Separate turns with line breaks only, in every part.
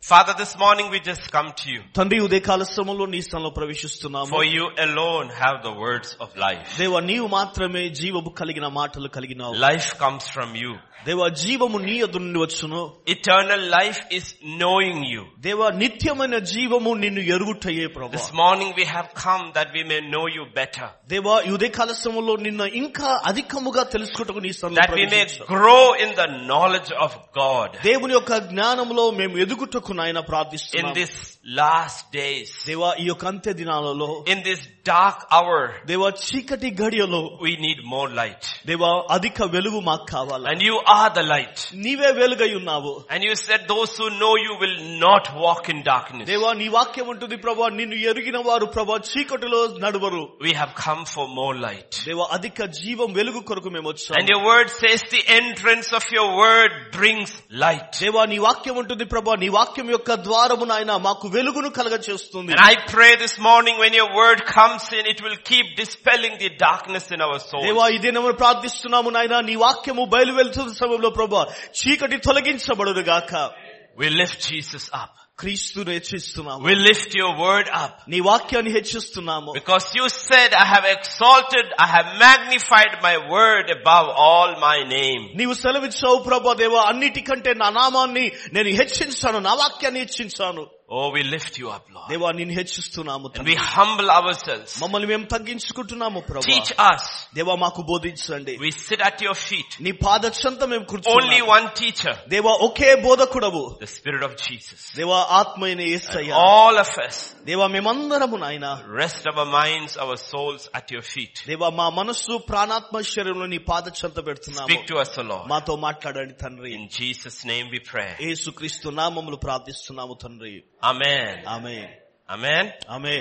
Father, this morning we just come to you.
తండ్రి ఉదయకాల శ్రమంలో నీ స్థలంలో ప్రవేశిస్తున్నాము
For you alone have the words of life.
దేవ నీవు మాత్రమే జీవము కలిగిన మాటలు కలిగినావు
Life comes from you.
దేవ జీవము నీ యొద్ద నుండి వచ్చును
Eternal life is knowing you.
దేవ నిత్యమైన జీవము నిన్ను ఎరుగుటయే ప్రభు
This morning we have come that we may know you better.
దేవా ఈ ఉదయకాల శ్రమంలో నిన్న ఇంకా అధికముగా తెలుసుకుంటకు నీ స్థలంలో
That we may
ప్రవేశిస్తున్నాము.
grow in the knowledge of God
దేవుని యొక్క జ్ఞానములో మేము ఎదుగుటకు నాయన
in
ప్రార్థిస్తున్నాము
these last days.
దేవా ఈ యొక్క అంత్య దినాలలో
In this dark hour,
దేవా చీకటి గడియలో
we need more light.
దేవా అధిక వెలుగు మాకు కావాలి
And you are the light.
నీవే వెలుగై ఉన్నావు
And you said those who know you will not walk in darkness.
దేవా నీ వాక్యం ఉంటుంది ప్రభా నిన్ను ఎరిగిన వారు ప్రభా చీకటిలో నడువరు
We have come for more light.
దేవా అధిక జీవం వెలుగు కొరకు మేము
And
వచ్చాము
your word says the entrance of your word brings light.
దేవా నీ వాక్యం ఉంటుంది ప్రభా నీ వాక్యం యొక్క ద్వారము నాయన మాకు వెలుగును కలగచేస్తుంది
And I pray this morning when your word comes in, it will keep dispelling the darkness in our souls.
దేవా ఈ దినమును ప్రార్థిస్తున్నాము నాయన నీ వాక్యము బయలు వెళ్తున్న సమయంలో ప్రభా చీకటి తొలగించబడును గాక
We lift Jesus up.
క్రీస్తును హెచ్చిస్తున్నాము
We lift your word up.
నీ వాక్యాన్ని హెచ్చిస్తున్నాము
Because you said, I have exalted, I have magnified my word above all my name.
నీవు సెలవిచ్చావు ప్రభా దేవా అన్నిటికంటే నా నామాన్ని నేను హెచ్చించాను నా వాక్యాన్ని హెచ్చించాను
Oh, we lift you up, Lord.
దేవా నిన్ను హెచ్చిస్తున్నాము
And
తండ్రి.
we humble ourselves.
మమ్మల్ని మేము తగ్గించుకుంటున్నాము ప్రభా
Teach us.
దేవా మాకు బోధించండి
We sit at your feet.
నీ పాద చెంత మేము
Only
కూర్చోండి
one teacher,
దేవా ఒకే బోధకుడవు
the Spirit of Jesus.
దేవా ఆత్మైన ఏసయ్యా
All of us
దేవా మేమందరము నాయన
rest our minds, our souls at your feet.
దేవా మా మనస్సు ప్రాణాత్మ శరీరంలో నీ పాద చెంత పెడుతున్నాము
Speak to us, O Lord.
మాతో మాట్లాడండి తండ్రి
In Jesus' name we pray.
ఏసుక్రీస్తు నామములు ప్రార్థిస్తున్నాము తండ్రి
Amen.
ఆమె
Amen.
ఆమె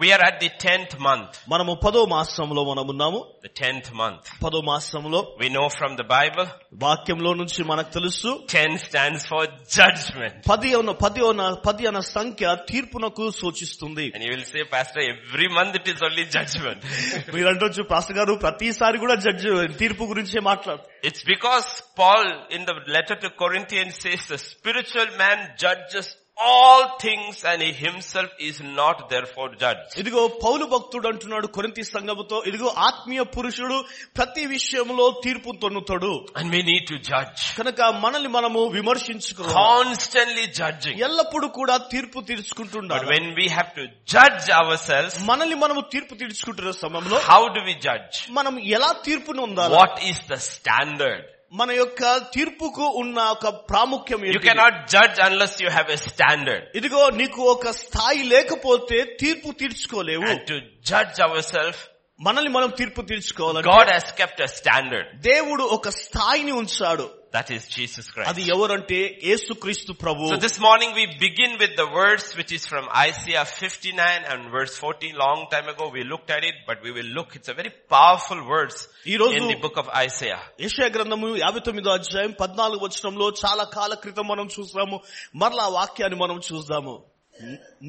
We are at the tenth month.
మనము పదో మాసంలో మనం ఉన్నాము
The tenth month.
పదో మాసంలో
We know from the Bible,
వాక్యంలో నుంచి మనకు తెలుసు
ten stands for judgment.
పది అన్న పది అన్న పది అన్న సంఖ్య తీర్పునకు సూచిస్తుంది
And you will say, Pastor, every month it is only judgment.
మీరు అంటొచ్చు పాస్టర్ గారు ప్రతిసారి కూడా జడ్జి తీర్పు గురించే మాట్లాడు
it's because Paul in the letter to Corinthians says the spiritual man judges all things and he himself is not therefore judged.
ఇదిగో పౌలు భక్తుడు అంటున్నాడు కొరింతి సంఘముతో ఇదిగో ఆత్మీయ పురుషుడు ప్రతి విషయంలో తీర్పు తొన్నుతాడు
And we need to judge.
కనుక మనల్ని మనము విమర్శించుకోవాలి
Constantly judging.
ఎల్లప్పుడూ కూడా తీర్పు
But
తీర్చుకుంటున్నాడు
when we have to judge ourselves,
మనల్ని మనము తీర్పు తీర్చుకుంటున్న సమయంలో
how do we judge?
మనం ఎలా తీర్పును ఉండాలి
What is the standard?
మన యొక్క తీర్పుకు ఉన్న ఒక ప్రాముఖ్యం
You
ఏంటిది?
cannot judge unless you have a standard.
ఇదిగో నీకు ఒక స్థాయి లేకపోతే తీర్పు తీర్చుకోలేవు
And to judge ourselves,
మనల్ని మనం తీర్పు తీర్చుకోవాలంటే
God has kept a standard.
దేవుడు ఒక స్థాయిని ఉంచాడు
That is Jesus Christ.
అది ఎవరంటే యేసుక్రీస్తు ప్రభు
So this morning we begin with the verse which is from Isaiah 59 and verse 14. Long time ago we looked at it, but we will look. It's a very powerful verse
ఈ
in
రోజు-
the book of Isaiah.
యెషయా గ్రంథము యాభై తొమ్మిదో అధ్యాయం పద్నాలుగు వచనంలో చాలా కాల క్రితం మనం చూస్తాము మరలా ఆ వాక్యాన్ని మనం చూద్దాము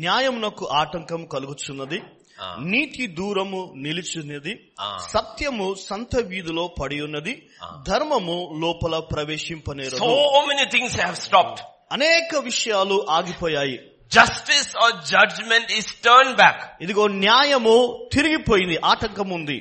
న్యాయమునకు ఆటంకం కలుగుచున్నది
ఆ.
నీతి దూరము నిలిచున్నది
ఆ.
సత్యము సంత వీధిలో పడి ఉన్నది ధర్మము లోపల ప్రవేశింపనేరదు
So many things have stopped.
అనేక విషయాలు ఆగిపోయాయి
Justice or judgment is turned back.
ఇదిగో న్యాయము తిరిగిపోయింది ఆటంకం ఉంది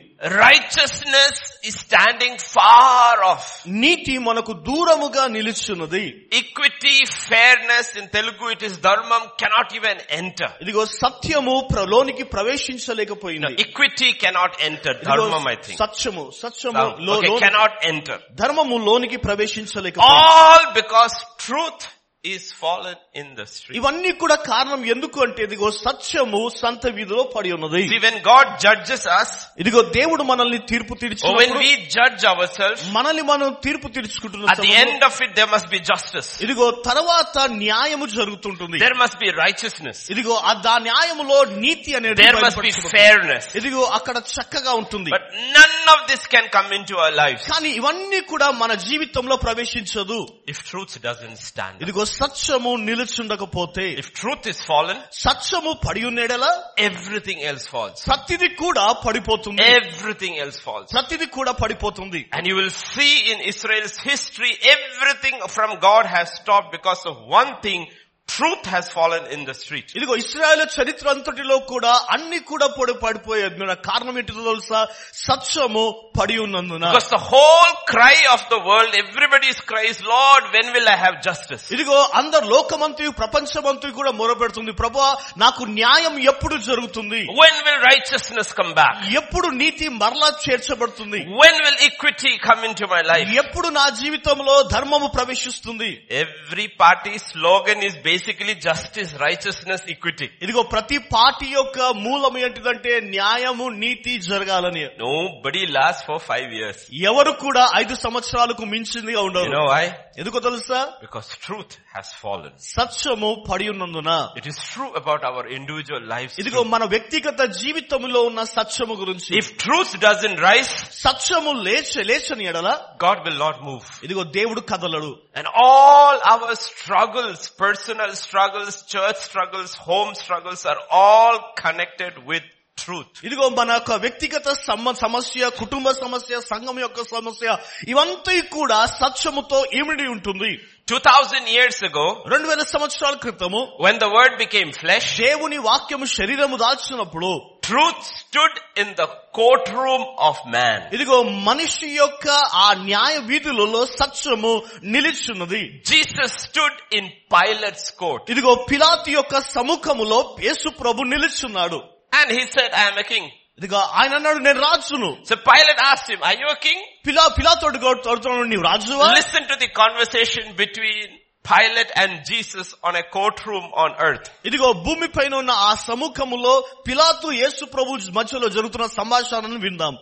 Righteousness is standing far off.
నీతి మనకు దూరముగా నిలుచున్నది
Equity, fairness, in Telugu it is dharmam, cannot even enter.
ఇదిగో సత్యము ప్ర- లోనికి
No,
ప్రవేశించలేకపోయింది
equity cannot enter.
ఇదిగో
Dharmam I think.
సత్యము సత్యము
Dharmam.
లో-
Okay,
లోని-
cannot Ah! enter.
ధర్మము లోనికి ప్రవేశించలేకపోయింది
All because truth is fallen in the street.
ఇవన్నీ కూడా కారణం ఎందుకు అంటే ఇదిగో సత్యము సంత వీధిలో పడి ఉన్నది
See, when God judges us,
ఇదిగో దేవుడు మనల్ని తీర్పు
or when
తీర్చుకున్నప్పుడు
we judge ourselves,
మనల్ని మనం తీర్పు తీర్చుకుంటున్న
at the
సమయంలో
end of it there must be justice.
ఇదిగో తర్వాత న్యాయము జరుగుతుంటుంది
There must be righteousness.
ఇదిగో ఆ దా న్యాయములో నీతి అనేది
There must be
బయటపరచబడుతుంది.
fairness.
ఇదిగో అక్కడ చక్కగా ఉంటుంది
But none of this can come into our lives
కానీ ఇవన్నీ కూడా మన జీవితంలో ప్రవేశించదు
if truth doesn't stand. up.
ఇదిగో సత్యము నిలుచుండకపోతే
If truth is fallen,
సత్యము పడి ఉన్నేడలా
everything else falls.
ప్రతిది కూడా పడిపోతుంది
Everything else falls.
ప్రతిది కూడా పడిపోతుంది
And you will see in Israel's history, everything from God has stopped because of one thing, Truth has fallen in the street.
ఇదిగో Israel చరిత్ర అంతటిలో కూడా అన్ని కూడా పొడి పడిపోయేందున కారణం ఏంటిదో తెలుసా సత్యము పడి ఉన్నందున
Because the whole cry of the world, everybody's cry is, Lord, when will I have justice?
ఇదిగో అందరు లోకమంతి ప్రపంచమంతి కూడా మొరపెడుతుంది ప్రభా నాకు న్యాయం ఎప్పుడు జరుగుతుంది
When will righteousness come back?
ఎప్పుడు నీతి మరలా చేర్చబడుతుంది
When will equity come into my life?
ఎప్పుడు నా జీవితంలో ధర్మము ప్రవేశిస్తుంది
Every party's slogan is basically justice, righteousness, equity.
ఇదిగో ప్రతి పార్టీ యొక్క మూలం ఏంటిదంటే న్యాయము నీతి జరగాలని
Nobody lasts for five years.
ఎవరు కూడా ఐదు సంవత్సరాలకు మించిందిగా
You
ఉండరు
know why?
ఎందుకో తెలుసా
Because truth has fallen.
సత్యము పడి ఉన్నందున
It is true about our individual lives.
ఇదిగో మన వ్యక్తిగత జీవితంలో ఉన్న సత్యము గురించి
If truth doesn't rise,
సత్యము లేచ లేచని ఎడల
God will not move.
ఇదిగో దేవుడు కదలడు
And all our struggles, personal struggles, church struggles, home struggles are all connected with truth.
ఇదిగో మన యొక్క వ్యక్తిగత సమ- సమస్య కుటుంబ సమస్య సంఘం యొక్క సమస్య ఇవంతా కూడా సత్యముతో ఇమిడి ఉంటుంది
2000 years ago,
రెండు వేల సంవత్సరాల క్రితము
when the word became flesh,
దేవుని వాక్యము శరీరము దాల్చినప్పుడు
truth stood in the courtroom of man.
ఇదిగో మనిషి యొక్క ఆ న్యాయ వీధులలో సత్యము నిలిచున్నది
Jesus stood in Pilate's court
ఇదిగో పిలాతు యొక్క సముఖములో యేసు ప్రభు నిలుచున్నాడు
and he said, I am a king.
ఇదిగో ఆయన అన్నాడు నేను రాజును
So Pilate asked him, are you a king?
పిలా పిలాతోడు అడుగుతున్నాడు నీవు రాజువా
Listen to the conversation between Pilate and Jesus on a courtroom on earth.
ఇదిగో భూమి పైన ఉన్న ఆ సముఖములో పిలాతు యేసు ప్రభు మధ్యలో జరుగుతున్న సంభాషణను విందాం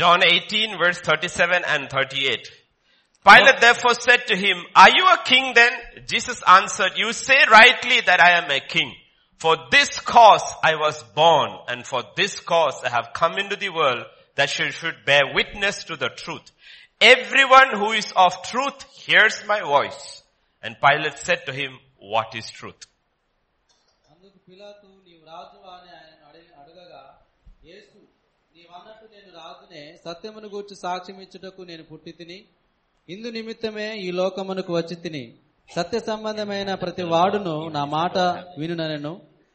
John 18 verse 37 and 38. Pilate therefore said to him, are you a king then? Jesus answered, you say rightly that I am a king. For this cause I was born and for this cause I have come into the world that she should bear witness to the truth. Everyone who is of truth hears my voice. And Pilate said to him, what is truth?
అందుకు పిలాతు నీవు రాజు అని ఆయన అడిగి అడగగా యేసు నీవన్నట్టు నేను రాజునే సత్యమును గూర్చి సాక్ష్యం ఇచ్చుటకు నేను పుట్టి తిని ఇందు నిమిత్తమే ఈ లోకమునకు వచ్చి తిని సత్య సంబంధమైన ప్రతి వాడును నా మాట వినుననెను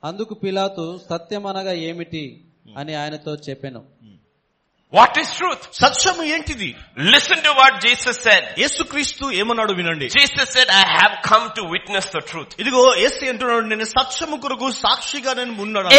అందుకు పిలాతు సత్యమనగా ఏమిటి అని ఆయనతో చెప్పెను
What is truth?
సత్యము ఏంటిది
Listen to what Jesus said.
యేసుక్రీస్తు ఏమన్నాడు వినండి
Jesus said, I have come to witness the truth.
ఇదిగో యేసు అంటున్నాడు నేను సత్యము కొరకు సాక్షిగా నేను ఉన్నాడు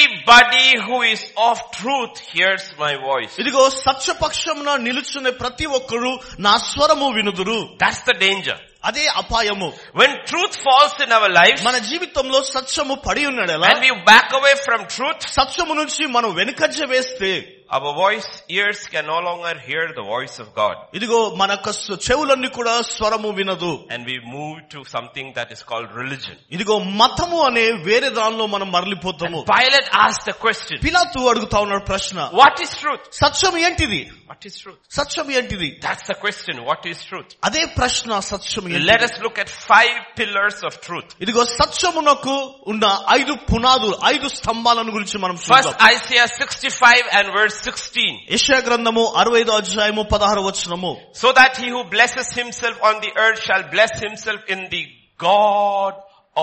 Everybody who is of truth hears my voice.
ఇదిగో సత్యపక్షమున నిలుచునే ప్రతి ఒక్కరు నా స్వరము వినుదురు
That's the danger.
అదే అపాయము
When truth falls in our lives
మన జీవితంలో సత్యము పడి ఉన్నాడు ఎలా
and we back away from truth,
సత్యము నుంచి మనం వెనుకజ్జ వేస్తే
our voice, ears can no longer hear the voice of God.
ఇదిగో మన యొక్క స్వ- చెవులన్నీ కూడా స్వరము వినదు
And we move to something that is called religion.
ఇదిగో మతము అనే వేరే దానిలో మనం మరలిపోతాము
Pilate asked the question,
పిలాతు అడుగుతా ఉన్నాడు ప్రశ్న
what is truth?
సత్యం ఏంటిది
What is truth?
సత్యం ఏంటిది
That's the question, what is truth?
అదే ప్రశ్న సత్యం ఏంటిది?
Let us look at five pillars of truth.
ఇదిగో సత్యమునకు ఉన్న ఐదు పునాదులు ఐదు స్తంభాలను గురించి మనం
First,
చూద్దాం
Isaiah 65 and verse 16.
యెషయా గ్రంథము అరవై ఐదు అధ్యాయము పదహారు వచనము
So that he who blesses himself on the earth shall bless himself in the God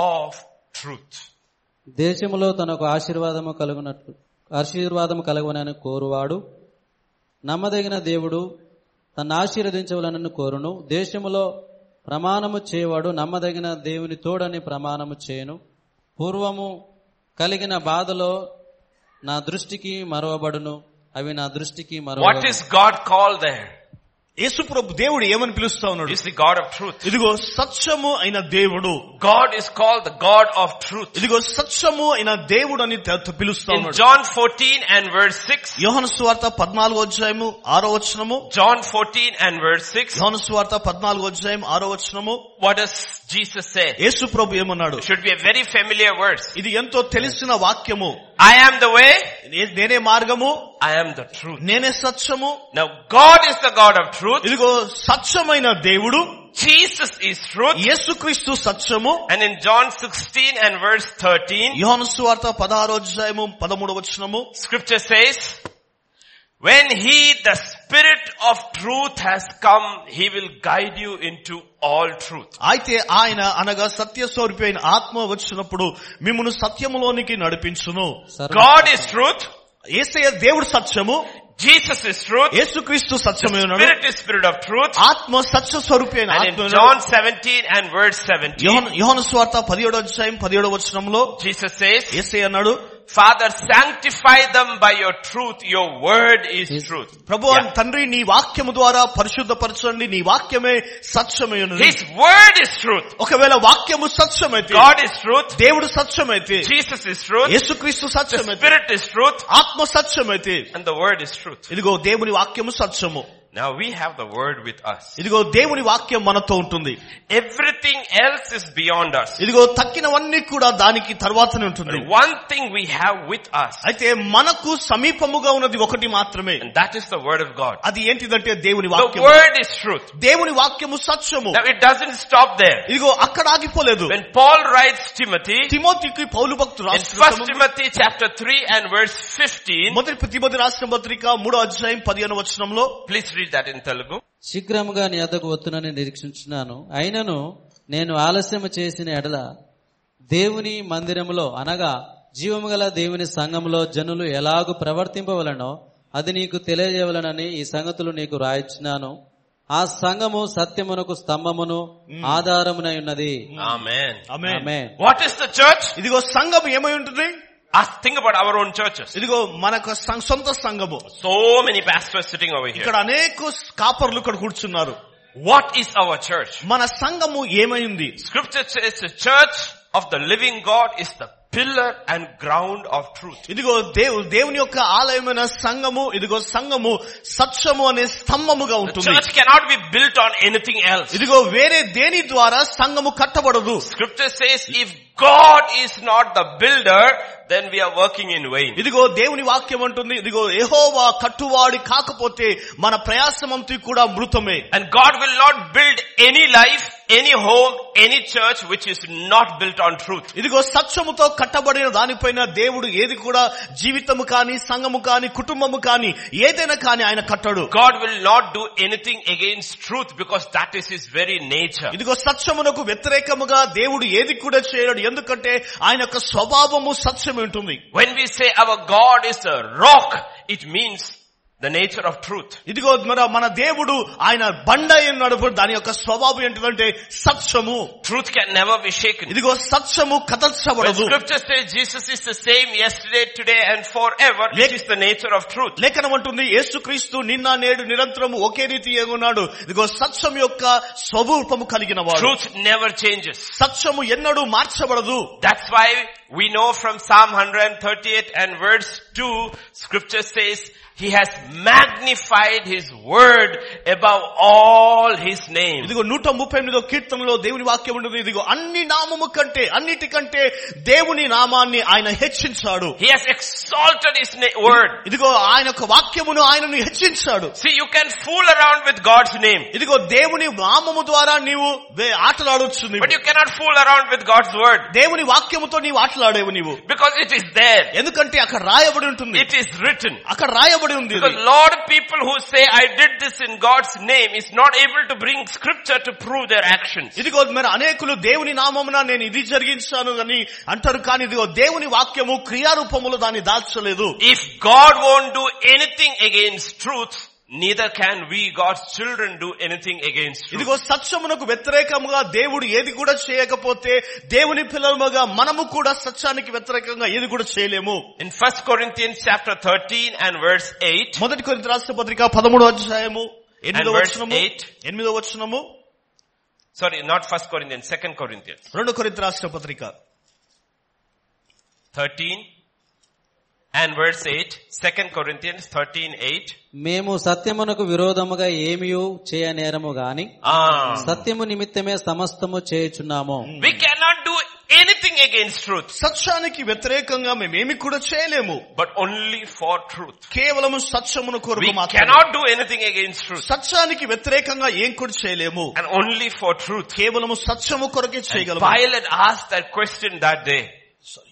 of truth.
దేశములో తనకు ఆశీర్వాదము కలుగునట్లు ఆశీర్వాదము కలగనని కోరువాడు నమ్మదగిన దేవుడు తన ఆశీర్వదించవలనని కోరును దేశములో ప్రమాణము చేయవాడు నమ్మదగిన దేవుని తోడని ప్రమాణము చేయను పూర్వము కలిగిన బాధలో నా దృష్టికి మరవబడును అవి నా దృష్టికి
What
మరవ
is God called there?
యేసు ప్రభు దేవుడు ఏమని పిలుస్తా ఉన్నాడు
He's the God of truth.
ఇదిగో సత్యము అయిన దేవుడు
God is called the God of truth.
ఇదిగో సత్యము అయిన దేవుడు అని త- పిలుస్తా
In
ఉన్నాడు
John 14 and verse 6,
యోహన స్వార్త పద్నాలుగు అధ్యాయము ఆరో వచనము
John 14 and verse 6,
యోహన స్వార్త పద్నాలుగు అధ్యాయం ఆరో వచనము
what does Jesus say?
యేసు ప్రభు ఏమన్నాడు
Should be a very familiar verse.
ఇది ఎంతో తెలిసిన వాక్యము
I am the way,
నే- నేనే మార్గము
I am the truth.
నేనే సత్యము
Now God is the God of truth,
ఇదిగో సత్యమైన దేవుడు
Jesus is truth,
యేసుక్రీస్తు సత్యము
and in John 16 and verse 13,
యోహాను సువార్త పదహారో అధ్యాయము పదమూడు వచనము
Scripture says, when he, the Spirit of truth has come, He will guide you into all truth.
అయితే ఆయన అనగా సత్య స్వరూపి అయిన ఆత్మ వచ్చినప్పుడు మిమ్మను సత్యములోనికి నడిపించును
సర్వ-
God is truth,
ఏసయ్య దేవుడు సత్యము
Jesus is truth,
యేసుక్రీస్తు సత్యమైనడు
Spirit is Spirit of truth,
ఆత్మ సత్య స్వరూపి అయిన
and in John 17 and verse 17,
యోహన స్వార్థ పదిహేడు అధ్యాయం పదిహేడు వచనంలో
Jesus says,
ఏసై అన్నాడు
Father, sanctify them by your truth, your word is
Yes.
truth.
Prabhu
Yeah.
తండ్రి నీ వాక్యము ద్వారా పరిశుద్ధపరచండి నీ వాక్యమే సత్యమైనది
His word is truth.
ఒకవేళ వాక్యము సత్యమైతే
God is truth,
దేవుడు సత్యమైతే
Jesus is truth,
యేసుక్రీస్తు
the
సత్యమైతే
Spirit is truth,
ఆత్మ సత్యమైతే
and the word is truth.
ఇదిగో దేవుని వాక్యము సత్యము
Now we have the word with us.
ఇదిగో దేవుని వాక్యం మనతో ఉంటుంది
Everything else is beyond us.
ఇదిగో తక్కినవన్నీ కూడా దానికి తర్వాతనే ఉంటుంది
But one thing we have with us,
అయితే మనకు సమీపముగా ఉన్నది ఒకటి మాత్రమే
and that is the word of God.
అది ఏంటిదంటే దేవుని
The
వాక్యము
word is truth.
దేవుని వాక్యము సత్యము
Now it doesn't stop there.
ఇదిగో అక్కడ ఆగిపోలేదు
When Paul writes Timothy,
తిమోతికి పౌలు భక్తుడు
in
రాసిన
First
క్రమంలో
Timothy chapter 3 and verse 15,
మొదటి తిమోతి రాసిన పత్రిక మూడో అధ్యాయం పదిహేను వచనంలో
please read that in Telugu.
శీఘ్రముగా నీ వద్దకు వస్తునని నిరీక్షించున్నాను అయినను నేను ఆలస్యము చేసిన ఎడల దేవుని మందిరములో అనగా జీవము గల దేవుని సంఘములో జనులు ఎలాగు ప్రవర్తింపవలనో అది నీకు తెలియజేయవలనని ఈ సంగతులు నీకు రాయించినాను ఆ సంఘము సత్యమునకు స్తంభమును ఆధారమునై ఉన్నది
Amen.
Amen.
Amen.
What is the church?
ఇదిగో సంఘం ఏమై ఉంటుంది
Us think about our own churches.
ఇదిగో మనకు సం- సొంత సంఘము
So many pastors sitting over here.
ఇక్కడ అనేక కాపర్లు ఇక్కడ కూర్చున్నారు
What is our church?
మన సంఘము ఏమైంది
Scripture says the church of the living God is the pillar and ground of truth.
ఇదిగో దేవు దేవుని యొక్క ఆలయమైన సంఘము ఇదిగో సంఘము సత్యము అనే స్తంభముగా
The
ఉంటుంది
church cannot be built on anything else.
ఇదిగో వేరే దేని ద్వారా సంఘము కట్టబడదు
Scripture says if God is not the builder, then we are working in vain.
ఇదిగో దేవుని వాక్యం అంటుంది ఇదిగో యెహోవా కట్టువాడి కాకపోతే మన ప్రయాసమంతి కూడా మృతమే
And God will not build any life, any home, any church which is not built on truth.
ఇదిగో సత్యముతో కట్టబడిన దానిపైన దేవుడు ఏది కూడా జీవితము కాని సంఘము కాని కుటుంబము కాని ఏదైనా కాని ఆయన కట్టడు
God will not do anything against truth because that is His very nature.
ఇదిగో సత్యమునకు వ్యతిరేకముగా దేవుడు ఏది కూడా చేయడు ఎందుకంటే ఆయన యొక్క స్వభావము సత్యం ఉంటుంది
When we say our God is a rock, it means the nature of truth.
ఇదిగో మన మన దేవుడు ఆయన బండ అయినప్పుడు దాని యొక్క స్వభావం ఏంటిదంటే సత్యము
Truth can never be shaken.
ఇదిగో సత్యము
When
కదల్చబడదు
scripture says Jesus is the same yesterday, today and forever, it is the nature of truth.
లేఖనం అంటుంది యేసుక్రీస్తు నిన్న నేడు నిరంతరం ఒకే రీతి ఉన్నాడు ఇదిగో సత్యం యొక్క స్వరూపము కలిగిన వాడు
Truth never changes.
సత్యము ఎన్నడూ మార్చబడదు
That's why we know from Psalm 138 and verse 2, scripture says, He has magnified His word above all His name.
ఇదిగో నూట ముప్పై ఎనిమిదో కీర్తనలో దేవుని వాక్యం ఉంటుంది ఇదిగో అన్ని నామము కంటే అన్నిటికంటే దేవుని నామాన్ని ఆయన హెచ్చించాడు
He has exalted His na- word.
ఇదిగో ఆయన యొక్క వాక్యమును ఆయనను హెచ్చించాడు
See, you can fool around with God's name,
ఇదిగో దేవుని నామము ద్వారా నీవు వే- ఆటలాడొచ్చు నీవు
but you cannot fool around with God's word
దేవుని వాక్యముతో నీవు ఆటలాడేవు నీవు
because it is there.
ఎందుకంటే అక్కడ రాయబడి ఉంటుంది
It is written.
అక్కడ రాయబడి ఉంది ఇది.
Because a lot of people who say, I did this in God's name is not able to bring scripture to prove their actions.
ఇదిగో మరి అనేకులు దేవుని నామమున నేను ఇది జరిగించాను అని అంటారు కానీ ఇదిగో దేవుని వాక్యము క్రియారూపములో దాన్ని దాల్చలేదు
If God won't do anything against truth, neither can we, God's children, do anything against truth.
ఇదిగో సత్యమునకు వ్యతిరేకముగా దేవుడు ఏది కూడా చేయకపోతే దేవుని పిల్లలుగా మనము కూడా సత్యానికి వ్యతిరేకంగా ఏది కూడా చేయలేము
In 1 Corinthians chapter 13 and verse 8,
మొదటి కొరింథీ రాష్ట్ర పత్రిక పదమూడో అధ్యాయము ఎనిమిదో
And verse
వచనము
eight.
ఎనిమిదో వచనము
sorry, not 1 Corinthians, 2 Corinthians,
రెండు కొరింథీ రాష్ట్ర పత్రిక
13 and verse 8, 2 Corinthians 13, 8.
మేము సత్యమునకు విరోధముగా ఏమియూ చేయనేరము గాని
Ah.
సత్యము నిమిత్తమే సమస్తము చేయుచున్నాము
We cannot do anything against truth,
సత్యానికి వ్యతిరేకంగా మేమేమి కూడా చేయలేము
but only for truth.
కేవలము సత్యమును
We
కొరకు మాత్రమే
cannot do anything against truth.
సత్యానికి వ్యతిరేకంగా ఏం కూడా చేయలేము
and only for truth.
కేవలము సత్యము కొరకే చేయగలము
Pilate asked that question that day.
Sorry.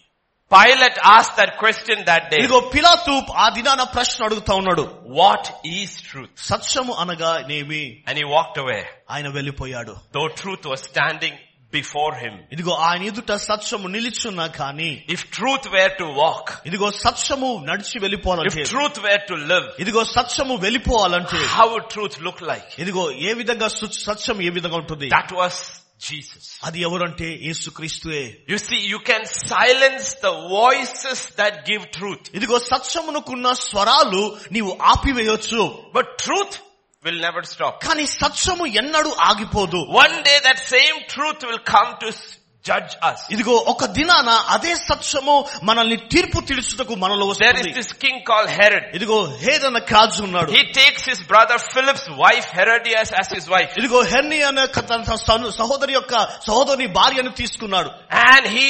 Pilate asked that question that day.
ఇదిగో పిలాతు ఆ దినాన ప్రశ్న అడుగుతా ఉన్నాడు
What is truth?
సత్యము అనగా నేమి
And he walked away,
ఆయన వెళ్ళిపోయాడు
though truth was standing before him.
ఇదిగో ఆయన ఎదుట సత్యము నిలిచున్నా కానీ
If truth were to walk,
ఇదిగో సత్యము నడిచి వెళ్ళిపోవాలంటే
if truth were to live,
ఇదిగో సత్యము వెళ్ళిపోవాలంటే
how would truth look like?
ఇదిగో ఏ విధంగా సు- సత్యం ఏ విధంగా ఉంటుంది
That was Jesus.
అది ఎవరంటే యేసుక్రీస్తువే
You see, you can silence the voices that give truth,
ఇదిగో సత్యమునకున్న స్వరాలు నీవు ఆపివేయొచ్చు
but truth will never stop.
కానీ సత్యము ఎన్నడూ ఆగిపోదు
One day that same truth will come to s- judge us.
ఇదిగో ఒక దినాన అదే సత్యము మనల్ని తీర్పు తీర్చుటకు మనలో
There is
వస్తుంది
this king called Herod.
ఇదిగో హేదన రాజు ఉన్నాడు
He takes his brother Philip's wife Herodias as his wife.
ఇదిగో హెర్ని అనే క- తన సను- సహోదరి యొక్క సహోదరి భార్యను తీసుకున్నాడు
And he,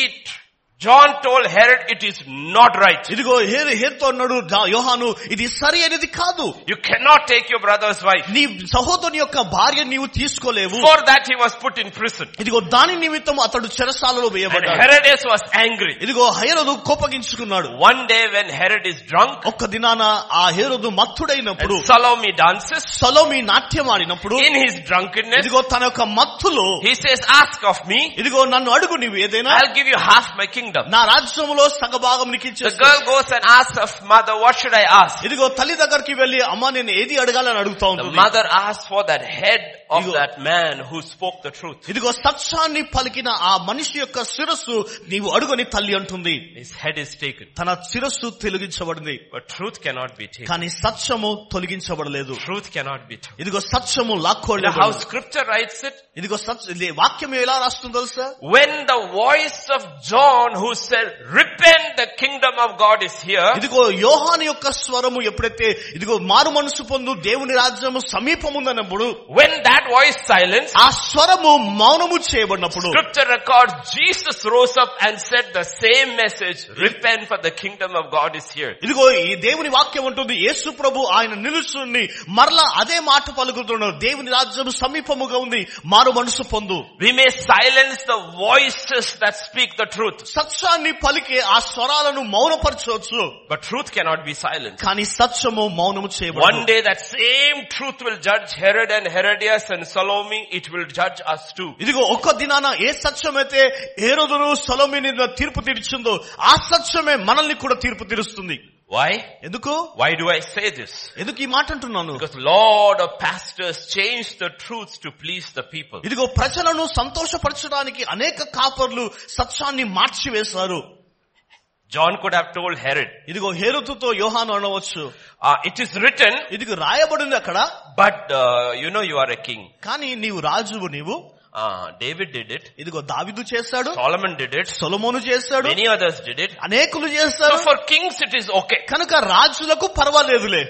John told Herod it is not right.
ఇదిగో హేర్ హేర్తో అన్నాడు "నా యోహాను ఇది సరి అనేది కాదు
You cannot take your brother's wife.
నీ సహోదరుని యొక్క భార్య నీవు తీసుకోలేవు
For that he was put in prison.
ఇదిగో దాని నిమిత్తం అతడు చెరసాలలో
And
వేయబడ్డాడు
Herodias was angry.
ఇదిగో హేరదు కోపగించుకున్నాడు
One day when Herod is drunk
ఒక్క దినాన ఆ హేరదు మత్తుడైనప్పుడు
and Salome dances,
సలోమి నాట్యం ఆడినప్పుడు
in his drunkenness,
ఇదిగో తన యొక్క మత్తులో
he says, ask of me,
ఇదిగో నన్ను అడుగు నీవు ఏదైనా
I'll give you half my kingdom.
నా రాజ్యంలో సగభాగం నీకు
The
ఇచ్చేస్తా.
girl goes and asks of mother, what should I ask?
ఇదిగో తల్లి దగ్గరికి వెళ్లి అమ్మా నేను ఏది అడగాలని అడుగుతా
The
ఉంటుంది
mother asks for that head of
Idigo.
that man who spoke the truth.
ఇదిగో సత్యాన్ని పలికిన ఆ మనిషి యొక్క శిరస్సు నీవు అడుగని తల్లి అంటుంది
His head is taken.
తన శిరస్సు తొలగించబడింది
But truth cannot be taken.
కానీ సత్యము తొలగించబడలేదు
Truth cannot be taken.
ఇదిగో సత్యము
You know how
లాక్కోలేదు
scripture writes it?
ఇదిగో సత్య ఇది వాక్యం ఎలా రాస్తుందో తెలుసా
When the voice of John who said, repent the kingdom of God is here,
ఇదిగో యోహాను యొక్క స్వరము ఎప్పుడైతే ఇదిగో మారు మనసు పొందు దేవుని రాజ్యము సమీపముందన్నప్పుడు
when that voice silenced,
ఆ స్వరము మౌనము చేయబడినప్పుడు
scripture records Jesus rose up and said the same message, repent for the kingdom of God is here.
ఇదిగో ఈ దేవుని వాక్యం ఉంటుంది యేసు ప్రభు ఆయన నిలుచుని మరలా అదే మాట పలుకుతున్నాడు దేవుని రాజ్యం సమీపముగా ఉంది మారు మనసు పొందు
We may silence the voices that speak the truth,
సత్యాన్ని పలికే ఆ స్వరాలను మౌనపరచవచ్చు
but truth cannot be silenced.
కానీ సత్యము మౌనము
One
చేయబడదు
day that same truth will judge Herod and Herodias and Salome, it will judge us too.
ఇదిగో ఒక్క దినాన ఏ సత్యమైతే ఏ రోజును సొలమిని తీర్పు తీర్చిందో ఆ సత్యమే మనల్ని కూడా తీర్పు తీరుస్తుంది
Why?
ఎందుకు
Why do I say this?
ఎందుకు ఈ మాట అంటున్నాను
Because Lord of pastors changed the truths to please the people.
ఇదిగో ప్రజలను సంతోషపరచడానికి అనేక కాపర్లు సత్యాన్ని మార్చివేశారు
John could have told Herod,
ఇదిగో హేరుతుతో యోహాను అనవచ్చు
uh, it is written,
ఇదిగో రాయబడింది అక్కడ
but uh, you know you are a king.
కానీ నీవు రాజువు నీవు
Uh, David did it.
ఇదిగో దావిదు చేశాడు
Solomon did it.
సొలమోను చేశాడు
Many others did it.
అనేకులు
So
చేస్తారు
for kings it is okay.
కనుక రాజులకు పర్వాలేదులే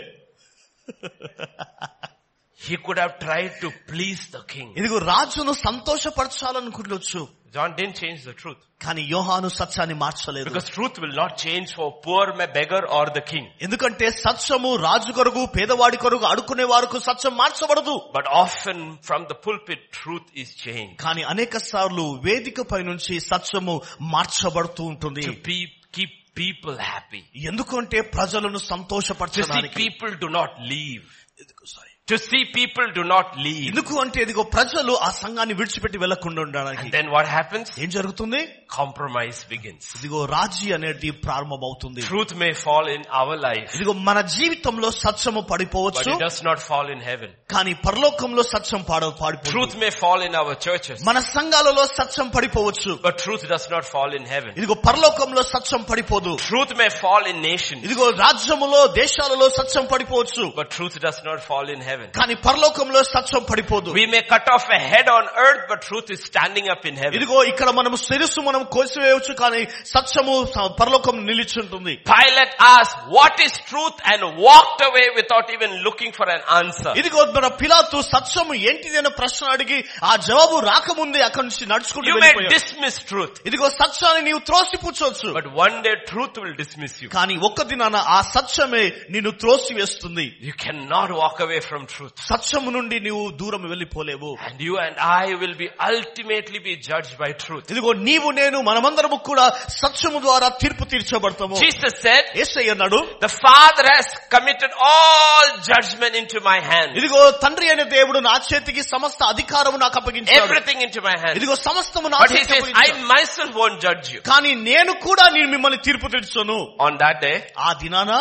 He could have tried to please the king.
ఇదిగో రాజును సంతోషపరచాలనుకుంటొచ్చు
John didn't change the truth.
కానీ యోహాను సత్యాన్ని మార్చలేదు
Because truth will not change for poor ma- beggar or the king.
ఎందుకంటే సత్యము రాజు కొరకు పేదవాడి కొరకు అడుకునే వారికి సత్యం మార్చబడదు
But often from the pulpit truth is changed.
కానీ అనేక సార్లు వేదిక పై నుంచి సత్యము మార్చబడుతూ ఉంటుంది
To be, keep people happy.
ఎందుకంటే ప్రజలను
To see
సంతోషపరచడానికి
people do not leave.
ఇదిగో sorry.
To see people do not leave.
ఎందుకు అంటే ఇదిగో ప్రజలు ఆ సంఘాన్ని విడిచిపెట్టి వెళ్లకుండా ఉండడానికి
And then what happens?
ఏం జరుగుతుంది
Compromise begins.
ఇదిగో రాజీ అనేది ప్రారంభమవుతుంది
Truth may fall in our life,
ఇదిగో మన జీవితంలో సత్యము
but
పడిపోవచ్చు
it does not fall in heaven.
కానీ పరలోకంలో సత్యం పాడ పాడిపోవచ్చు
Truth may fall in our churches,
మన సంఘాలలో సత్యం పడిపోవచ్చు
but truth does not fall in heaven.
ఇదిగో పరలోకంలో సత్యం పడిపోదు
Truth may fall in nations,
ఇదిగో రాజ్యములో దేశాలలో సత్యం పడిపోవచ్చు
but truth does not fall in heaven.
కానీ పరలోకంలో సత్యం పడిపోదు
We may cut off a head on earth, but truth is standing up in heaven.
ఇదిగో ఇక్కడ మనం శిరస్సు మనం కోసివేయవచ్చు కానీ సత్యము స- పరలోకం నిలిచుంటుంది
Pilate asked, what is truth and walked away without even looking for an answer.
ఇదిగో మన పిలాతు సత్యము ఏంటిది అనే ప్రశ్న అడిగి ఆ జవాబు రాకముందే అక్కడి నుంచి నడుచుకుంటూ
You may
వెళ్ళిపోయాడు.
dismiss truth,
ఇదిగో సత్యాన్ని నీవు త్రోసిపుచ్చవచ్చు
but one day truth will dismiss you.
కానీ ఒక్క దినాన ఆ సత్యమే నిన్ను త్రోసి వేస్తుంది
You cannot walk away from from truth.
సత్యము నుండి నీవు దూరం వెళ్ళిపోలేవు
And you and I will be ultimately be judged by truth.
ఇదిగో నీవు నేను మనమందరము కూడా సత్యము ద్వారా తీర్పు తీర్చబడతాము
Jesus said,
ఏసై అన్నాడు
the Father has committed all judgment into my hand.
ఇదిగో తండ్రి అనే దేవుడు నా చేతికి సమస్త అధికారము నాకు అప్పగించాడు
Everything into my hand.
ఇదిగో సమస్తము నా
But he
చేతికి
says,
అప్పగించాడు.
I myself won't judge you.
కానీ నేను కూడా నేను మిమ్మల్ని తీర్పు తీర్చను
On that day,
ఆ దినాన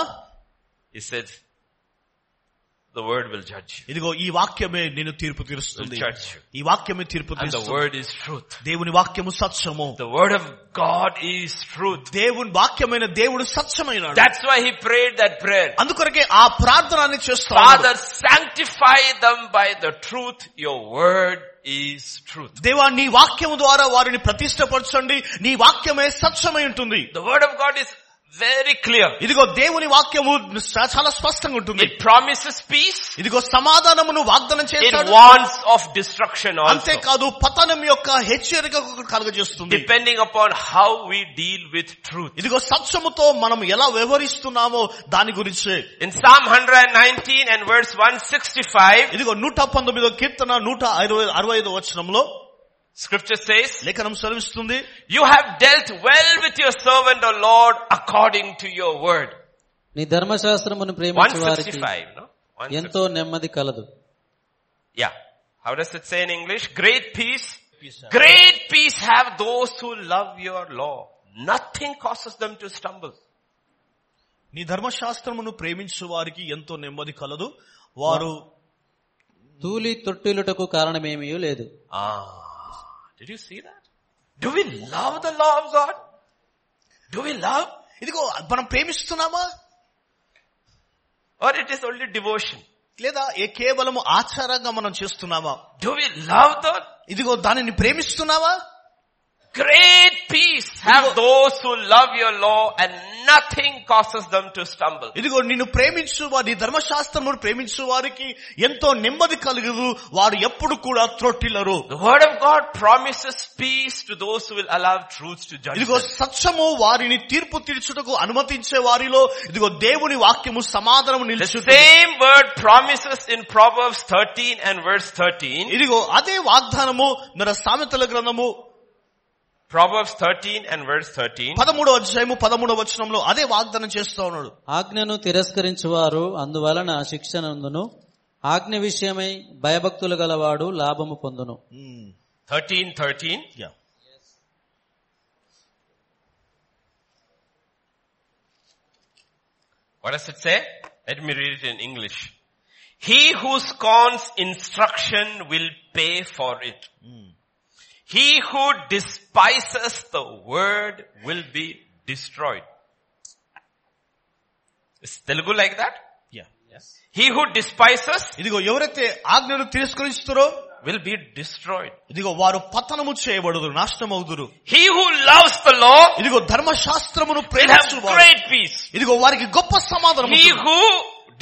he said, the word will judge
ఇదిగో ఈ వాక్యమే నేను తీర్పు
you. Will
తీరుస్తుంది
judge you.
ఈ వాక్యమే తీర్పు
And the
తీరుస్తుంది
word is truth.
దేవుని వాక్యము సత్యము
The word of God is truth.
దేవుని వాక్యమైన దేవుడు సత్యమైన
That's why he prayed that prayer.
అందుకొరకే ఆ ప్రార్థనని చేస్తాడు
Father, sanctify them by the truth. Your word is truth.
దేవా నీ వాక్యము ద్వారా వారిని ప్రతిష్టపరచండి నీ వాక్యమే సత్యమై ఉంటుంది
The word of God is very clear.
ఇదిగో దేవుని వాక్యము చ- చాలా స్పష్టంగా ఉంటుంది
It promises peace.
ఇదిగో సమాధానమును వాగ్దానం
It
చేస్తాడు
warns of destruction also.
అంతేకాదు పతనం యొక్క హెచ్చరిక కలగజేస్తుంది
Depending upon how we deal with truth.
ఇదిగో సత్యముతో మనం ఎలా వ్యవహరిస్తున్నామో దాని గురించే
In Psalm 119 and verse 165,
ఇదిగో నూట పంతొమ్మిదో కీర్తన నూట అరవై అరవై ఐదో వచనంలో
scripture says,
లేఖనం సెలవిస్తుంది
You have dealt well with your servant, O Lord, according to your word.
నీ ధర్మశాస్త్రమును ప్రేమించే వారికి
165, no? 165.
ఎంతో నెమ్మది కలదు
Yeah. How does it say in English? Great peace. Great peace have those who love your law. Nothing causes them to stumble.
నీ ధర్మశాస్త్రమును ప్రేమించు వారికి ఎంతో నెమ్మది కలదు వారు
తూలి తొట్టిలుటకు కారణమేమీ లేదు
Ah. Did you see that? Do we love the law of God? Do we love?
ఇదిగో మనం ప్రేమిస్తున్నామా
Or it is only devotion?
లేదా ఏ కేవలము ఆచారంగా మనం చేస్తున్నామా
Do we love the
ఇదిగో దానిని ప్రేమిస్తున్నావా
great peace have those who love your law and nothing causes them to stumble?
ఇదిగో నిన్ను ప్రేమించు వారి నీ ధర్మశాస్త్రమును ప్రేమించు వారికి ఎంతో నెమ్మది కలుగుదు వారు ఎప్పుడు కూడా త్రొట్టిల్లరు
The word of God promises peace to those who will allow truth to judge
ఇదిగో
them.
సత్యము వారిని తీర్పు తీర్చుటకు అనుమతించే వారిలో ఇదిగో దేవుని వాక్యము సమాధానము
The
నిలుచు
same word promises in Proverbs 13 and verse 13.
ఇదిగో అదే వాగ్దానము మన సామెతల గ్రంథము
Proverbs 13 and verse 13.
పదమూడవ అధ్యాయము పదమూడవ వచనంలో అదే వాగ్దానం చేస్తా ఉన్నాడు
ఆజ్ఞను తిరస్కరించువారు అందువలన శిక్షనందును ఆజ్ఞ విషయమై భయభక్తులు గలవాడు లాభము పొందును
13, 13.
Yeah.
What does it say? Let me read it in English. He who scorns instruction will pay for it. He who despises the word will be destroyed. Is Telugu like that?
Yeah.
He who despises
ఇదిగో ఎవరైతే ఆజ్ఞను తిరస్కరిస్తారో
will be destroyed.
ఇదిగో వారు పతనము చేయబడదు నాశనం అవుదురు
He who loves the law
ఇదిగో ధర్మశాస్త్రమును
will have
ప్రేమించువారు
great peace.
ఇదిగో వారికి గొప్ప సమాధానం
He
ఉంటుంది.
who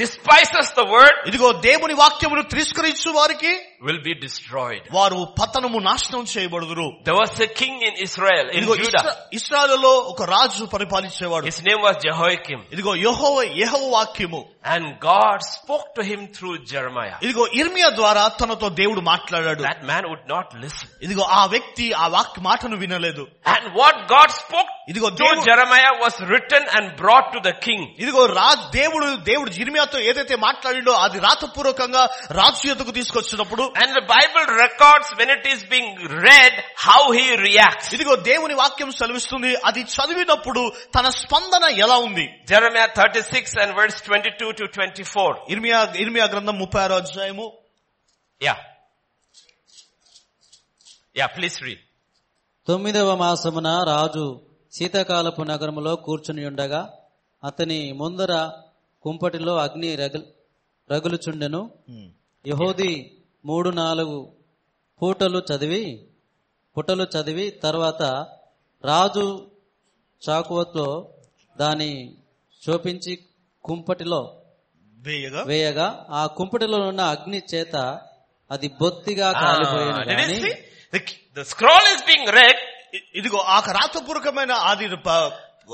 despises the word
ఇదిగో దేవుని వాక్యమును తిరస్కరించు వారికి
will be destroyed.
వారు పతనము నాశనం చేయబడుదురు
There was a king in Israel, in
ఇదిగో
Judah.
ఇస్రాయల్లో ఒక రాజు పరిపాలించేవాడు
His name was Jehoiakim.
ఇదిగో యహో యహో వాక్యము
And God spoke to him through Jeremiah.
ఇదిగో ఇర్మియా ద్వారా తనతో దేవుడు మాట్లాడాడు
That man would not listen.
ఇదిగో ఆ వ్యక్తి ఆ వాక్య మాటను వినలేదు
And what God spoke
ఇదిగో
to
దేవుడు
Jeremiah was written and brought to the king.
ఇదిగో రాజు దేవుడు దేవుడు ఇర్మియాతో ఏదైతే మాట్లాడిండో అది రాతపూర్వకంగా రాజు ఎదుకు తీసుకొచ్చినప్పుడు
And the Bible records when it is being read how he reacts.
ఇదిగో దేవుని వాక్యం సెలవిస్తుంది అది చదివినప్పుడు తన స్పందన ఎలా ఉంది
Jeremiah 36 and verse 22 to 24.
ఇర్మియా ఇర్మియా గ్రంథం ముప్పై ఆరో అధ్యాయము
Yeah. Yeah, please read.
తొమ్మిదవ మాసమున రాజు శీతాకాలపు నగరములో కూర్చుని ఉండగా అతని ముందర కుంపటిలో అగ్ని రగులు రగులుచుండెను
Hmm.
యహోది మూడు నాలుగు పూటలు చదివి పుటలు చదివి తర్వాత రాజు చాకువతో దాని చూపించి కుంపటిలో
వేయగా
వేయగా ఆ కుంపటిలో ఉన్న అగ్ని చేత అది బొత్తిగా కాలిపోయింది
Ah, did you
కానీ
see? The, the scroll is being read
ఇ- ఇదిగో ఆ రాతపూర్వకమైన అది ప-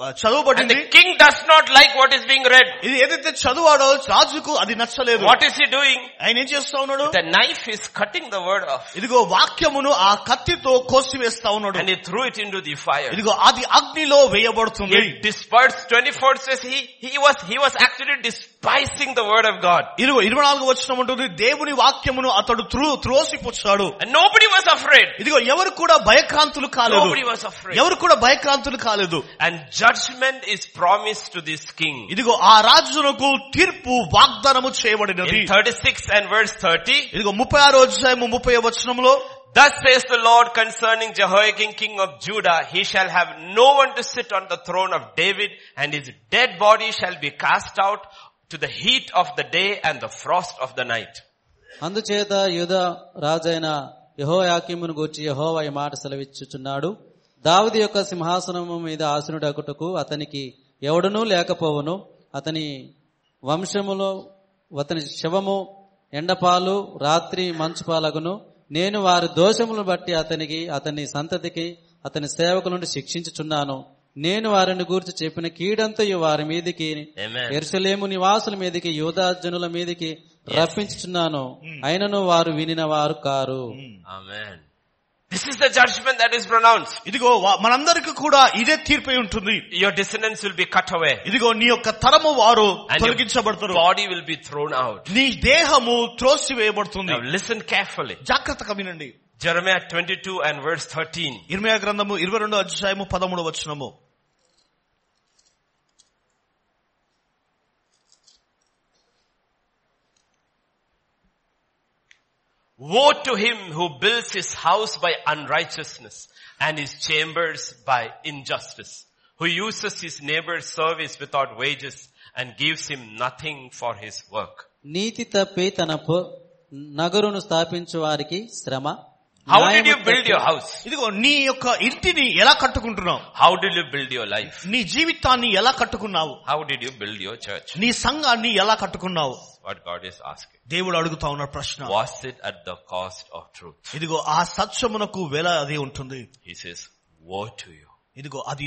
And
చదువుబడింది
the king does not like what is being read.
ఇది ఏదైతే చదువాడో రాజుకు అది నచ్చలేదు
What is he doing?
ఆయన ఏం చేస్తా ఉన్నాడు
The knife is cutting the word off
ఇదిగో వాక్యమును ఆ కత్తితో కోసివేస్తా ఉన్నాడు
and he threw it into the fire.
ఇదిగో అది అగ్నిలో వేయబడుతుంది
He dispersed 24 says he, he was, he was actually despising the word of God.
ఇదిగో ఇరవై నాలుగు వచ్చిన ఉంటుంది దేవుని వాక్యమును అతడు త్రూ త్రోసిపుచ్చాడు
And nobody was afraid.
ఇదిగో ఎవరు కూడా భయక్రాంతులు కాలేదు
Nobody was afraid.
ఎవరు కూడా భయక్రాంతులు కాలేదు
And judgment is promised to this king.
ఇదిగో ఆ రాజునకు తీర్పు వాగ్దానము చేయబడినది
In 36 and verse 30,
ఇదిగో ముప్పై ఆరో అధ్యాయము ముప్పై వచనంలో
thus says the Lord concerning Jehoiakim king of Judah, he shall have no one to sit on the throne of David and his dead body shall be cast out to the heat of the day and the frost of the night.
అందుచేత యూద రాజైన యహోయాకీమును గూర్చి యెహోవా ఈ మాట సెలవిచ్చుచున్నాడు దావీదు యొక్క సింహాసనము మీద ఆసనుడకుటకు అతనికి ఎవడునూ లేకపోవును అతని వంశములో అతని శవము ఎండపాలు రాత్రి మంచు పాలగును నేను వారి దోషములను బట్టి అతనికి అతని సంతతికి అతని సేవకులను శిక్షించుచున్నాను నేను వారిని గూర్చి చెప్పిన కీడంతయు వారి మీదికి
Amen.
ఎరుసలేము నివాసుల మీదకి యూదాజనుల మీదకి రప్పించుచున్నాను
Hmm.
అయినను వారు వినిన వారు కారు
Amen. This is the judgment that is pronounced.
ఇదిగో వా- మనందరికీ కూడా ఇదే తీర్పు అయి ఉంటుంది
Your descendants will be cut away.
ఇదిగో నీ యొక్క తరము వారు
And your
తొలగించబడతారు
body will be thrown out.
నీ దేహము త్రోసివేయబడుతుంది
Now listen carefully.
జాగ్రత్తగా వినండి
Jeremiah 22 and verse 13.
ఇర్మయా గ్రంథము ఇరవై రెండో అధ్యాయము పదమూడు వచనము
Woe to him who builds his house by unrighteousness and his chambers by injustice, who uses his neighbor's service without wages and gives him nothing for his work.
నీతి తప్పి తన పొ- నగరును స్థాపించు వారికి శ్రమ
How did
న్యాయము
you build
తప్పి-
your house?
ఇదిగో నీ యొక్క ఇంటిని ఎలా కట్టుకుంటున్నావు
How did you build your life?
నీ జీవితాన్ని ఎలా కట్టుకున్నావు
How did you build your church?
నీ సంఘాన్ని ఎలా కట్టుకున్నావు
What God is asking.
దేవుడు అడుగుతా ఉన్న ప్రశ్న
Was it at the cost of truth?
ఇదిగో ఆ సత్యమునకు వేల అది ఉంటుంది
He says, woe to you.
ఇదిగో అది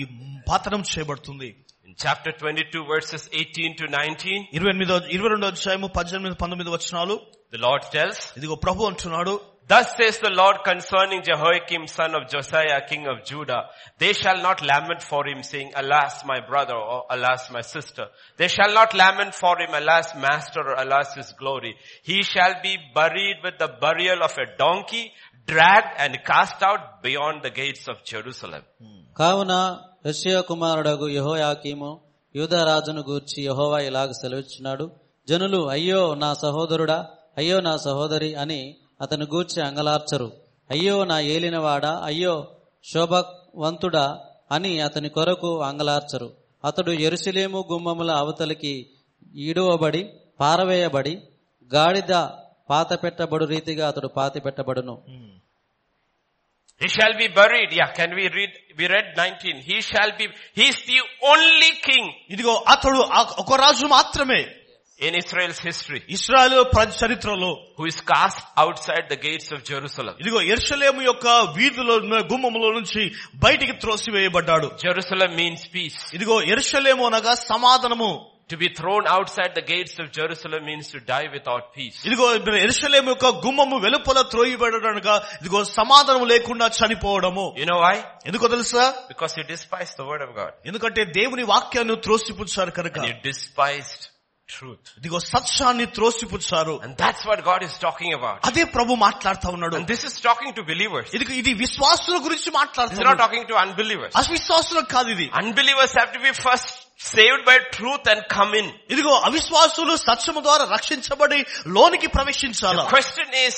పతనం చేయబడుతుంది
In chapter 22 verses 18 to 19,
ఇరవై ఎనిమిదో ఇరవై రెండో అధ్యాయము పద్దెనిమిది పంతొమ్మిది వచనాలు
the Lord tells,
ఇదిగో ప్రభు అంటున్నాడు
Thus says the Lord concerning Jehoiakim son of Josiah king of Judah, they shall not lament for him saying, alas my brother or alas my sister. They shall not lament for him, alas master or alas his glory. He shall be buried with the burial of a donkey, dragged and cast out beyond the gates of Jerusalem.
కావున యశ్య కుమారుడగు యహోయాకీము యూదరాజును గూర్చి యహోవా ఇలాగ సెలవిచ్చున్నాడు జనులు అయ్యో నా సహోదరుడా అయ్యో నా సహోదరి అని అతను గూర్చి అంగలార్చరు అయ్యో నా ఏలినవాడా అయ్యో శోభవంతుడా అని అతని కొరకు అంగలార్చరు అతడు ఎరుసలేము గుమ్మముల అవతలికి ఈడువబడి పారవేయబడి గాడిద పాత పెట్టబడు రీతిగా అతడు పాతి పెట్టబడును
He shall be buried. Yeah, can we read, we read 19. He shall be, he's the only king
ఇదిగో అతడు ఆ- ఒక రాజు మాత్రమే
in Israel's history
ఇస్రాయల్ చరిత్రలో
who is cast outside the gates of Jerusalem.
ఇదిగో ఎర్షలేము యొక్క వీధిలో ఉన్న గుమ్మములో నుంచి బయటికి త్రోసివేయబడ్డాడు
Jerusalem means peace.
ఇదిగో ఎర్షలేము అనగా సమాధానము
To be thrown outside the gates of Jerusalem means to die without peace.
ఇదిగో ఎరుసలేము యొక్క గుమ్మము వెలుపల త్రోయబడనగా ఇదిగో సమాధానం లేకుండా చనిపోవడము
You know why?
ఎందుకో తెలుసా
Because you despised the word of God.
ఎందుకంటే దేవుని వాక్యాన్ని త్రోసిపుచ్చారు కనుక
And you despised truth.
ఇదిగో సత్యాన్ని త్రోసిపుచ్చారు
And that's what God is talking about.
అదే ప్రభు మాట్లాడుతా ఉన్నాడు
And this is talking to believers.
ఇది ఇది విశ్వాసుల గురించి
This is not
మాట్లాడుతున్నాడు
talking to unbelievers.
అవిశ్వాసులకు కాదు ఇది
Unbelievers have to be first saved by truth and come in.
ఇదిగో అవిశ్వాసులు సత్యము ద్వారా రక్షించబడి లోనికి
The
ప్రవేశించాలి
question is,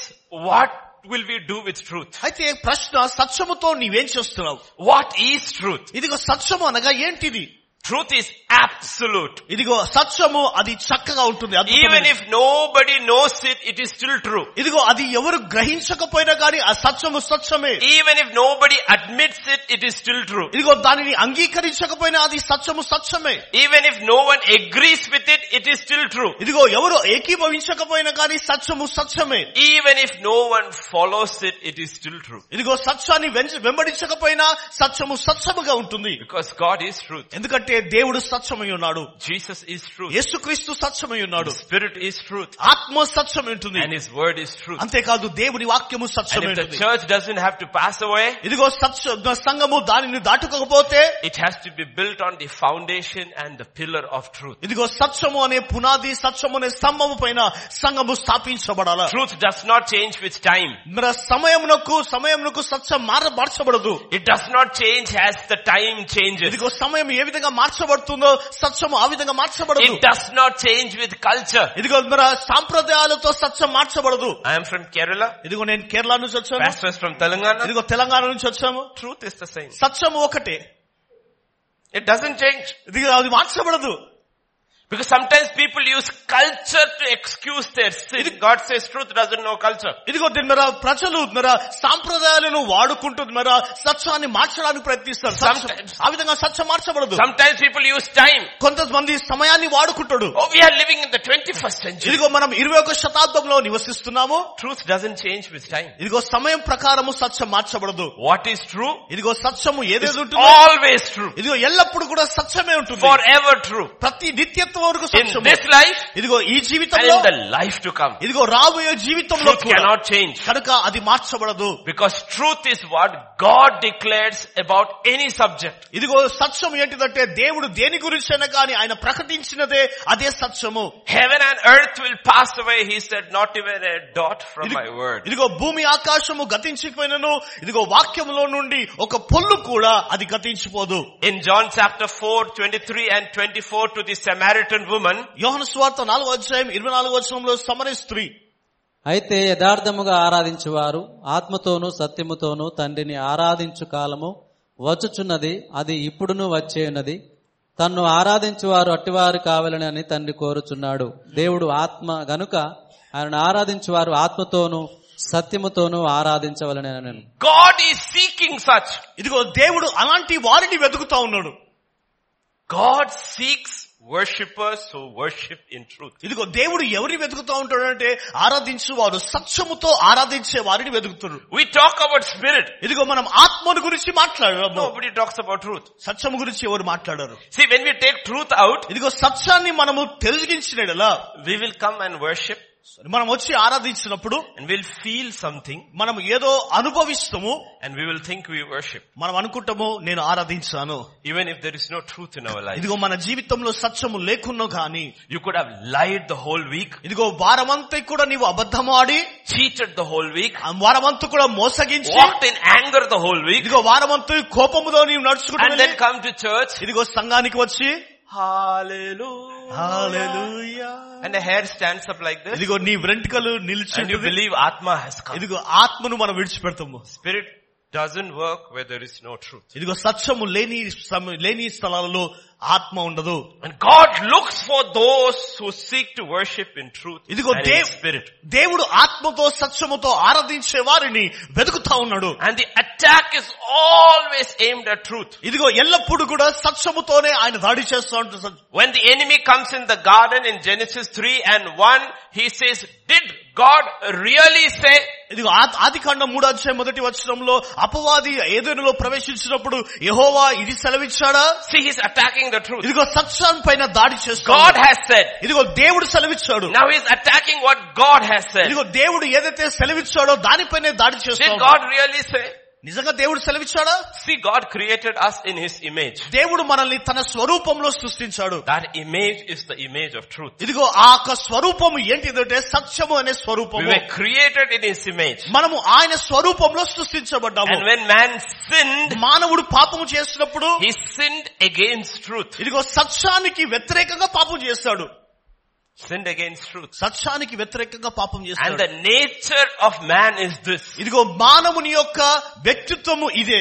what will we do with truth?
అయితే ప్రశ్న సత్యముతో నీవేం చేస్తున్నావు
What is truth?
ఇదిగో సత్యము అనగా ఏంటిది
Truth is absolute.
ఇదిగో సత్యము అది చక్కగా ఉంటుంది
Even
అద్భుతమైనది.
if nobody knows it, it is still true.
ఇదిగో అది ఎవరు గ్రహించకపోయినా కానీ ఆ సత్యము సత్యమే
Even if nobody admits it, it is still true.
ఇదిగో దానిని అంగీకరించకపోయినా అది సత్యము సత్యమే
Even if no one agrees with it, it is still true.
ఇదిగో ఎవరు ఏకీభవించకపోయినా కానీ సత్యము సత్యమే
Even if no one follows it, it is still true.
ఇదిగో సత్యాన్ని వెంచ- వెంబడించకపోయినా సత్యము సత్యముగా ఉంటుంది
Because God is truth.
ఎందుకంటే దేవుడు సత్యమై ఉన్నాడు
Jesus is truth.
యేసుక్రీస్తు సత్యమై ఉన్నాడు
Spirit is truth.
ఆత్మ సత్యమై ఉంటుంది
And His word is truth.
అంతేకాదు దేవుని వాక్యము
And
సత్యమై
if the
ఉంటుంది
church doesn't have to pass away,
ఇదిగో సత్య సంఘము దానిని దాటుకోకపోతే
it has to be built on the foundation and the pillar of truth.
ఇదిగో సత్యము అనే పునాది సత్యము అనే స్తంభము పైన సంఘము స్థాపించబడాల
Truth does not change with time.
మన సమయమునకు సమయమునకు సత్యం మార మార్చబడదు
It does not change as the time changes.
ఇదిగో సమయం ఏ విధంగా మార్చబడుతుందో సత్యము ఆ విధంగా మార్చబడదు
It does not change with culture.
ఇదిగో మన సాంప్రదాయాలతో సత్యం మార్చబడదు
I am from Kerala.
ఇదిగో నేను కేరళ నుంచి వచ్చాను
Pastors from Telangana.
ఇదిగో తెలంగాణ నుంచి వచ్చాము
Truth is the same.
సత్యము ఒకటే
It doesn't change.
ఇదిగో అది మార్చబడదు
Because sometimes people use culture to excuse their sin. God says truth doesn't know culture.
ఇదిగో దీని మీద ప్రజలు మీద సాంప్రదాయాలను వాడుకుంటుంది మీద సత్యాన్ని మార్చడానికి ప్రయత్నిస్తారు సత్యం- ఆ విధంగా సత్యం మార్చబడదు
Sometimes people use time.
కొంతమంది సమయాన్ని వాడుకుంటాడు
Oh, we are living in the 21st century.
ఇదిగో మనం ఇరవై ఒక శతాబ్దంలో నివసిస్తున్నాము
Truth doesn't change with time.
ఇదిగో సమయం ప్రకారము సత్యం మార్చబడదు
What is true
ఇదిగో సత్యము
is
ఏదేది ఉంటుందో
always true.
ఇదిగో ఎల్లప్పుడు కూడా సత్యమే ఉంటుంది
Forever true.
ప్రతి నిత్యత్వం వరకు
In
సత్యము
this life
ఇదిగో ఈ
and
జీవితంలో
in the life to come.
ఇదిగో రాబోయే జీవితంలో
Truth
కూడా.
cannot change.
కనుక అది మార్చబడదు
Because truth is what God declares about any subject.
ఇదిగో సత్యం ఏంటిదంటే దేవుడు దేని గురించైనా కానీ ఆయన ప్రకటించినదే అదే సత్యము
Heaven and earth will pass away, he said, not even a dot from
ఇది-
my word.
ఇదిగో భూమి ఆకాశము గతించిపోయినను ఇదిగో వాక్యములో నుండి ఒక పొల్లు కూడా అది గతించిపోదు
In John chapter 4, 23 and 24 to the Samaritan woman,
యోహన స్వార్థ నాలుగో అధ్యాయం ఇరవై నాలుగో వచనంలో సమరే స్త్రీ
అయితే యథార్థముగా ఆరాధించువారు ఆత్మతోనూ సత్యముతోనూ తండ్రిని ఆరాధించు కాలము వచ్చుచున్నది అది ఇప్పుడును వచ్చేయున్నది తన్ను ఆరాధించువారు అట్టివారు కావాలని తండ్రి కోరుచున్నాడు దేవుడు ఆత్మ గనుక ఆయనను ఆరాధించువారు ఆత్మతోనూ సత్యముతోనూ ఆరాధించవలనని నేను
God is seeking such.
ఇదిగో దేవుడు అలాంటి వారిని వెతుకుతా ఉన్నాడు
God seeks worshippers who worship in truth.
ఇదిగో దేవుడు ఎవరిని వెతుకుతా ఉంటాడు అంటే ఆరాధించు వారు సత్యముతో ఆరాధించే వారిని వెతుకుతాడు
We talk about spirit.
ఇదిగో మనం ఆత్మను గురించి మాట్లాడాము
Nobody talks about truth.
సత్యము గురించి ఎవరు మాట్లాడారు
See, when we take truth out,
ఇదిగో సత్యాన్ని మనము తెలిగించినలా
we will come and worship
మనం వచ్చి ఆరాధించినప్పుడు
and we'll feel something
మనం ఏదో అనుభవిస్తాము
and we will think we worship.
మనం అనుకుంటాము నేను ఆరాధించాను
Even if there is no truth in our life.
ఇదిగో మన జీవితంలో సత్యము లేకున్నా కానీ
You could have lied the whole week,
ఇదిగో వారమంతా కూడా నీవు అబద్ధము ఆడి
cheated the whole week,
ఆ వారమంతా కూడా మోసగించి
walked in anger the whole week,
ఇదిగో వారమంతా కోపముతో నీవు
and
నడుచుకుంటే
then come to church.
ఇదిగో సంఘానికి వచ్చి
Hallelujah.
Hallelujah.
And the hair stands up like this.
ఇదిగో నీ వెంట్రుకలు నిలిచి
And you believe Atma has come.
ఇదిగో ఆత్మను మనం విడిచిపెడతాము
Spirit doesn't work where there is no truth.
ఇదిగో సత్యము లేని సమ- లేని స్థలాలలో ఆత్మ ఉండదు
And God looks for those who seek to worship in truth and
ఇదిగో
in
దేవ్
spirit.
దేవుడు ఆత్మతో సత్యముతో ఆరాధించే వారిని వెతుకుతా ఉన్నాడు
And the attack is always aimed at truth.
ఇదిగో ఎల్లప్పుడు కూడా సత్యముతోనే ఆయన దాడి చేస్తూ ఉంటాడు సత్-
When the enemy comes in the garden in Genesis 3 and 1, he says, did God really say?
ఇదిగో ఆ- ఆది కాండం మూడో అధ్యాయం మొదటి వచనంలో అపవాది ఏదైనాలో ప్రవేశించినప్పుడు యహోవా ఇది సెలవిచ్చాడా
See, he's attacking the truth.
ఇదిగో సత్యం పైన దాడి
God
చేస్తాడు
has said.
ఇదిగో దేవుడు సెలవిచ్చాడు
Now he's attacking what God has said.
ఇదిగో దేవుడు ఏదైతే సెలవిచ్చాడో దానిపైనే దాడి
Did
చేస్తాడు
God really say?
నిజంగా దేవుడు సెలవిచ్చాడా
See, God created us in his image.
దేవుడు మనల్ని తన స్వరూపంలో సృష్టించాడు
That image is the image of truth.
ఇదిగో ఆ యొక్క స్వరూపము ఏంటిదంటే సత్యము అనే
We
స్వరూపము
were created in his image.
మనము ఆయన స్వరూపంలో సృష్టించబడ్డాము
And when man sinned,
మానవుడు పాపము చేసినప్పుడు
he sinned against truth.
ఇదిగో సత్యానికి వ్యతిరేకంగా పాపం చేస్తాడు
Sinned against truth.
సత్యానికి వ్యతిరేకంగా పాపం
And
చేస్తాడు
the nature of man is this.
ఇదిగో మానవుని యొక్క వ్యక్తిత్వము ఇదే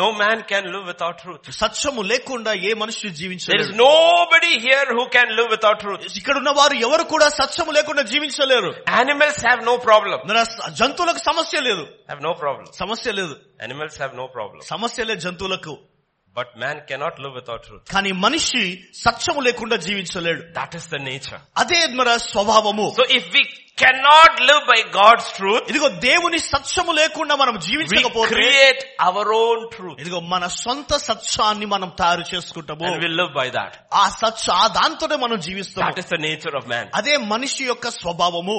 No man can live without truth.
సత్యము లేకుండా ఏ మనిషి
There is
జీవించలేరు
nobody here who can live without truth.
ఇక్కడ ఉన్న వారు ఎవరు కూడా సత్యము లేకుండా జీవించలేరు
Animals have no problem.
మన జంతువులకు సమస్య లేదు
Have no problem.
సమస్య లేదు
Animals have no problem.
సమస్య లేదు జంతువులకు
But man cannot live without truth.
కానీ మనిషి సత్యము లేకుండా జీవించలేడు
That is the nature.
అదే మన స్వభావము
So if we cannot live by God's truth,
ఇదిగో దేవుని సత్యము లేకుండా మనం
we
జీవించకపోతే
create our own truth
ఇదిగో మన సొంత సత్యాన్ని మనం తయారు చేసుకుంటాము
and we live by that.
ఆ సత్య ఆ దాంతోనే మనం జీవిస్తాము
That is the nature of man.
అదే మనిషి యొక్క స్వభావము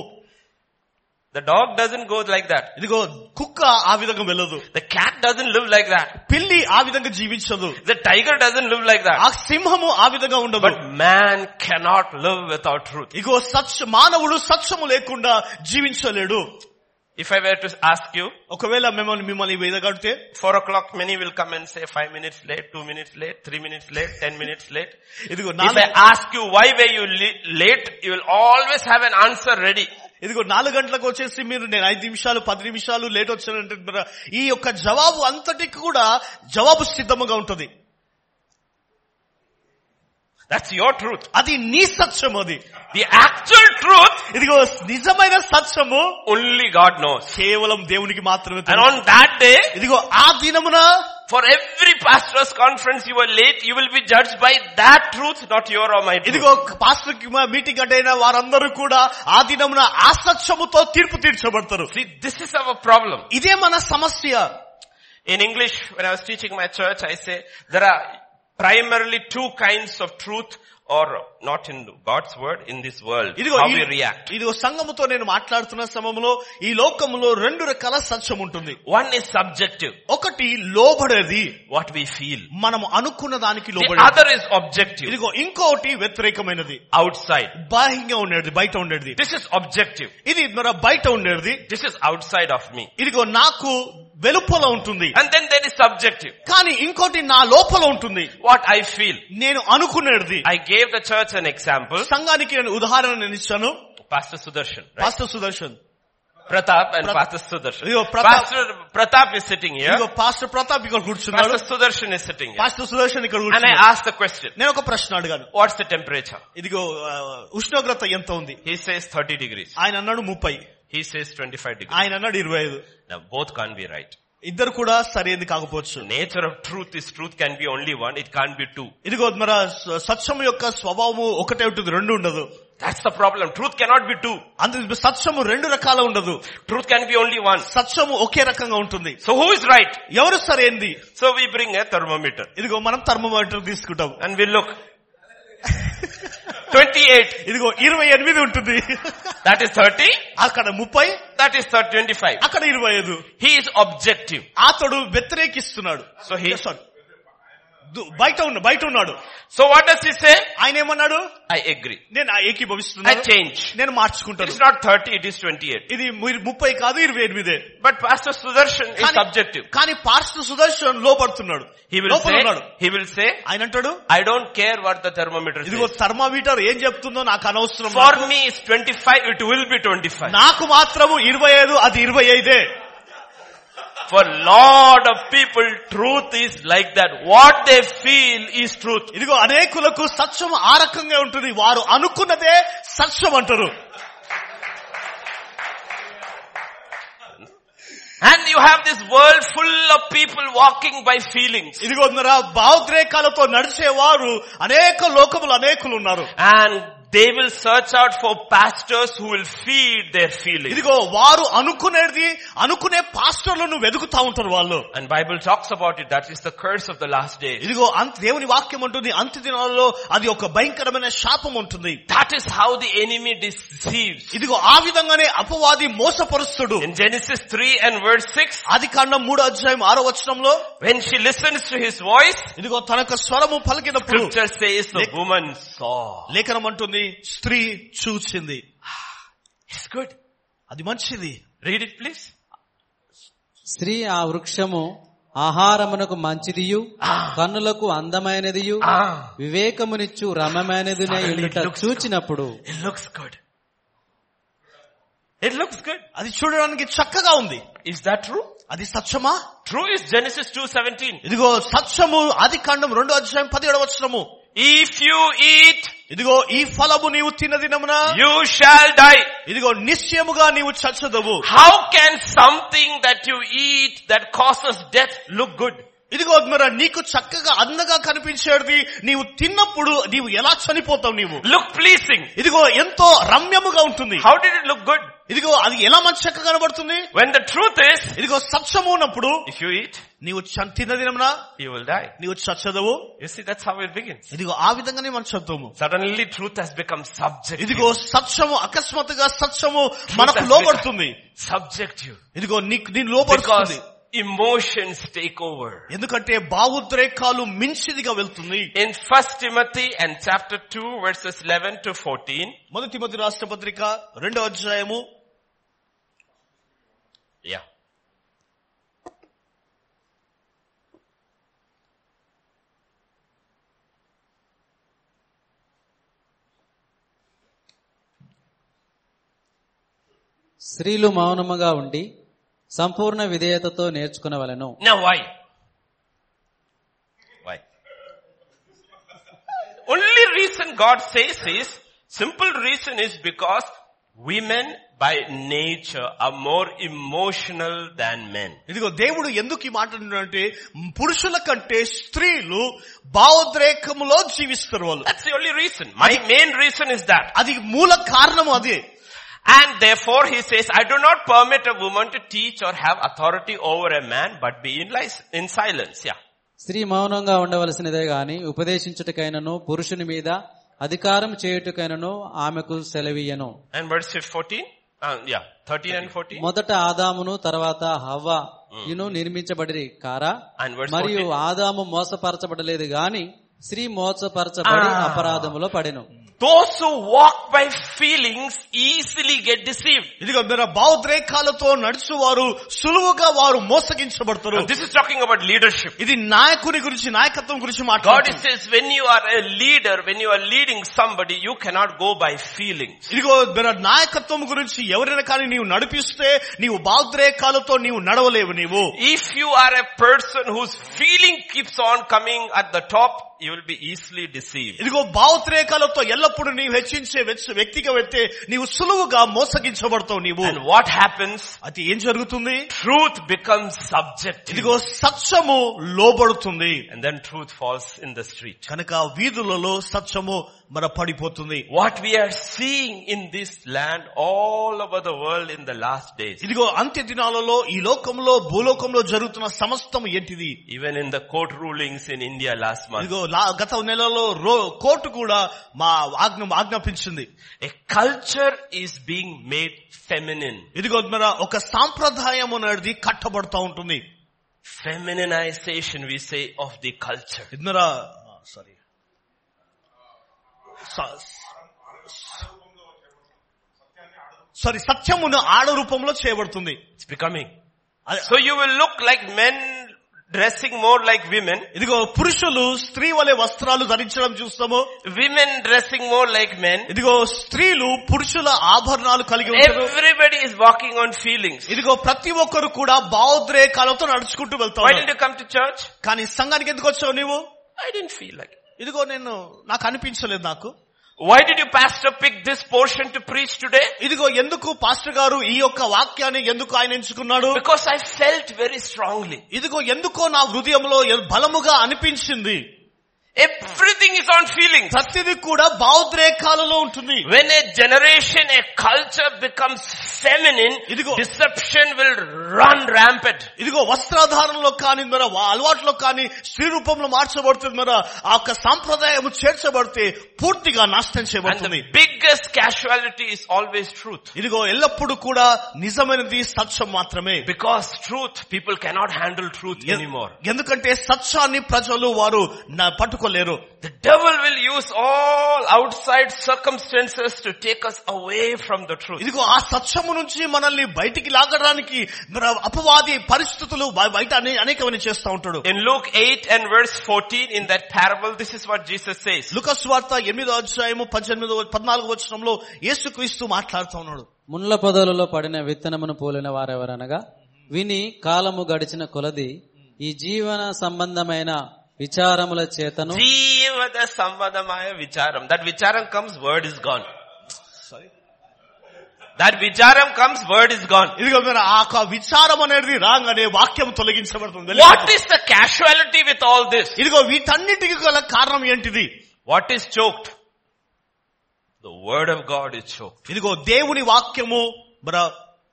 The dog doesn't go like that.
ఇదిగో కుక్క ఆ విధంగా వెళ్ళదు
The cat doesn't live like that.
పిల్లి ఆ విధంగా జీవించదు
The tiger doesn't live like
ఆ
that.
సింహము ఆ విధంగా ఉండదు
But man cannot live without truth.
ఇగో సత్య మానవుడు సత్యము లేకుండా జీవించలేడు
If I were to ask you,
ఒకవేళ మిమ్మల్ని మిమ్మల్ని వెదగడితే
four o'clock, many will come and say five minutes late, two minutes late, three minutes late, ten minutes late.
ఇదిగో
If I
నాలుగు
ask you why were you li- late, you will always have an answer ready.
ఇదిగో నాలుగు గంటలకు వచ్చేసి మీరు నేను ఐదు నిమిషాలు పది నిమిషాలు లేట్ వచ్చానంటున్నారా ఈ యొక్క జవాబు అంతటికి కూడా జవాబు సిద్ధముగా ఉంటది
That's your truth.
అది నీ సత్యం అది
The actual truth,
ఇదిగో నిజమైన సత్యము
only God knows.
కేవలం దేవునికి మాత్రమే
And
తెలుసు.
on that day,
ఇదిగో ఆ దినమున
for every pastor's conference you were late, you will be judged by that truth, not your or my truth.
ఇదిగో పాస్టర్ కి మా మీటింగ్ అటైన వారందరూ కూడా ఆ దినమున ఆ సత్యముతో తీర్పు తీర్చబడతారు
See, this is our problem.
ఇదే మన సమస్య
In English, when I was teaching my church, I say there are primarily two kinds of truth or not in God's word in this world.
ఇదిగో
How
ఈ-
we react.
ఇదిగో సంఘముతో నేను మాట్లాడుతున్న సమయంలో ఈ లోకములో రెండు రకాల సత్యం ఉంటుంది
One is subjective,
ఒకటి లోబడేది
what we feel.
మనం అనుకున్న దానికి
The
లోబడేది
other is objective,
ఇదిగో ఇంకోటి వ్యతిరేకమైనది
outside.
బాహ్యంగా ఉండేది బయట ఉండేది
This is objective.
ఇది మన బయట ఉండేది
This is outside of me.
ఇదిగో నాకు వెలుపల ఉంటుంది
And then there is subjective,
కానీ ఇంకోటి నా లోపల ఉంటుంది
what I feel.
నేను అనుకునేది
I gave the church an example,
సంఘానికి నేను ఉదాహరణ నేను ఇచ్చాను
Pastor Sudarshan, right?
Pastor Sudarshan
Pratap and
Pratap.
Pastor Sudarshan.
Yo, Pratap-
Pastor Pratap is sitting here.
ఇదిగో పాస్టర్ ప్రతాప్ ఇక్కడ కూర్చున్నాడు
Pastor Sudarshan is sitting here.
Pastor Sudarshan ఇక్కడ
And
కూర్చున్నాడు
I asked the question,
నేను ఒక ప్రశ్న అడిగాను
what's the temperature?
ఇదిగో ఆ, ఉష్ణోగ్రత ఎంత ఉంది
He says 30 degrees.
ఆయన అన్నాడు ముప్పై
He says 25 degrees.
ఆయన అన్నాడు ఇరవై ఐదు
Now both can't be right.
ఇద్దరు కూడా సరైనది కాకపోవచ్చు
The nature of truth is truth can be only one. It can't be two.
ఇదిగో మన స- సత్యం యొక్క స్వభావము ఒకటే ఉంటుంది రెండు ఉండదు
That's the problem. Truth cannot be two.
అందుకే సత్యము రెండు రకాల ఉండదు
Truth can be only one.
సత్యము ఒకే రకంగా ఉంటుంది
So who is right?
ఎవరు సరైనది
So we bring a thermometer
ఇదిగో మనం థర్మోమీటర్ తీసుకుంటాం
and we look. 28.
ఇదిగో ఇరవై ఎనిమిది ఉంటుంది
That is 30.
అక్కడ ముప్పై
That is 30, 25.
అక్కడ ఇరవై ఐదు
He is objective.
అతడు వ్యతిరేకిస్తున్నాడు
So he-
Sorry. దు- బయట ఉన్న బయట ఉన్నాడు
So what does he say?
ఆయన ఏమన్నాడు
I agree.
నేను ఆ
I
ఏకీభవిస్తున్నాను
change.
నేను
It
మార్చుకుంటాను
is not 30, it is 28.
ఇది ము- ముప్పై కాదు ఇరవై ఎనిమిదే
But Pastor Sudarshan is
కానీ-
subjective.
కానీ పాస్టర్ సుదర్శన్ లోపడుతున్నాడు
He will
లోపల
say,
ఉన్నాడు
he will say,
ఆయన అంటాడు
I don't care what the thermometer
ఇదిగో
says.
థర్మామీటర్ ఏం చెప్తుందో నాకు అనవసరం
For me it's 25, it will be 25.
నాకు మాత్రము ఇరవై ఐదు అది ఇరవై ఐదే
For lot of people, truth is like that. What they feel is truth.
ఇదిగో అనేకులకు సత్యం ఆ రకంగా ఉంటుంది వారు అనుకున్నదే సత్యం అంటారు
And you have this world full of people walking by feelings.
ఇదిగో ఉన్నారా, భావోద్రేకాలతో నడిచేవారు అనేక లోకములు అనేకులు ఉన్నారు
And they will search out for pastors who will feed their feelings.
ఇదిగో వారు అనుకునేది అనుకునే పాస్టర్లను వెతుకుతా ఉంటారు వాళ్ళు
And Bible talks about it. That is the curse of the last days.
ఇదిగో అంత దేవుని వాక్యం ఉంటుంది అంత్య దినాలలో అది ఒక భయంకరమైన శాపం ఉంటుంది
That is how the enemy deceives.
ఇదిగో ఆ విధంగానే అపవాది మోసపరుస్తుడు
In Genesis 3 and verse 6,
ఆది కాండం మూడో అధ్యాయం ఆరో వచనంలో
when she listens to his voice,
ఇదిగో తన యొక్క స్వరము పలికినప్పుడు
scripture says the woman saw.
లేఖనం అంటుంది స్త్రీ చూచింది
It's good.
అది మంచిది
Read it please.
స్త్రీ ఆ వృక్షము ఆహారమునకు మంచిదియు కన్నులకు అందమైనదియు
Ah,
వివేకమునిచ్చు రమ్యమైనదినే ఎల్లుట చూచినప్పుడు
it looks good. It looks good.
అది చూడడానికి చక్కగా ఉంది
Is that true?
అది సత్యమా
True is Genesis 2.17.
ఇదిగో సత్యము ఆది కాండం రెండో అధ్యాయం పదిహేడవ వచనము
If you eat,
ఇదిగో ఈ ఫలము నీవు తిన్న దినమున
you shall die.
ఇదిగో నిశ్చయముగా నీవు చచ్చదవు
How can something that you eat that causes death look good?
ఇదిగో మరి నీకు చక్కగా అందగా కనిపించేది నీవు తిన్నప్పుడు నీవు ఎలా చనిపోతావు నీవు
Look pleasing.
ఇదిగో ఎంతో రమ్యముగా ఉంటుంది
How did it look good?
ఇదిగో అది ఎలా మంచి చక్కగా కనబడుతుంది
When the truth is,
ఇదిగో సత్యము ఉన్నప్పుడు
if you eat,
నీవు చ- తిన్న దినమున
you will die.
నీవు చచ్చదవు
You see, that's how it begins.
ఇదిగో ఆ విధంగానే మనం చదువుతాము
Suddenly truth has become subject.
ఇదిగో సత్యము అకస్మాత్తుగా సత్యము మనకు లోబడుతుంది
Subject you.
ఇదిగో నీకు నేను
Because
లోపడుతుంది
emotions take over.
ఎందుకంటే భావోద్రేకాలు మించిదిగా వెళ్తుంది
In 1 Timothy and chapter 2 verses 11 to 14,
మొదటి మొదటి రాష్ట్ర పత్రిక రెండో అధ్యాయము
yeah.
స్త్రీలు మౌనముగా ఉండి సంపూర్ణ విధేయతతో నేర్చుకునవలెను
Now why? Why? Only reason God says is, simple reason is because women by nature are more emotional than men.
ఇదిగో దేవుడు ఎందుకు ఈ మాట అంటే పురుషుల కంటే స్త్రీలు భావోద్రేకములో జీవిస్తారు వాళ్ళు
That's the only reason. My main reason is that.
అది మూల కారణం అదే
And therefore he says, I do not permit a woman to teach or have authority over a man, but be in, li- in silence. Yeah.
స్త్రీ మౌనంగా ఉండవలసినదే గాని ఉపదేశించుటకైనను పురుషుని మీద అధికారం చేయుటకైనను ఆమెకు సెలవీయను
And verse 14? Uh, yeah. 13 and 14?
మొదట ఆదామును తర్వాత హవ్వ ఇను నిర్మించబడిరి కారా
And verse
మరియు
14.
ఆదాము మోసపరచబడలేదు గాని స్త్రీ మోసపరచబడి
Ah.
అపరాధములో పడెను
Those who walk by feelings easily get deceived.
ఇదిగో మీరు భావోద్రేకాలతో నడుచువారు సులువుగా వారు మోసగించబడతారు
Now, this is talking about leadership.
ఇది నాయకుని గురించి నాయకత్వం గురించి
God
మాట్లాడుతుంది
says when you are a leader, when you are leading somebody, you cannot go by feelings.
ఇదిగో మన నాయకత్వం గురించి ఎవరైనా కానీ నీవు నడిపిస్తే నీవు భావోద్రేకాలతో నీవు నడవలేవు నీవు
If you are a person whose feeling keeps on coming at the top, you will be easily deceived.
ఇదిగో భావోద్రేకాలతో ఎల్లప్పుడూ నీవు హెచ్చించే వ్యక్తి- వ్యక్తిగా వెళ్తే నీవు సులువుగా మోసగించబడతావు నీవు
And what happens?
అది ఏం జరుగుతుంది
Truth becomes subjective.
ఇదిగో సత్యము లోబడుతుంది
And then truth falls in the street.
కనుక వీధులలో సత్యము మన పడిపోతుంది
What we are seeing in this land all over the world in the last days,
ఇదిగో అంత్య దినాలలో ఈ లోకంలో భూలోకంలో జరుగుతున్న సమస్తం ఏంటిది
even in the court rulings in India last month,
ఇదిగో లా- గత నెలలో రో కోర్టు కూడా మా ఆజ్ఞ ఆజ్ఞాపించింది
a culture is being made feminine.
ఇదిగో మన ఒక సాంప్రదాయం అనేది కట్టబడతా ఉంటుంది
Feminization, we say, of the culture.
ఇది మన సారీ సారీ సత్యమును ఆడ రూపంలో చేయబడుతుంది
It's becoming.
అది-
So you will look like men dressing more like women,
ఇదిగో పురుషులు స్త్రీ వలె వస్త్రాలు ధరించడం చూస్తాము
women dressing more like men.
ఇదిగో స్త్రీలు పురుషుల ఆభరణాలు కలిగి ఉంటారు
Everybody is walking on feelings.
ఇదిగో ప్రతి ఒక్కరు కూడా భావోద్రేకాలతో నడుచుకుంటూ
Why did
వెళ్తావు
you come to church?
కానీ సంఘానికి ఎందుకు వచ్చావు నీవు
I didn't feel like it.
ఇదిగో నేను నాకు అనిపించలేదు నాకు
Why did you pastor pick this portion to preach today?
ఇదిగో ఎందుకు పాస్టర్ గారు ఈ యొక్క వాక్యాన్ని ఎందుకు ఆయన ఎంచుకున్నాడు
Because I felt very strongly.
ఇదిగో ఎందుకో నా హృదయంలో ఎ- బలముగా అనిపించింది
Everything is on feelings.
ప్రతిది కూడా భావోద్రేకాలలో ఉంటుంది
When a generation, a culture becomes feminine,
Idigo.
deception will run rampant.
ఇదిగో వస్త్రాధారణలో కానీ మన వా- అలవాట్లో కానీ స్త్రీ రూపంలో మార్చబడుతుంది మన ఆ యొక్క సాంప్రదాయం చేర్చబడితే పూర్తిగా నాశనం
And the
చేయబడుతుంది
biggest casualty is always truth.
ఇదిగో ఎల్లప్పుడూ కూడా నిజమైనది సత్యం మాత్రమే
Because truth, people cannot handle truth anymore.
ఎందుకంటే సత్యాన్ని ప్రజలు వారు నా- పట్టుకోలేరు
The devil will use all outside circumstances to take us away from the truth.
ఇదిగో ఆ సత్యము నుంచి మనల్ని బయటికి లాగడానికి మన అపవాది పరిస్థితులు బయ- బయట అనే- అనేకమైన చేస్తూ ఉంటాడు
In Luke 8 and verse 14 in that parable, this is what Jesus says.
Lukkas వార్త ఎనిమిదో అధ్యాయము పద్దెనిమిదో పద్నాలుగు వచనంలో యేసుక్రీస్తు మాట్లాడుతూ ఉన్నాడు
ముండ్ల పొదలలో పడిన విత్తనమును పోలిన వారెవరనగా విని కాలము గడిచిన కొలది ఈ జీవన సంబంధమైన విచారముల చేతను
జీవద సంబంధമായ విచారం దట్ విచారం comes word is gone
Sorry.
That విచారం కమ్స్ వర్డ్ ఇస్ గాన్
ఇదిగో మీరు ఆ యొక్క విచారం అనేది రాంగ్ అనే వాక్యం తొలగించబడుతుంది
what is the casualty with all this
ఇదిగో వీటన్నిటికి గల కారణం ఏంటిది
what is choked the word of God is choked
ఇదిగో దేవుని వాక్యము మన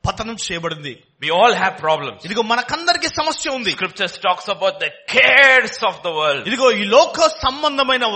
పతనం చేయబడింది
We all have problems.
ఇదిగో మనకందరికి సమస్య ఉంది
Scriptures talks about the cares of the world,
ఇదిగో ఈ లోక సంబంధమైన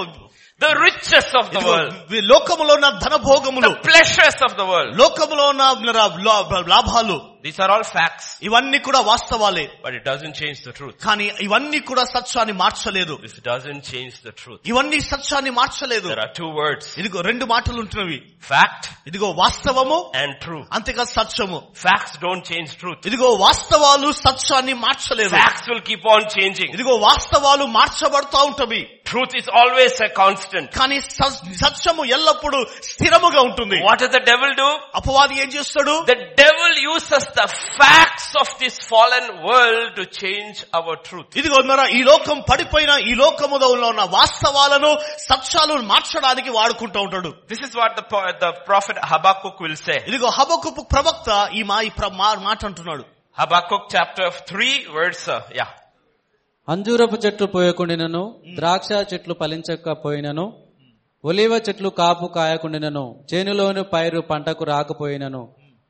the riches of the
ఇదిగో
world,
ఈ లోకములో ఉన్న ధనభోగములు
the pleasures of the world.
లోకములో ఉన్న లా- లా- లాభాలు
These are all facts,
ఇవన్నీ కూడా వాస్తవాలే
but it doesn't change the truth.
కానీ ఇవన్నీ కూడా సత్యాన్ని మార్చలేదు
This doesn't change the truth.
ఇవన్నీ సత్యాన్ని మార్చలేదు
There are two words,
ఇదిగో రెండు మాటలు ఉంటున్నవి
fact
ఇదిగో వాస్తవము
and true.
అంతేకాదు సత్యము
Facts don't change truth.
ఇదిగో వాస్తవాలు సత్యాన్ని మార్చలేదు
Facts will keep on changing.
ఇదిగో వాస్తవాలు మార్చబడతా ఉంటవి
Truth is always a constant.
కానీ స- సత్యము ఎల్లప్పుడూ స్థిరముగా ఉంటుంది
What does the devil do?
అపవాది ఏం చేస్తాడు
The devil uses the facts of this fallen world to change our truth.
ఇదిగో ఉన్నారా ఈ లోకం పడిపోయిన ఈ లోకములో ఉన్న వాస్తవాలను సత్యాలను మార్చడానికి వాడుకుంటూ ఉంటాడు
This is what the, po- the prophet Habakkuk will say.
ఇదిగో హబకుపు ప్రవక్త ఈ మా ఈ ప్ర- మా- మాట అంటున్నాడు
Habakkuk chapter 3 verse, uh, yeah.
అంజూరపు చెట్లు పోయకుండినను ద్రాక్ష చెట్లు ఫలించకపోయినను ఒలివ చెట్లు కాపు కాయకుండినను చేనులోని పైరు పంటకు రాకపోయినను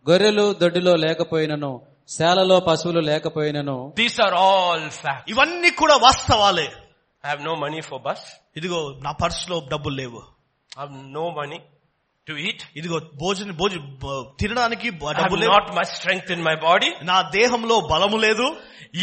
గొర్రెలు దొడ్డిలో లేకపోయినను శాలలో పశువులు లేకపోయినను
These are all facts.
ఇవన్నీ కూడా వాస్తవాలే
I have no money for bus.
ఇదిగో నా పర్సులో డబ్బులు లేవు
I have no money to eat.
ఇదిగో భోజన భోజన బ- తినడానికి బ-
I have
డబ్బు లేవు
not much strength in my body.
నా దేహంలో బలము లేదు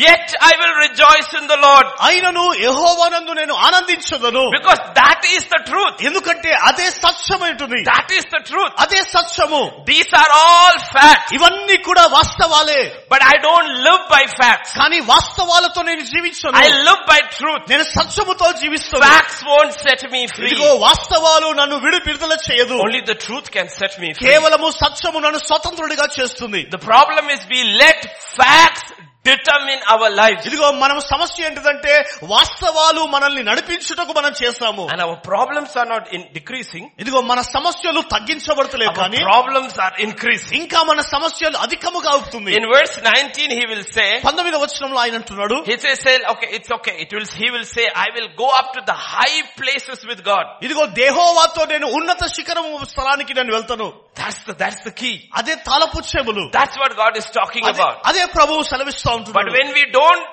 Yet I will rejoice in the Lord.
అయినను యెహోవానందు నేను ఆనందించదను
Because that is the truth.
ఎందుకంటే అదే సత్యమైంటుంది
That is the truth.
అదే సత్యము
These are all facts.
ఇవన్నీ కూడా వాస్తవాలే
But I don't live by facts.
కానీ వాస్తవాలతో నేను జీవించను
I live by truth.
నేను సత్యముతో జీవిస్తాను
Facts won't set me free.
ఇదిగో వాస్తవాలు నన్ను విడి విడుదల చేయదు
Only the truth can set me free.
కేవలము సత్యము నన్ను స్వతంత్రుడిగా చేస్తుంది
The problem is we let facts determine our lives.
ఇదిగో మనం సమస్య ఏంటిదంటే వాస్తవాలు మనల్ని నడిపించుటకు మనం చేస్తాము
And our problems are not in decreasing.
ఇదిగో మన సమస్యలు తగ్గించబడతలేవు
Our
కానీ
problems are increasing.
ఇంకా మన సమస్యలు అధికముగా అవుతుంది
In verse 19 he will say,
పంతొమ్మిది వచనంలో ఆయన అంటున్నాడు
he says, say, okay, it's okay. It will, he will say, I will go up to the high places with God.
ఇదిగో దేహోవాతో నేను ఉన్నత శిఖరం స్థలానికి నేను వెళ్తాను
That's the, that's the key.
అదే తలపు చెవులు
That's what God is talking
అదే-
about.
అదే ప్రభువు సెలవిస్తా
But
ఉంటున్నాడు
when we don't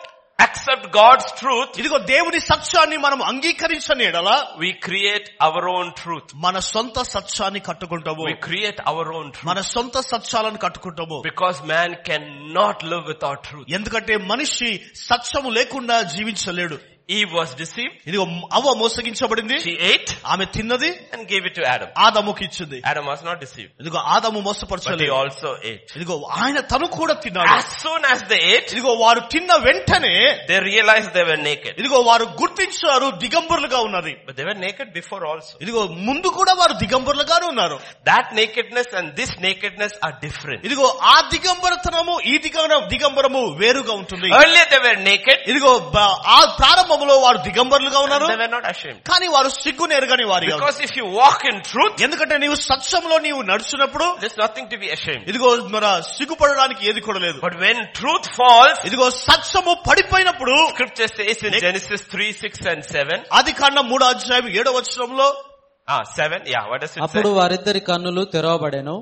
accept God's truth,
ఇదిగో దేవుని సత్యాన్ని మనం అంగీకరించని ఎడల
we create our own truth.
మన సొంత సత్యాన్ని కట్టుకుంటాము
We create our own truth.
మన సొంత సత్యాలను కట్టుకుంటాము
Because man cannot live without truth.
ఎందుకంటే మనిషి సత్యము లేకుండా జీవించలేడు
Eve was deceived.
ఇదిగో అవ్వ మోసగించబడింది
She ate
ఆమె తిన్నది
and gave it to Adam.
ఆదముకి ఇచ్చింది
Adam was not deceived.
ఇదిగో ఆదము
But he
మోసపరచలేదు
also ate.
ఇదిగో ఆయన తను కూడా తిన్నాడు
As soon as they ate,
ఇదిగో వారు తిన్న వెంటనే
they realized they were naked.
ఇదిగో వారు గుర్తించారు దిగంబరులుగా ఉన్నది
But they were naked before also.
ఇదిగో ముందు కూడా వారు దిగంబరులుగానే ఉన్నారు
That nakedness and this nakedness are different.
ఇదిగో ఆ దిగంబరతనము ఈ దిగంబరం దిగంబరము వేరుగా ఉంటుంది
Earlier they were naked
ఇదిగో బ- ఆ ప్రారంభములో వారు దిగంబరులుగా ఉన్నారు
and they were not ashamed.
కానీ వారు సిగ్గు నేరుగాని వారి కాదు.
Because if you walk in truth,
ఎందుకంటే నీవు సత్యంలో నీవు నడుచున్నప్పుడు
there's nothing to be ashamed.
ఇదిగో మన సిగ్గుపడడానికి ఏది కూడా లేదు
But when truth falls,
ఇదిగో సత్యము పడిపోయినప్పుడు
scripture says in Genesis 3, 6 and 7.
ఆది కాండం మూడో అధ్యాయం ఏడో వచనంలో
Ah, 7, yeah, what does it say?
అప్పుడు వారిద్దరి కన్నులు తెరవబడెను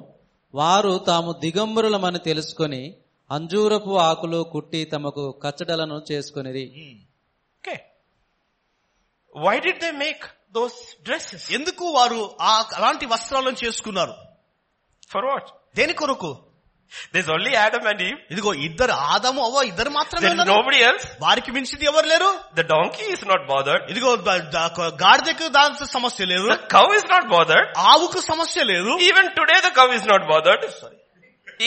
వారు తాము దిగంబరులమని తెలుసుకొని అంజూరపు ఆకులు కుట్టి తమకు కచ్చడలను చేసుకొనిరి
Okay. Why did they make those dresses?
ఎందుకు వారు ఆ అలాంటి వస్త్రాలను చేసుకున్నారు
For what?
దేని కొరకు
There's only Adam and Eve.
ఇదిగో ఇద్దరు ఆదము అవ్వ ఇద్దరు మాత్రమే
There's
ఉన్నారు.
nobody else.
వారికి మించింది ఎవరు లేరు
The donkey is not bothered.
ఇదిగో ద- ద- గాడిదకు దాని సమస్య లేదు
The cow is not bothered.
ఆవుకు సమస్య లేదు
Even today the cow is not bothered.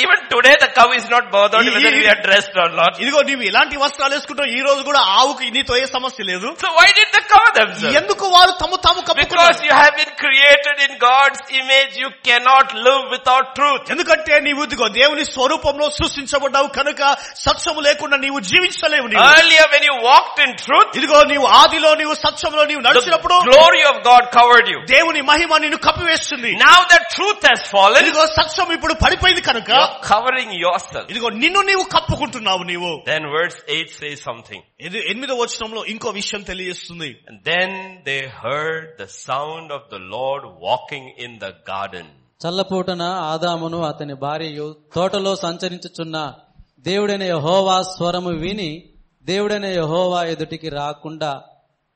Even today the cow is not bothered
He-
whether
he-
we are dressed or not.
ఇదిగో నీవు ఎలాంటి వస్త్రాలు వేసుకుంటావు ఈ రోజు కూడా ఆవుకి నీతో ఏ సమస్య లేదు
So why did the cow themselves?
ఎందుకు వారు తమ తాము
Because
కప్పుకున్నారు
you have been created in God's image, you cannot live without truth.
ఎందుకంటే నీవు ఇదిగో దేవుని స్వరూపంలో సృష్టించబడ్డావు కనుక సత్యము లేకుండా నీవు జీవించలేవు నీవు
Earlier when you walked in truth,
ఇదిగో నీవు ఆదిలో నీవు సత్యంలో నీవు
the
నడిచినప్పుడు
glory of God covered you.
దేవుని మహిమ నిన్ను కప్పివేస్తుంది
Now that truth has fallen,
ఇదిగో సత్యం ఇప్పుడు పడిపోయింది కనుక
you're covering yourself.
ఇదిగో నిన్ను నీవు కప్పుకుంటున్నావు నీవు
Then verse 8 says something.
ఇది ఎనిమిదో వచనంలో ఇంకో విషయం తెలియజేస్తుంది
And then they heard the sound of the Lord walking in the garden.
చల్లపూటన ఆదామును అతని భార్యయు తోటలో సంచరించుచున్న దేవుడైన యహోవా స్వరము విని దేవుడైన యహోవా ఎదుటికి రాకుండా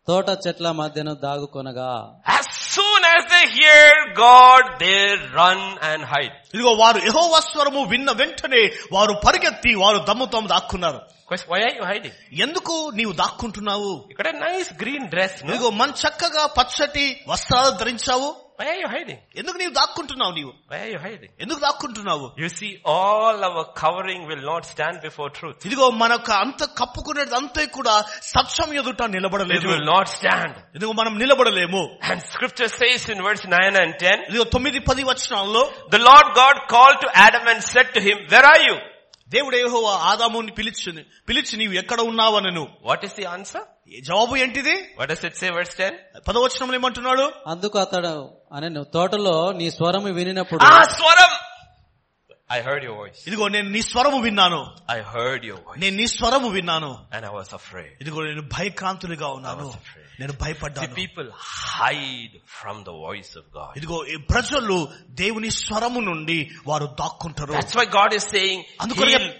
తోట చెట్ల మధ్యను దాగుకొనగా
As soon as they hear God, they run and hide.
ఇదిగో వారు యెహోవా స్వరము విన్న వెంటనే వారు పరిగెత్తి వారు దమ్ము తాము దాక్కున్నారు
Question, why are you hiding?
ఎందుకు నీవు దాక్కుంటున్నావు
You got a nice green dress, no?
ఇదిగో మన చక్కగా పచ్చటి వస్త్రాలు ధరించావు
Why are you hiding?
ఎందుకు నీవు దాక్కుంటున్నావు నీవు
Why are you hiding?
ఎందుకు దాక్కుంటున్నావు
You see, all our covering will not stand before truth.
ఇదిగో మనకు అంత కప్పుకునేది అంతే కూడా సత్యం ఎదుట
It
నిలబడలేదు
will not stand.
ఇదిగో మనం నిలబడలేము
And scripture says in verse 9 and 10,
ఇదిగో తొమ్మిది పది వచనాల్లో
the Lord God called to Adam and said to him, where are you?
దేవుడు యెహోవా ఆదాముని పిలిచి పిలిచి నీవు ఎక్కడ ఉన్నావనను
What is the answer?
ఈ జవాబు ఏంటిది
What does it say verse 10?
పదవచనంలో ఏమంటున్నాడు
అందుకు అతడు అనెను తోటలో నీ స్వరము వినినప్పుడు
Ah, Swaram! I heard your voice.
ఇదిగో నేను నీ స్వరము విన్నాను
I heard your voice.
నేను నీ స్వరము విన్నాను
And I was afraid.
ఇదిగో నేను భయకాంతులుగా ఉన్నాను నేను
The
భయపడ్డాను
people hide from the voice of God.
ఇదిగో ఈ ప్రజలు దేవుని స్వరము నుండి వారు దాక్కుంటారు
That's why God is saying,
అందుకొరగా-
He-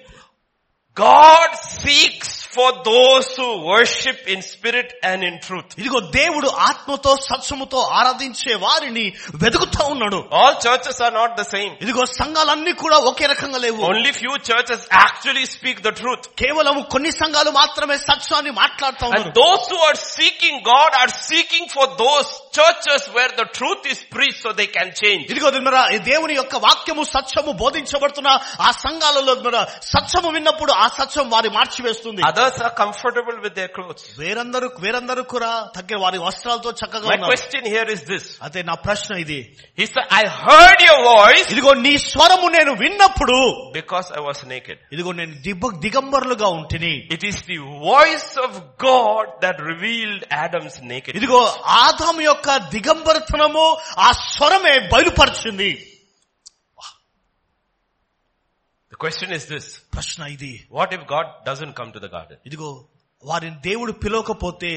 God seeks for those who worship in spirit and in truth.
ఇదిగో దేవుడు ఆత్మతో సత్యముతో ఆరాధించే వారిని వెతుకుతా ఉన్నాడు
All churches are not the same.
ఇదిగో సంఘాలన్నీ కూడా ఒకే రకంగా లేవు
Only few churches actually speak the truth.
కేవలం కొన్ని సంఘాలు మాత్రమే సత్యాన్ని మాట్లాడుతా ఉన్నారు
And those who are seeking God are seeking for those churches where the truth is preached so they can change.
ఇదిగో దినమరా, ఈ దేవుని యొక్క వాక్యము సత్యము బోధించబడుతున్న ఆ సంఘాలలో దినమరా, సత్యము విన్నప్పుడు ఆ సత్యం వారి మార్చివేస్తుంది
Others are comfortable with their clothes.
వేరందరూ వేరందరూ కూడా తగ్గే వారి వస్త్రాలతో చక్కగా
My
ఉన్నారు
question here is this.
అదే నా ప్రశ్న ఇది
He said, I heard your voice
ఇదిగో నీ స్వరము నేను విన్నప్పుడు
because I was naked.
ఇదిగో నేను దిబ్బ దిగంబరులుగా ఉంటిని
It is the voice of God that revealed Adam's nakedness.
ఇదిగో ఆదాము యొక్క దిగంబరతనము ఆ స్వరమే బయలుపరిచింది
The question is this.
ప్రశ్న ఇది
What if God doesn't come to the garden?
ఇదిగో వారిని దేవుడు పిలవకపోతే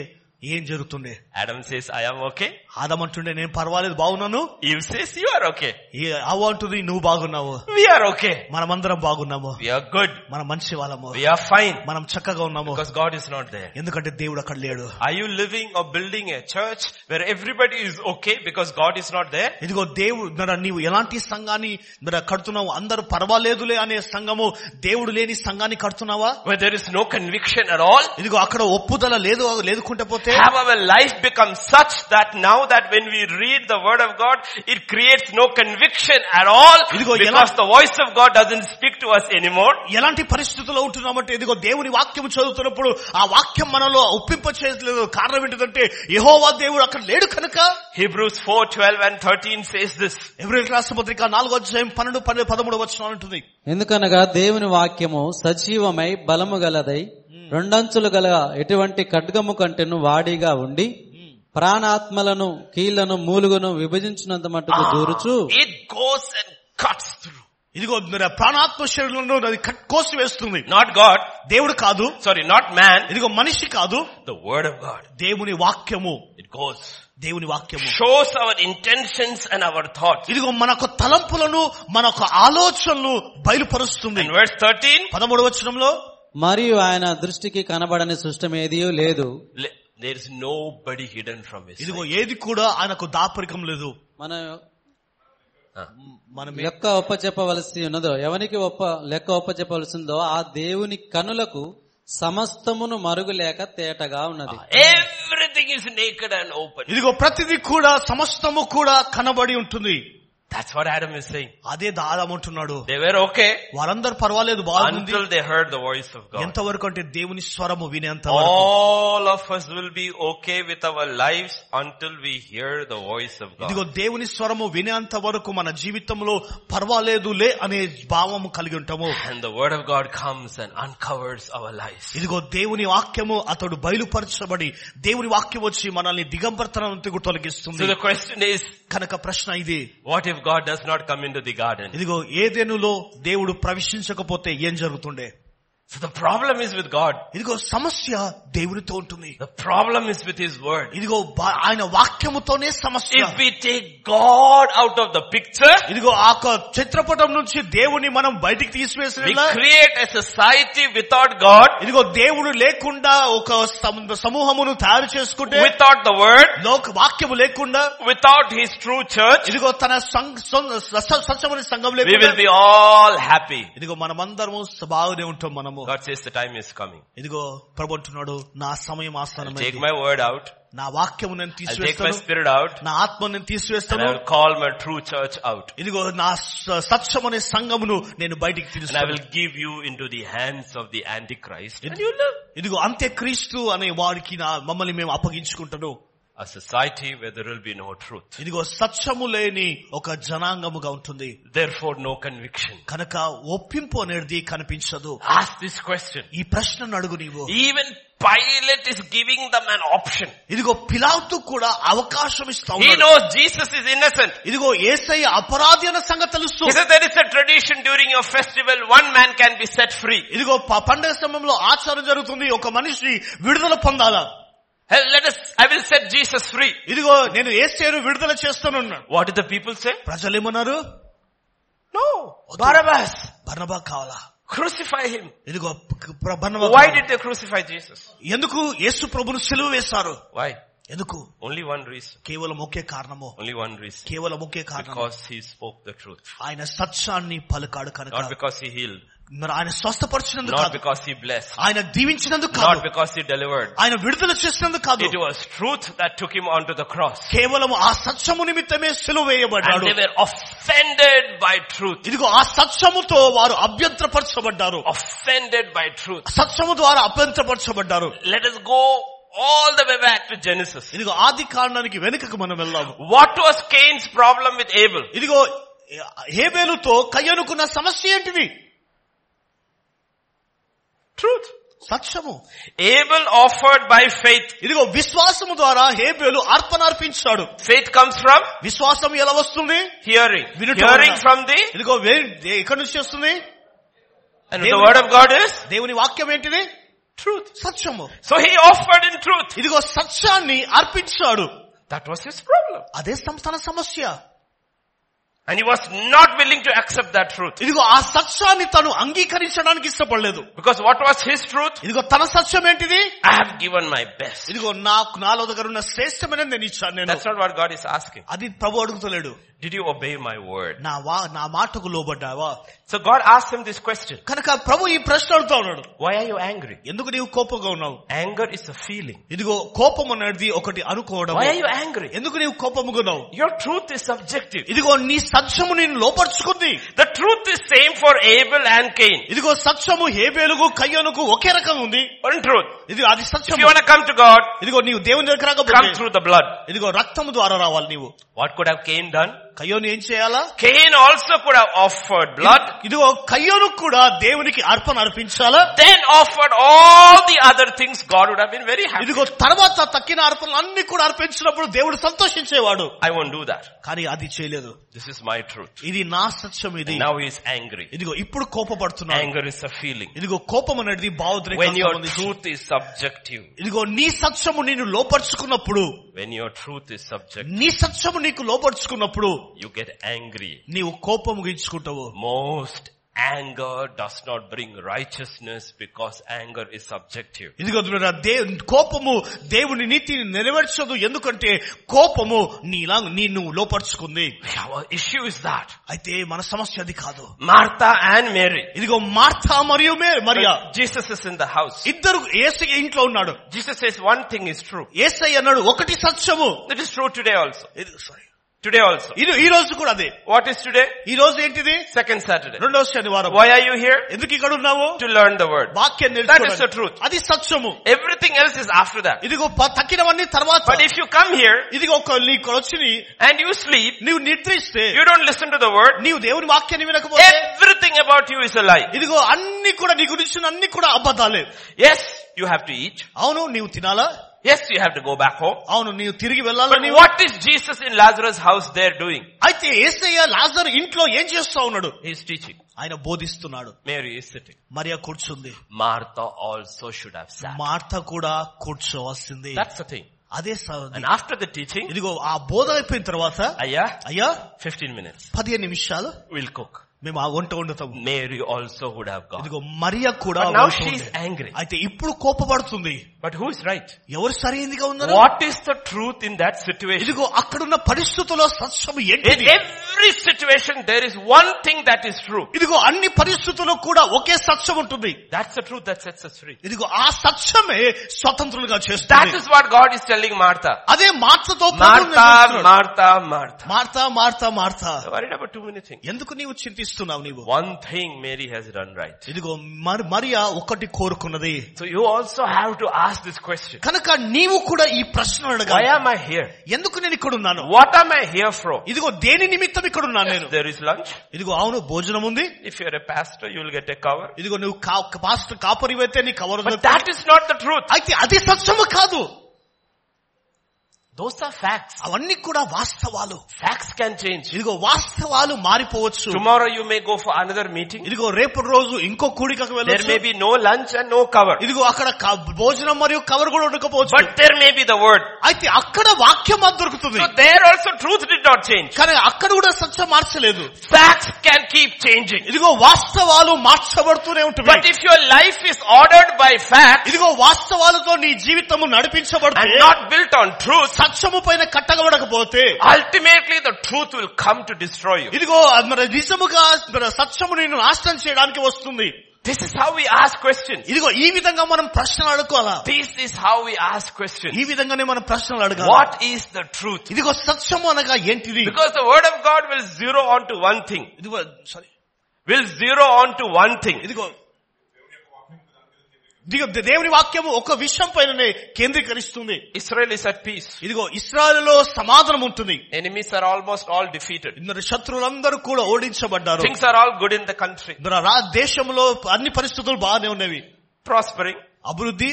ఏం జరుగుతుండే
Adam says, I am okay.
ఆదం అంటుండే నేను పర్వాలేదు బాగున్నాను
Eve says, you are okay.
ఏ అవ్వ అంటుంది నువ్వు బాగున్నావు
We are okay.
మనమందరం బాగున్నాము
We are good.
మనం మంచి వాళ్ళము
We are fine.
మనం చక్కగా ఉన్నాము
Because God is not there.
ఎందుకంటే దేవుడు అక్కడ లేడు
Are you living or building a church where everybody is okay because God is not there?
ఇదిగో దేవుడు మరి నీవు ఎలాంటి సంఘాన్ని మరి కడుతున్నావు అందరూ పర్వాలేదులే అనే సంఘము దేవుడు లేని సంఘాన్ని కడుతున్నావా
Where there is no conviction at all?
ఇదిగో అక్కడ ఒప్పుదల లేదు లేదుకుంటే పోతే
Have our life become such that now that when we read the word of God, it creates no conviction at all
ఇదిగో ఎలా-
because the voice of God doesn't speak to us anymore.
ఎలాంటి పరిస్థితుల్లో ఉంటున్నామంటే ఇదిగో దేవుని వాక్యం చదువుతున్నప్పుడు ఆ వాక్యం మనలో ఒప్పింప చేయలేదు కారణం ఏంటిదంటే యెహోవా దేవుడు అక్కడ లేడు కనుక
Hebrews 4, 12 and 13 says this.
ఎవరి రాష్ట్ర పత్రిక నాలుగో అధ్యాయం పన్నెండు పన్నెండు పదమూడు వచ్చిన ఉంటుంది
ఎందుకనగా దేవుని వాక్యము సజీవమై బలము గలదై రెండంచులు గల ఎటువంటి ఖడ్గము కంటేను వాడిగా ఉండి ప్రాణాత్మలను కీళ్లను మూలుగును విభజించినంత మట్టుకు దూరుచు
It goes and cuts through.
ఇదిగో మన ప్రాణాత్మ శరీరంలో అది కట్ కోసి వేస్తుంది
Not God,
దేవుడు కాదు
sorry, not man,
ఇదిగో మనిషి కాదు
the word of God.
దేవుని వాక్యము
It goes.
దేవుని వాక్యము
Shows our intentions and our thoughts.
ఇదిగో మనకు తలంపులను మనకు ఆలోచనలు బయలుపరుస్తుంది
In verse 13,
పదమూడు వచనంలో
మరియు ఆయన దృష్టికి కనబడని సృష్టమేదియూ లేదు
le- there is nobody hidden from his
ఇదిగో
sight.
ఏది కూడా ఆయనకు దాపరికం లేదు
మన
Ah.
మనం
లెక్క ఒప్ప చెప్పవలసి ఉన్నదో ఎవనికి ఒప్ప లెక్క ఒప్ప చెప్పవలసిందో ఆ దేవుని కనులకు సమస్తమును మరుగులేక తేటగా ఉన్నది
Everything is naked and open.
ఇదిగో ప్రతిదీ కూడా సమస్తము కూడా కనబడి ఉంటుంది
That's what Adam is saying.
అదే దాదాం అంటున్నాడు
They were okay
వారందరూ పర్వాలేదు బాగుంది
until they heard the voice of God. Oh,
ఎంతవరకు అంటే దేవుని స్వరము వినేంత వరకు.
All of us will be okay with our lives until we hear the voice of
ఇదిగో
God.
దేవుని స్వరము వినేంత వరకు మన జీవితంలో పర్వాలేదులే అనే భావము కలిగి ఉంటాము
And the word of God comes and uncovers our lives.
ఇదిగో దేవుని వాక్యము అతడు బయలుపరచబడి దేవుని వాక్యం వచ్చి మనల్ని దిగంబర్తనం
So
తొలగిస్తుంది
the question is,
కనుక ప్రశ్న ఇది
what if God does not come into the garden?
ఇదిగో ఏదేనులో దేవుడు ప్రవేశించకపోతే ఏం జరుగుతుండే
So the problem is with God.
ఇదిగో సమస్య దేవునితో ఉంటుంది
The problem is with His word.
ఇదిగో బా- ఆయన వాక్యముతోనే సమస్య
If we take God out of the picture,
ఇదిగో ఆ యొక్క చిత్రపటం నుంచి దేవుని మనం బయటికి తీసివేసిన
we create a society without God,
ఇదిగో దేవుడు లేకుండా ఒక సమ- సమూహమును తయారు చేసుకుంటే
without the word,
లోక వాక్యము లేకుండా
without His true church,
ఇదిగో తన సంఘ- సొం- స- స్వచ్ఛమైన సంఘం
we
లేకుండా
will be all happy.
ఇదిగో మనమందరము స- బాగానే ఉంటాం మనము
God says the time is coming.
ఇదిగో ప్రభు అంటున్నాడు నా సమయం
I'll take
Asthanam
my word out.
నా వాక్యము నేను
I'll take my
తీసివేస్తాను
spirit out.
నా ఆత్మను నేను
And
తీసివేస్తాను
I'll call my true church out.
ఇదిగో నా స- సత్యమనే సంఘమును నేను బయటికి
And I
తీస్తాను
will give you into the hands of the Antichrist.
It-
And you live.
ఇదిగో అంతే క్రీస్తు అనే వాడికి నా మమ్మల్ని మేము అప్పగించుకుంటాను
A society where there will be no truth.
ఇదిగో సత్యము లేని ఒక జనాంగముగా ఉంటుంది
Therefore no conviction.
కనుక ఒప్పింపు అనేది కనిపించదు
Ask this question.
ఈ ప్రశ్నను అడుగు నీవు
Even Pilate is giving them an option.
ఇదిగో పిలాతు కూడా అవకాశం ఇస్తా
He
ఉన్నాడు.
knows Jesus is innocent.
ఇదిగో ఏసై అపరాధి అన్న సంగతి తెలుసు
He says there is a tradition during your festival, one man can be set free.
ఇదిగో ప- పండగ సమయంలో ఆచారం జరుగుతుంది ఒక మనిషి విడుదల పొందాలా
Hey, Let us, I will set Jesus free.
ఇదిగో నేను ఏసేను విడుదల చేస్తానున్నా
What did the people say?
ప్రజలేమన్నారు
No. Barabbas.
బర్నబా కావాలా
Crucify him.
ఇదిగో ప- ప్ర- బర్నబా
Why
కావాలా?
did they crucify Jesus?
ఎందుకు యేసు ప్రభును సెలువు వేశారు
Why?
ఎందుకు
Only one reason.
కేవలం ఒకే కారణము
Only one reason.
కేవలం ఒకే కారణం
Because he spoke the truth.
ఆయన సత్యాన్ని పలుకాడు
Not
కనుక
because he healed.
మరి ఆయన స్వస్థపరిచినందుకు
Not
కాదు
because he blessed.
ఆయన దీవించినందుకు
Not
కాదు
because he delivered.
ఆయన విడుదల చేసినందుకు కాదు
It was truth that took him onto the cross.
కేవలం ఆ సత్యము నిమిత్తమే సెలువు
And
వేయబడ్డాడు
they were offended by truth.
ఇదిగో ఆ సత్యముతో వారు అభ్యంతరపరచబడ్డారు
Offended by truth.
సత్యము ద్వారా అభ్యంతరపరచబడ్డారు
Let us go all the way back to Genesis.
ఇదిగో ఆది కాండానికి వెనుకకు మనం వెళ్దాము
What was Cain's problem with Abel?
ఇదిగో హేబేలుతో కయ్యనుకున్న సమస్య ఏంటిది
Truth.
సత్యము
Abel offered by faith.
ఇదిగో విశ్వాసము ద్వారా హేబేలు అర్పణ అర్పించాడు
Faith comes from
విశ్వాసం ఎలా వస్తుంది
hearing.
Vinutam
Hearing
vana.
from the,
ఇదిగో వే- ఎక్కడి నుంచి వస్తుంది
and
Devu-
the word of God is
దేవుని వాక్యం ఏంటిది
truth.
సత్యము
So he offered in truth.
ఇదిగో సత్యాన్ని అర్పించాడు
That was his problem.
అదే సంస్థాన సమస్య
And he was not willing to accept that truth.
ఇదిగో ఆ సత్యాన్ని తను అంగీకరించడానికి ఇష్టపడలేదు
Because what was his truth?
ఇదిగో తన సత్యం ఏంటిది
I have given my best.
ఇదిగో నాకు నాలో దగ్గర ఉన్న శ్రేష్టమైన నేను ఇచ్చాను నేను
That's not what God is asking.
అది ప్రభు అడుగుతలేడు
Did you obey my word?
నా వా నా మాటకు లోబడ్డావా
So God asked him this question.
కనుక ప్రభు ఈ ప్రశ్న అడుగుతా ఉన్నాడు
Why are you angry?
ఎందుకు నీవు కోపంగా ఉన్నావు
Anger is a feeling.
ఇదిగో కోపం అనేది ఒకటి అనుకోవడం
Why are you angry?
ఎందుకు నీవు కోపముగా ఉన్నావు
Your truth is subjective.
ఇదిగో నీ సత్యము నేను లోపరుచుకుంది
The truth is same for Abel and Cain.
ఇదిగో సత్యము హేబేలుకు కయ్యనుకు ఒకే రకంగా ఉంది
One truth.
ఇది అది
If you
సత్యము
want to come to God,
ఇదిగో నీవు దేవుని దగ్గర
come
రాకపోతే
through the blood.
ఇదిగో రక్తము ద్వారా రావాలి నీవు
What could have Cain done?
కయ్యోను ఏం చేయాలా
Cain also could have offered blood,
ఇదిగో కయ్యోను కూడా దేవునికి అర్పణ అర్పించాలా
then offered all the other things. God would have been very happy.
ఇదిగో తర్వాత తక్కిన అర్పణలు అన్ని కూడా అర్పించినప్పుడు దేవుడు సంతోషించేవాడు
I won't do that.
కానీ అది చేయలేదు
This is my truth.
ఇది నా సత్యం ఇది
And now he is angry.
ఇదిగో ఇప్పుడు కోపపడుతున్నాడు
Anger is a feeling.
ఇదిగో కోపం అనేది
When
భావోద్రేకంగా
your
ఉంది.
truth is subjective,
ఇదిగో నీ సత్యము నేను లోపరుచుకున్నప్పుడు
when your truth is subjective,
నీ సత్యము నీకు లోపరుచుకున్నప్పుడు
you get angry.
నీవు కోపం గీల్చుకుంటావు
Most anger does not bring righteousness because anger is subjective.
ఇదిగో చూడరా, దే- కోపము దేవుని నీతిని నెరవేర్చదు ఎందుకంటే కోపము నీలా నీ నువ్వు లోపరుచుకుంది
Our issue is that
అయితే మన సమస్య అది కాదు
Martha and Mary.
ఇదిగో మార్తా మరియు మే- Mariya
But Jesus is in the house.
ఇద్దరు ఏసయ్య ఇంట్లో ఉన్నాడు
Jesus says one thing is true.
ఏసై అన్నాడు ఒకటి సత్యము
That is true today also.
ఇది- sorry.
Today also.
ఇది ఈ రోజు కూడా అదే
What is today?
ఈ రోజు ఏంటిది
Second Saturday.
రెండో శనివారం
Why are you here?
ఎందుకు ఇక్కడ ఉన్నావు
To learn the word.
వాక్యం
That is the truth.
నేర్చుకోవడానికి అది సత్యము
Everything else is after that.
ఇదిగో ప- తక్కినవన్నీ తర్వాత
But if you come here
ఇదిగో ఒక నీకు వచ్చి
and you sleep,
నీవు నిద్రిస్తే
you don't listen to the word,
నీవు దేవుని వాక్యాన్ని వినకపోతే
everything about you is a lie.
ఇదిగో అన్ని కూడా నీ గురించి అన్ని కూడా అబద్ధాలే
Yes, you have to eat.
అవును నీవు తినాలా
Yes, you have to go back home.
అవును నీవు తిరిగి వెళ్ళాలా
But
నీవు
what is Jesus in Lazarus' house there doing?
అయితే ఏసయ్య లాజర్ ఇంట్లో ఏం చేస్తా ఉన్నాడు
He's teaching.
ఆయన బోధిస్తున్నాడు
Mary is sitting.
మరియా కూర్చుంది
Martha also should have sat.
Martha కూడా కూర్చోవలసింది
That's the thing.
అదే స-
And after the teaching,
ఇదిగో ఆ బోధ అయిపోయిన తర్వాత
Aya,
అయ్యా
15 minutes.
పదిహేను నిమిషాలు
We'll cook.
మేము ఆ వంట వండుతాము
Mary also would have gone.
ఇదిగో మరియా కూడా
But now
వంట
she is
వండేది.
angry.
అయితే ఇప్పుడు కోపపడుతుంది
But who is right?
ఎవరు సరైనదిగా ఉన్నారు
What is the truth in that situation?
ఇదిగో అక్కడున్న పరిస్థితుల్లో సత్యం
In
ఏంటిది
every situation, there is one thing that is true.
ఇదిగో అన్ని పరిస్థితుల్లో కూడా ఒకే సత్యం ఉంటుంది
That's the truth that sets us free.
ఇదిగో ఆ సత్యమే స్వతంత్రులుగా
That
చేస్తుంది
is what God is telling Martha.
అదే మార్తతో
Martha, Martha, Martha.
Martha Martha Martha
You're Worried about too many things.
ఎందుకు నీవు చింతిస్తున్నావు నీవు
One thing Mary has done right.
ఇదిగో మరి మరియా ఒకటి కోరుకున్నది
So you also have to ask this question.
కనుక నీవు కూడా ఈ ప్రశ్న
Why
అడగాలి
am I here?
ఎందుకు నేను ఇక్కడ ఉన్నాను
What am I here for?
ఇదిగో దేని నిమిత్తం ఇక్కడ ఉన్నాను నేను
There is lunch.
ఇదిగో అవును భోజనం ఉంది
If you're a pastor, you'll get a cover.
ఇదిగో నువ్వు కా- పాస్టర్ కాపరివైతే నీ cover
But that is not the truth.
అయితే అది సత్యము కాదు
Those are facts.
అవన్నీ కూడా వాస్తవాలు
Facts can change.
ఇదిగో వాస్తవాలు మారిపోవచ్చు
Tomorrow you may go for another meeting.
ఇదిగో రేపు రోజు ఇంకో కూడికకు
There may
వెళ్ళొచ్చు
be no lunch and no cover.
ఇదిగో అక్కడ కా- భోజనం మరియు కవర్ కూడా ఉండకపోవచ్చు
But there may be the word.
అయితే అక్కడ వాక్యం మాకు దొరుకుతుంది
So there also truth did not change.
కానీ అక్కడ కూడా సత్యం మార్చలేదు
Facts can keep changing.
ఇదిగో వాస్తవాలు మార్చబడుతూనే
But
ఉంటుంది
if your life is ordered by facts
ఇదిగో వాస్తవాలతో నీ జీవితము
and
నడిపించబడుతుంది
not built on truth,
సత్యము పైన కట్టగబడకపోతే
ultimately the truth will come to destroy you.
ఇదిగో మరి నిజముగా మరి సత్యము నిన్ను నాశనం చేయడానికి వస్తుంది
This is how we ask questions.
ఇదిగో ఈ విధంగా మనం ప్రశ్నలు అడుకోవాలా
This is how we ask questions.
ఈ విధంగానే మనం ప్రశ్నలు అడగాలి
What is the truth?
ఇదిగో సత్యము అనగా ఏంటిది
Because the word of God will zero on to one thing.
ఇదిగో sorry
Will zero on to one thing.
ఇదిగో ఇదిగో దేవుని వాక్యము ఒక విషయం పైననే కేంద్రీకరిస్తుంది
Israel is at peace.
ఇదిగో ఇస్రాయలులో సమాధానం ఉంటుంది
Enemies are almost all defeated.
ఇందరు శత్రువులందరూ కూడా ఓడించబడ్డారు
Things are all good in the country.
ఇందరు రా దేశంలో అన్ని పరిస్థితులు బాగానే ఉన్నవి
Prospering.
అభివృద్ధి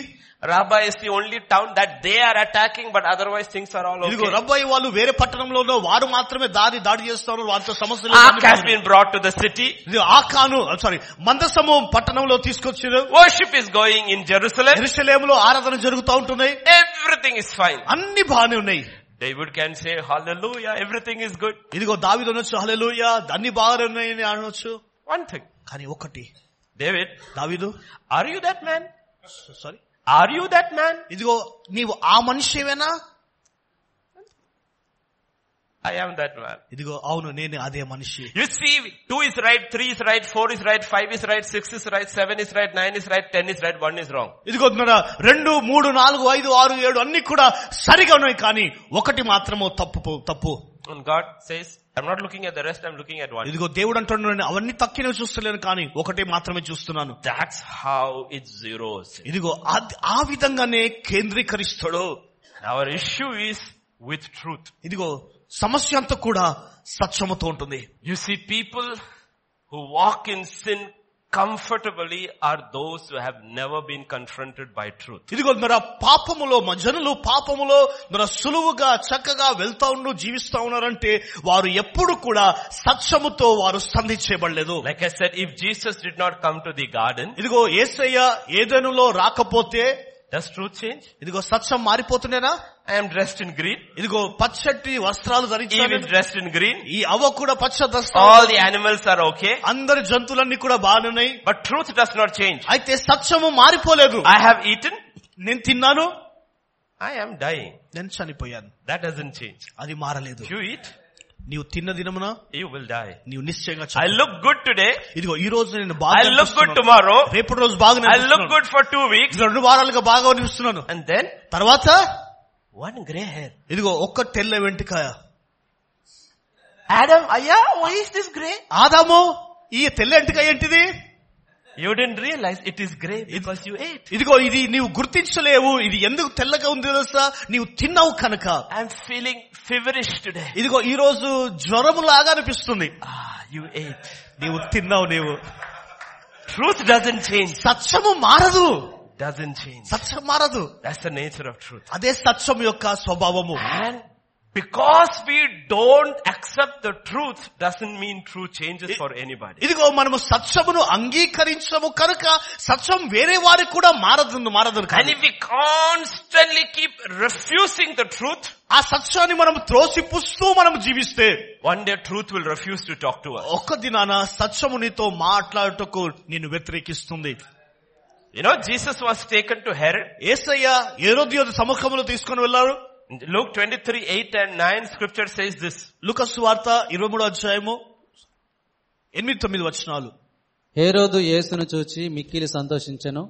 Rabbah is the only town that they are attacking but otherwise things are all
ఇదిగో
okay.
రబ్బాయి వాళ్ళు వేరే పట్టణంలోనో వారు మాత్రమే దారి దాడి చేస్తారు వారితో సమస్యలు
Ark has been brought to the city.
ఇది ఆకాను సారీ మందసము పట్టణంలో తీసుకొచ్చారు
Worship is going in Jerusalem.
ఎరుసలేములో ఆరాధన జరుగుతూ ఉంటున్నాయి
Everything is fine.
అన్ని బాగానే ఉన్నాయి
David can say hallelujah, everything is good.
ఇదిగో దావిది అనొచ్చు హల్లెలూయా అన్ని బాగానే ఉన్నాయని అనొచ్చు
One thing.
కానీ ఒకటి
David,
దావిదు
are you that man?
Sorry
Are you that man?
ఇదిగో నీవు ఆ మనిషివేనా
I am that man.
ఇదిగో అవును నేను అదే మనిషి
You see, two is right, three is right, four is right, five is right, six is right, seven is right, nine is right, ten is right, one is wrong.
ఇదిగో మన రెండు మూడు నాలుగు ఐదు ఆరు ఏడు అన్ని కూడా సరిగా ఉన్నాయి కానీ ఒకటి మాత్రము తప్పు తప్పు
And God says, I'm not looking at the rest, I'm looking at one.
ఇదిగో దేవుడు అంటున్నాడు "నేను అవన్నీ తక్కినవి చూస్తలేను కానీ ఒకటి మాత్రమే చూస్తున్నాను
That's how it zeroes. in.
ఇదిగో ఆ- ఆ విధంగానే కేంద్రీకరిస్తాడు
Our issue is with truth.
ఇదిగో సమస్య అంతా కూడా సత్యముతో ఉంటుంది
You see, people who walk in sin comfortably are those who have never been confronted by truth.
ఇదిగో మన పాపములో మన జనులు పాపములో మన సులువుగా చక్కగా వెళ్తా ఉండు జీవిస్తా ఉన్నారంటే వారు ఎప్పుడు కూడా సత్యముతో వారు సంధి చేయబడలేదు
Like I said, if Jesus did not come to the garden,
ఇదిగో ఏసయ్య ఏదెనులో రాకపోతే
does truth change?
ఇదిగో సత్యం మారిపోతుండేనా
I am dressed in green.
ఇదిగో పచ్చటి వస్త్రాలు
Eve is
ధరించాలి
dressed in green.
ఈ అవ్వ కూడా పచ్చ
All
వస్త్రాలు
the animals are okay.
అందరి జంతువులన్నీ కూడా బాగున్నాయి
But truth does not change.
అయితే సత్యము మారిపోలేదు
I have eaten.
నేను తిన్నాను
I am dying.
నేను చనిపోయాను
That doesn't change.
అది మారలేదు
If you eat,
నీవు తిన్న దినమున
you will die.
నీవు నిశ్చయంగా
I
చనిపోయావు.
look good today.
ఇదిగో ఈ రోజు నేను బాగా
I look good
అనిపిస్తున్నాను.
tomorrow.
రేపటి రోజు బాగా
I look
అనిపిస్తున్నాను.
good for two weeks.
రెండు వారాలుగా బాగా అనిపిస్తున్నాను
And then
తర్వాత
one gray hair.
ఇదిగో ఒక్క తెల్ల వెంట్రుక
Adam, "Ah, yeah, why is this grey?
ఆదాము ఈ తెల్ల ఎంటిక ఏంటిది
You didn't realize it is grey because you ate.
ఇదిగో ఇది నీవు గుర్తించలేవు ఇది ఎందుకు తెల్లగా ఉంది తెలుసా నీవు తిన్నావు కనుక
I'm feeling feverish today.
ఇదిగో ఈ రోజు జ్వరము లాగా అనిపిస్తుంది
Ah, you ate.
నీవు తిన్నావు నీవు
Truth doesn't change.
సత్యము మారదు
Doesn't change.
సత్యం మారదు
That's the nature of truth.
అదే సత్యం యొక్క స్వభావము
And because we don't accept the truth doesn't mean truth changes for anybody.
ఇదిగో మనము సత్యమును అంగీకరించము కనుక సత్యం వేరే వారికి కూడా మారదు మారదు
And
కానీ
if we constantly keep refusing the truth,
ఆ సత్యాన్ని మనం త్రోసిపుస్తూ మనం జీవిస్తే
one day truth will refuse to talk to us.
ఒక్క దినాన సత్యము నీతో మాట్లాడుటకు నిన్ను వ్యతిరేకిస్తుంది
You know, Jesus was taken to Herod.
ఏసయ్య ఏరోది యొక్క సముఖంలో తీసుకొని వెళ్ళారు
Luke 23, 8 and 9 scripture says this.
Lukkas వార్త ఇరవై మూడో అధ్యాయము ఎనిమిది తొమ్మిది వచనాలు
హేరోదు యేసును చూచి మిక్కిలి సంతోషించెను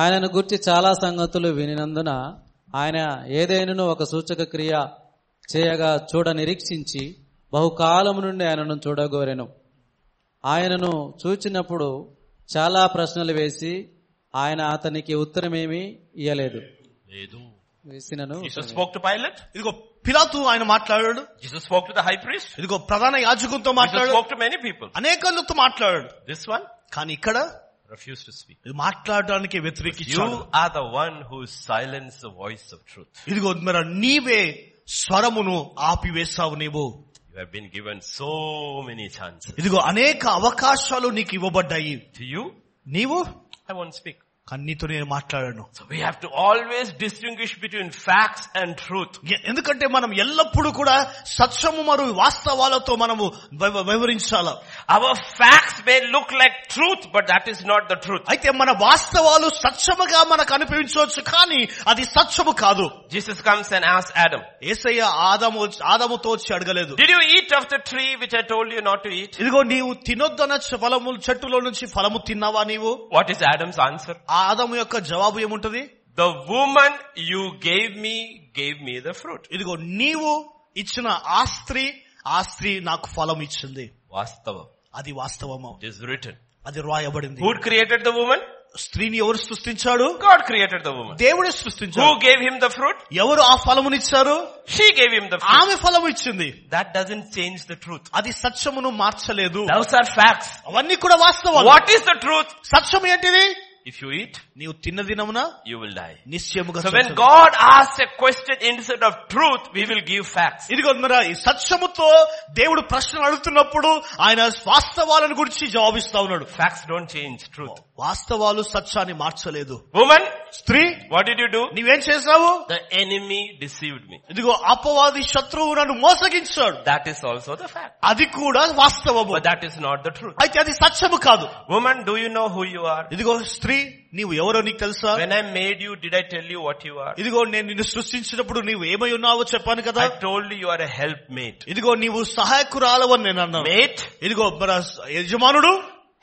ఆయనను గుర్చి చాలా సంగతులు వినినందున ఆయన ఏదైనను ఒక సూచక క్రియ చేయగా చూడ నిరీక్షించి బహుకాలము నుండి ఆయనను చూడగోరెను ఆయనను చూచినప్పుడు చాలా ప్రశ్నలు వేసి ఆయన అతనికి ఉత్తరమేమీ ఇయ్యలేదు వేసినను
Jesus spoke to Pilate.
ఇదిగో పిలాతు ఆయన మాట్లాడాడు
Jesus spoke to the high priest.
ఇదిగో ప్రధాన యాజకులతో
Jesus
మాట్లాడాడు
spoke to many people.
అనేకలతో మాట్లాడాడు
This one
కానీ ఇక్కడ
refused to speak.
ఇది మాట్లాడడానికి
You
వ్యతిరేకించాడు
are the one who silenced the voice of truth.
ఇదిగో మరి నీవే స్వరమును ఆపివేశావు నీవు
You have been given so many chances.
ఇదిగో అనేక అవకాశాలు నీకు ఇవ్వబడ్డాయి
To you,
నీవు
I won't speak.
కానీ నీతో నేను మాట్లాడాను
So we have to always distinguish between facts and truth.
ఎ- ఎందుకంటే మనం ఎల్లప్పుడూ కూడా సత్యము మరియు వాస్తవాలతో మనము వ్యవ- వ్యవహరించాల
Our facts may look like truth, but that is not the truth.
అయితే మన వాస్తవాలు సత్యముగా మనకు అనిపించవచ్చు కానీ అది సత్యము కాదు
Jesus comes and asks Adam,
ఏసయ్య ఆదాము వచ్చి- ఆదాముతో వచ్చి అడగలేదు
Did you eat of the tree which I told you not to eat?
ఇదిగో నీవు తినొద్దన్న చె- ఫలము చెట్టులో నుంచి ఫలము తిన్నావా నీవు
What is Adam's answer?
ఆ ఆదాము యొక్క జవాబు ఏముంటది
The woman you gave me gave me the fruit.
ఇదిగో నీవు ఇచ్చిన ఆ స్త్రీ ఆ స్త్రీ నాకు ఫలం ఇచ్చింది
Vastavam.
అది వాస్తవము
It is written.
అది రాయబడింది
Who created the woman?
స్త్రీని ఎవరు సృష్టించాడు
God created the woman.
దేవుడే
Who
సృష్టించాడు
gave him the fruit?
ఎవరు ఆ ఫలమునిచ్చారు
She gave him the fruit.
ఆమె ఫలము ఇచ్చింది
That doesn't change the truth.
అది సత్యమును మార్చలేదు
Those are facts.
అవన్నీ కూడా వాస్తవాలు
What is the truth?
సత్యం ఏంటిది
If you eat,
నీవు తిన్న దినమున
you will die.
నిశ్చయముగా
So when
Satyam.
God asks a question instead of truth, we will give facts.
ఇదిగో మరి ఈ సత్యముతో దేవుడు ప్రశ్నలు అడుగుతున్నప్పుడు ఆయన వాస్తవాలను గురించి జవాబిస్తా ఉన్నాడు
Facts don't change truth.
వాస్తవాలు సత్యాన్ని మార్చలేదు
Woman,
స్త్రీ
what did you do?
నీవేం చేశావు
The enemy deceived me.
ఇదిగో అపవాది శత్రువు నన్ను మోసగించాడు
That is also the fact.
అది కూడా వాస్తవము
But that is not the truth.
అయితే అది సత్యము కాదు
Woman, do you know who you are?
ఇదిగో స్త్రీ నీవు ఎవరో నీకు తెలుసా
When I made you, did I tell you what you are?
ఇదిగో నేను నిన్ను సృష్టించినప్పుడు నీవు ఏమై ఉన్నావో చెప్పాను కదా
I told you you are a helpmate.
ఇదిగో నీవు సహాయకురాలవని నేను అన్నాను
Mate,
ఇదిగో మన యజమానుడు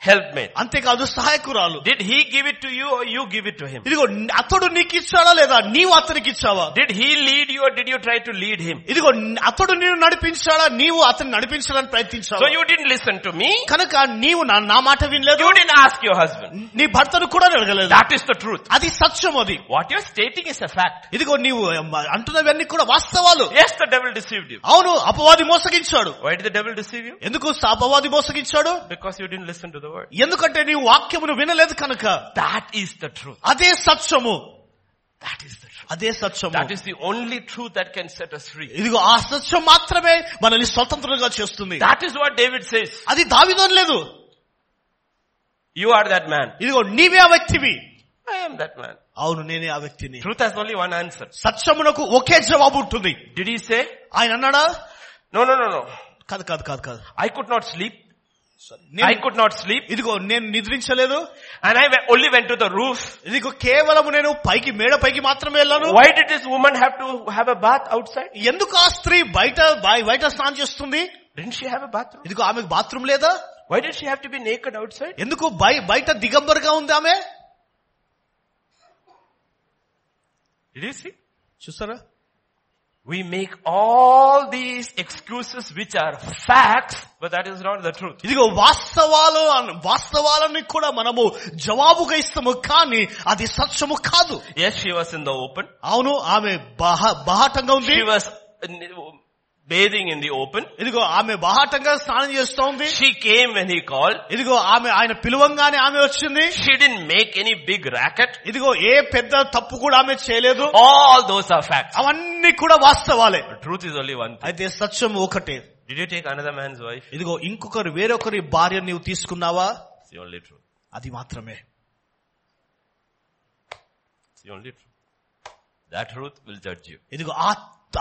helpmate.
అంతేకాదు సహాయకురాలు
Did he give it to you or you give it to him?
ఇదిగో అతడు నీకు ఇచ్చాడా లేదా నీవు అతనికి ఇచ్చావా
Did he lead you or did you try to lead him?
ఇదిగో అతడు నేను నడిపించాడా నీవు అతన్ని నడిపించడానికి
So
ప్రయత్నించావు
you didn't listen to me.
కనుక నీవు నా నా మాట వినలేదు
You didn't ask your husband.
నీ భర్తను కూడా అడగలేదు
That is the truth.
అది సత్యం అది
What you're stating is a fact.
ఇదిగో నీవు అంటున్నవన్నీ కూడా వాస్తవాలు
Yes, the devil deceived you.
అవును అపవాది మోసగించాడు
Why did the devil deceive you?
ఎందుకు స- అపవాది మోసగించాడు
Because you didn't listen to the word.
ఎందుకంటే నీవు వాక్యమును వినలేదు కనుక
That is the truth.
అదే సత్యము
That is the truth.
అదే సత్యము
That is the only truth that can set us free.
ఇదిగో ఆ సత్యం మాత్రమే మనల్ని స్వతంత్రంగా చేస్తుంది
That is what David says.
అది దావిదం లేదు
You are that man.
ఇదిగో నీవే ఆ వ్యక్తివి
I am that man.
అవును నేనే ఆ వ్యక్తిని
Truth has only one answer.
సత్యమునకు ఒకే జవాబు ఉంటుంది
Did he say?
ఆయన అన్నాడా
No, no, no, no.
కాదు కాదు కాదు కాదు
I could not sleep. I
నేను
could not sleep.
ఇదిగో నేను నిద్రించలేదు
And I we- only went to the roof.
ఇదిగో కేవలం నేను పైకి మేడ పైకి మాత్రమే వెళ్ళాను
Why did this woman have to have a bath outside?
ఎందుకు ఆ స్త్రీ బయట బయ- బయట స్నానం చేస్తుంది
Didn't she have a bathroom?
ఇదిగో ఆమెకు బాత్రూమ్ లేదా
Why did she have to be naked outside?
ఎందుకు బయ- బయట దిగంబరుగా ఉంది ఆమె
Did you see?
చూస్తారా
We make all these excuses which are facts, but that is not the truth.
ఇదిగో వాస్తవాలు అన్న- వాస్తవాలని కూడా మనము జవాబుగా ఇస్తాము కానీ అది సత్యము కాదు
Yes, she was in the open.
అవును ఆమె బహ బహాటంగా ఉంది
She was uh, bathing in the open.
ఇదిగో ఆమె బహాటంగా స్నానం చేస్తా ఉంది
She came when he called.
ఇదిగో ఆమె ఆయన పిలవంగానే ఆమె వచ్చింది
She didn't make any big racket.
ఇదిగో ఏ పెద్ద తప్పు కూడా ఆమె చేయలేదు
All those are facts.
అవన్నీ కూడా వాస్తవాలే
Truth is only one.
అయితే సత్యం ఒకటే
Did you take another man's wife?
ఇదిగో ఇంకొకరు వేరొకరి భార్య నీవు తీసుకున్నావా
It's the only truth.
అది మాత్రమే
It's the only truth. That truth will judge you.
ఇదిగో ఆ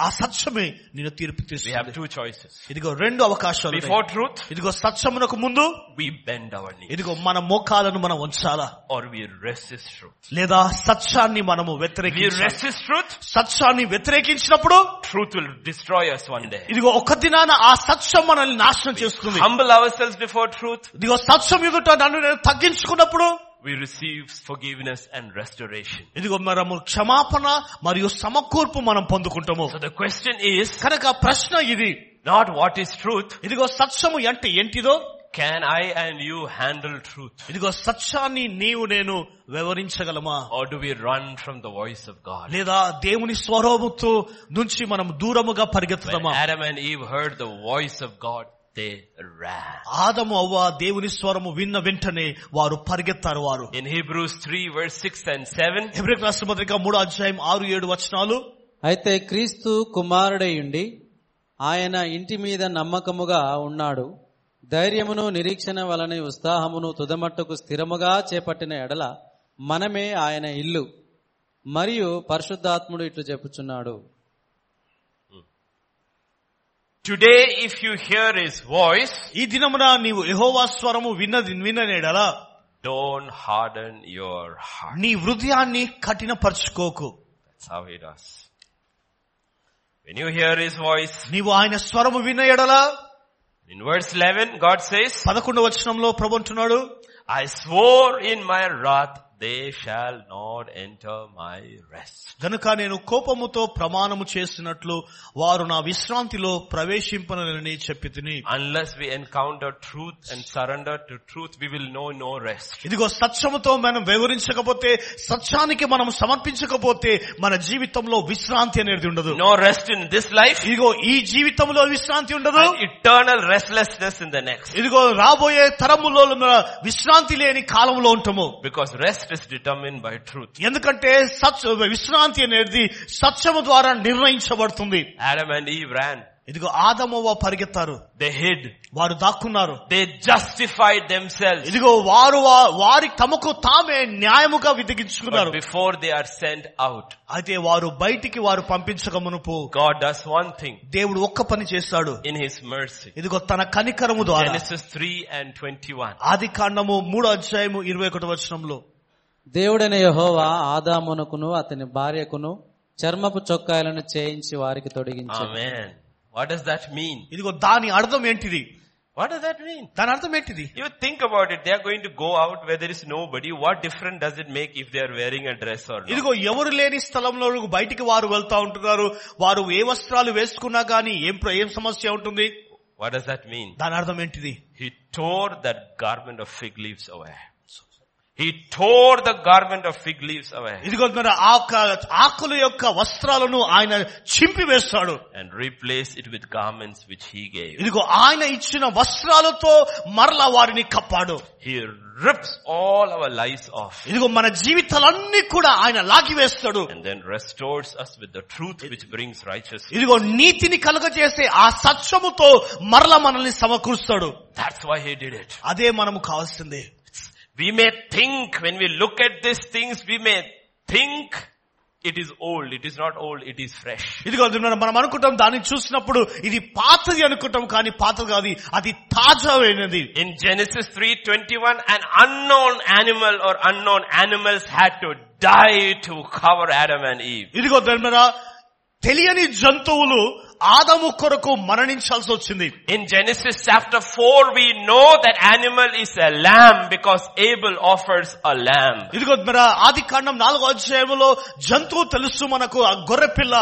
ఆ సత్యమే నేను తీర్పు
We have
తీసుకు
two choices.
ఇదిగో రెండు అవకాశాలు ఉన్నాయి.
Before truth,
ఇదిగో సత్యమునకు ముందు
we bend our knee
ఇదిగో మన మోకాలను మనం ఉంచాలా
or we resist truth.
లేదా సత్యాన్ని మనము
We
వ్యతిరేకించాలి
resist truth,
సత్యాన్ని వ్యతిరేకించినప్పుడు
truth will destroy us one day.
ఇదిగో ఒక దినాన ఆ సత్యం మనల్ని నాశనం చేస్తుంది
Humble ourselves before truth,
ఇదిగో సత్యం ఎదుట నన్ను నేను తగ్గించుకున్నప్పుడు
we receive forgiveness and restoration.
ఇదిగో మనము క్షమాపణ మరియు సమకూర్పు మనం పొందుకుంటాము
So the question is
కనుక ప్రశ్న ఇది
not what is truth,
ఇదిగో సత్యము అంటే ఏంటిదో
can I and you handle truth?
ఇదిగో సత్యాన్ని నీవు నేను వివరించగలమా
Or do we run from the voice of God?
లేదా దేవుని స్వరూపంతో నుంచి మనం దూరముగా
When
పరిగెత్తుదామా
Adam and Eve heard the voice of God, they ran.
ఆదము అవ్వ దేవుని స్వరము విన్న వెంటనే వారు పరిగెత్తారు వారు
In Hebrews 3 verse 6 and 7,
హెబ్రిక్ రాష్ట్ర పత్రిక మూడో అధ్యాయం ఆరు ఏడు వచనాలు
అయితే క్రీస్తు కుమారుడయుండి ఆయన ఇంటి మీద నమ్మకముగా ఉన్నాడు ధైర్యమును నిరీక్షణ వలన ఉత్సాహమును తుదమట్టుకు స్థిరముగా చేపట్టిన ఎడల మనమే ఆయన ఇల్లు మరియు పరిశుద్ధాత్ముడు ఇట్లు చెప్పుచున్నాడు
today if you hear His voice,
ఈ దినమున నీవు యెహోవా స్వరము విన్నది విననేడలా
don't harden your heart.
నీ హృదయాన్ని కఠినపరచుకోకు
That's how He does. When you hear His voice,
నీవు ఆయన స్వరము విన్న ఎడలా
in verse 11, God says,
పదకొండు వచనంలో ప్రభు అంటున్నాడు
I swore in my wrath, they shall not enter my rest.
గనుక నేను కోపముతో ప్రమాణము చేసినట్లు వారు నా విశ్రాంతిలో ప్రవేశింపనని చెప్పి తిని
Unless we encounter truth and surrender to truth, we will know no rest.
ఇదిగో సత్యముతో మనం వివరించకపోతే సత్యానికి మనం సమర్పించకపోతే మన జీవితంలో విశ్రాంతి అనేది ఉండదు
No rest in this life,
ఇదిగో ఈ జీవితంలో విశ్రాంతి ఉండదు
and eternal restlessness in the next.
ఇదిగో రాబోయే తరములో ఉన్న విశ్రాంతి లేని కాలంలో ఉంటాము
Because rest is determined by truth.
ఎందుకంటే సత్య విశ్రాంతి అనేది సత్యము ద్వారా నిర్ణయించబడుతుంది
Adam and Eve ran.
ఇదిగో ఆదమవ్వ పరిగెత్తారు
They hid.
వారు దాక్కున్నారు
They justified themselves.
ఇదిగో వారు వా- వారి తమకు తామే న్యాయముగా విధిగించుకున్నారు
But before they are sent out,
అయితే వారు బయటికి వారు పంపించక మునుపు
God does one thing
దేవుడు ఒక్క పని చేస్తాడు
in His mercy.
ఇదిగో తన కనికరము ద్వారా
Genesis 3 and 21.
ఆది కాండము మూడో అధ్యాయము ఇరవై ఒకటి వచనంలో
దేవుడైన యెహోవా ఆదామునకును అతని భార్యకును చర్మపు చొక్కాయలను చేయించి వారికి తొడిగించాడు
Amen. What does that mean?
ఇదిగో దాని అర్థం ఏంటిది
What does that mean?
దాని అర్థం ఏంటిది
You think about it. They are going to go out where there is nobody. What difference does it make if they are wearing a dress or not?
ఇదిగో ఎవరు లేని స్థలంలో బయటికి వారు వెళ్తా ఉంటున్నారు వారు ఏ వస్త్రాలు వేసుకున్నా గానీ ఏం ప్ర- ఏం సమస్య ఉంటుంది
What does that mean?
దాని అర్థం ఏంటిది
He tore that garment of fig leaves away. He tore the garment of fig leaves away
ఇదిగో మరి ఆ యొక్క- ఆకుల యొక్క వస్త్రాలను ఆయన చింపి వేస్తాడు
and replaced it with garments which he gave.
ఇదిగో ఆయన ఇచ్చిన వస్త్రాలతో మరలా వారిని కప్పాడు
He rips all our lies off
ఇదిగో మన జీవితాలన్నీ కూడా ఆయన లాగివేస్తాడు
and then restores us with the truth which brings righteousness.
ఇదిగో నీతిని కలుగజేసే ఆ సత్యముతో మరలా మనల్ని సమకూరుస్తాడు
That's why he did it.
అదే మనము కావాల్సిందే
We may think when we look at these things, we may think it is old. It is not old. It is fresh.
ఇదిగో అది మనం- మనం అనుకుంటాం దాన్ని చూసినప్పుడు ఇది పాతది అనుకుంటాం కానీ పాతది కాదు అది తాజావైనది
In Genesis 3:21, an unknown animal or unknown animals had to die to cover Adam and Eve.
ఇదిగో ధర్మరా తెలియని జంతువులు ఆదము కొరకు మరణించాల్సి వచ్చింది
In Genesis chapter 4, we know that animal is a lamb because Abel offers a lamb.
ఇదిగో మరి ఆది కాండం నాలుగో అధ్యాయంలో జంతువు తెలుసు మనకు ఆ గొర్రె పిల్ల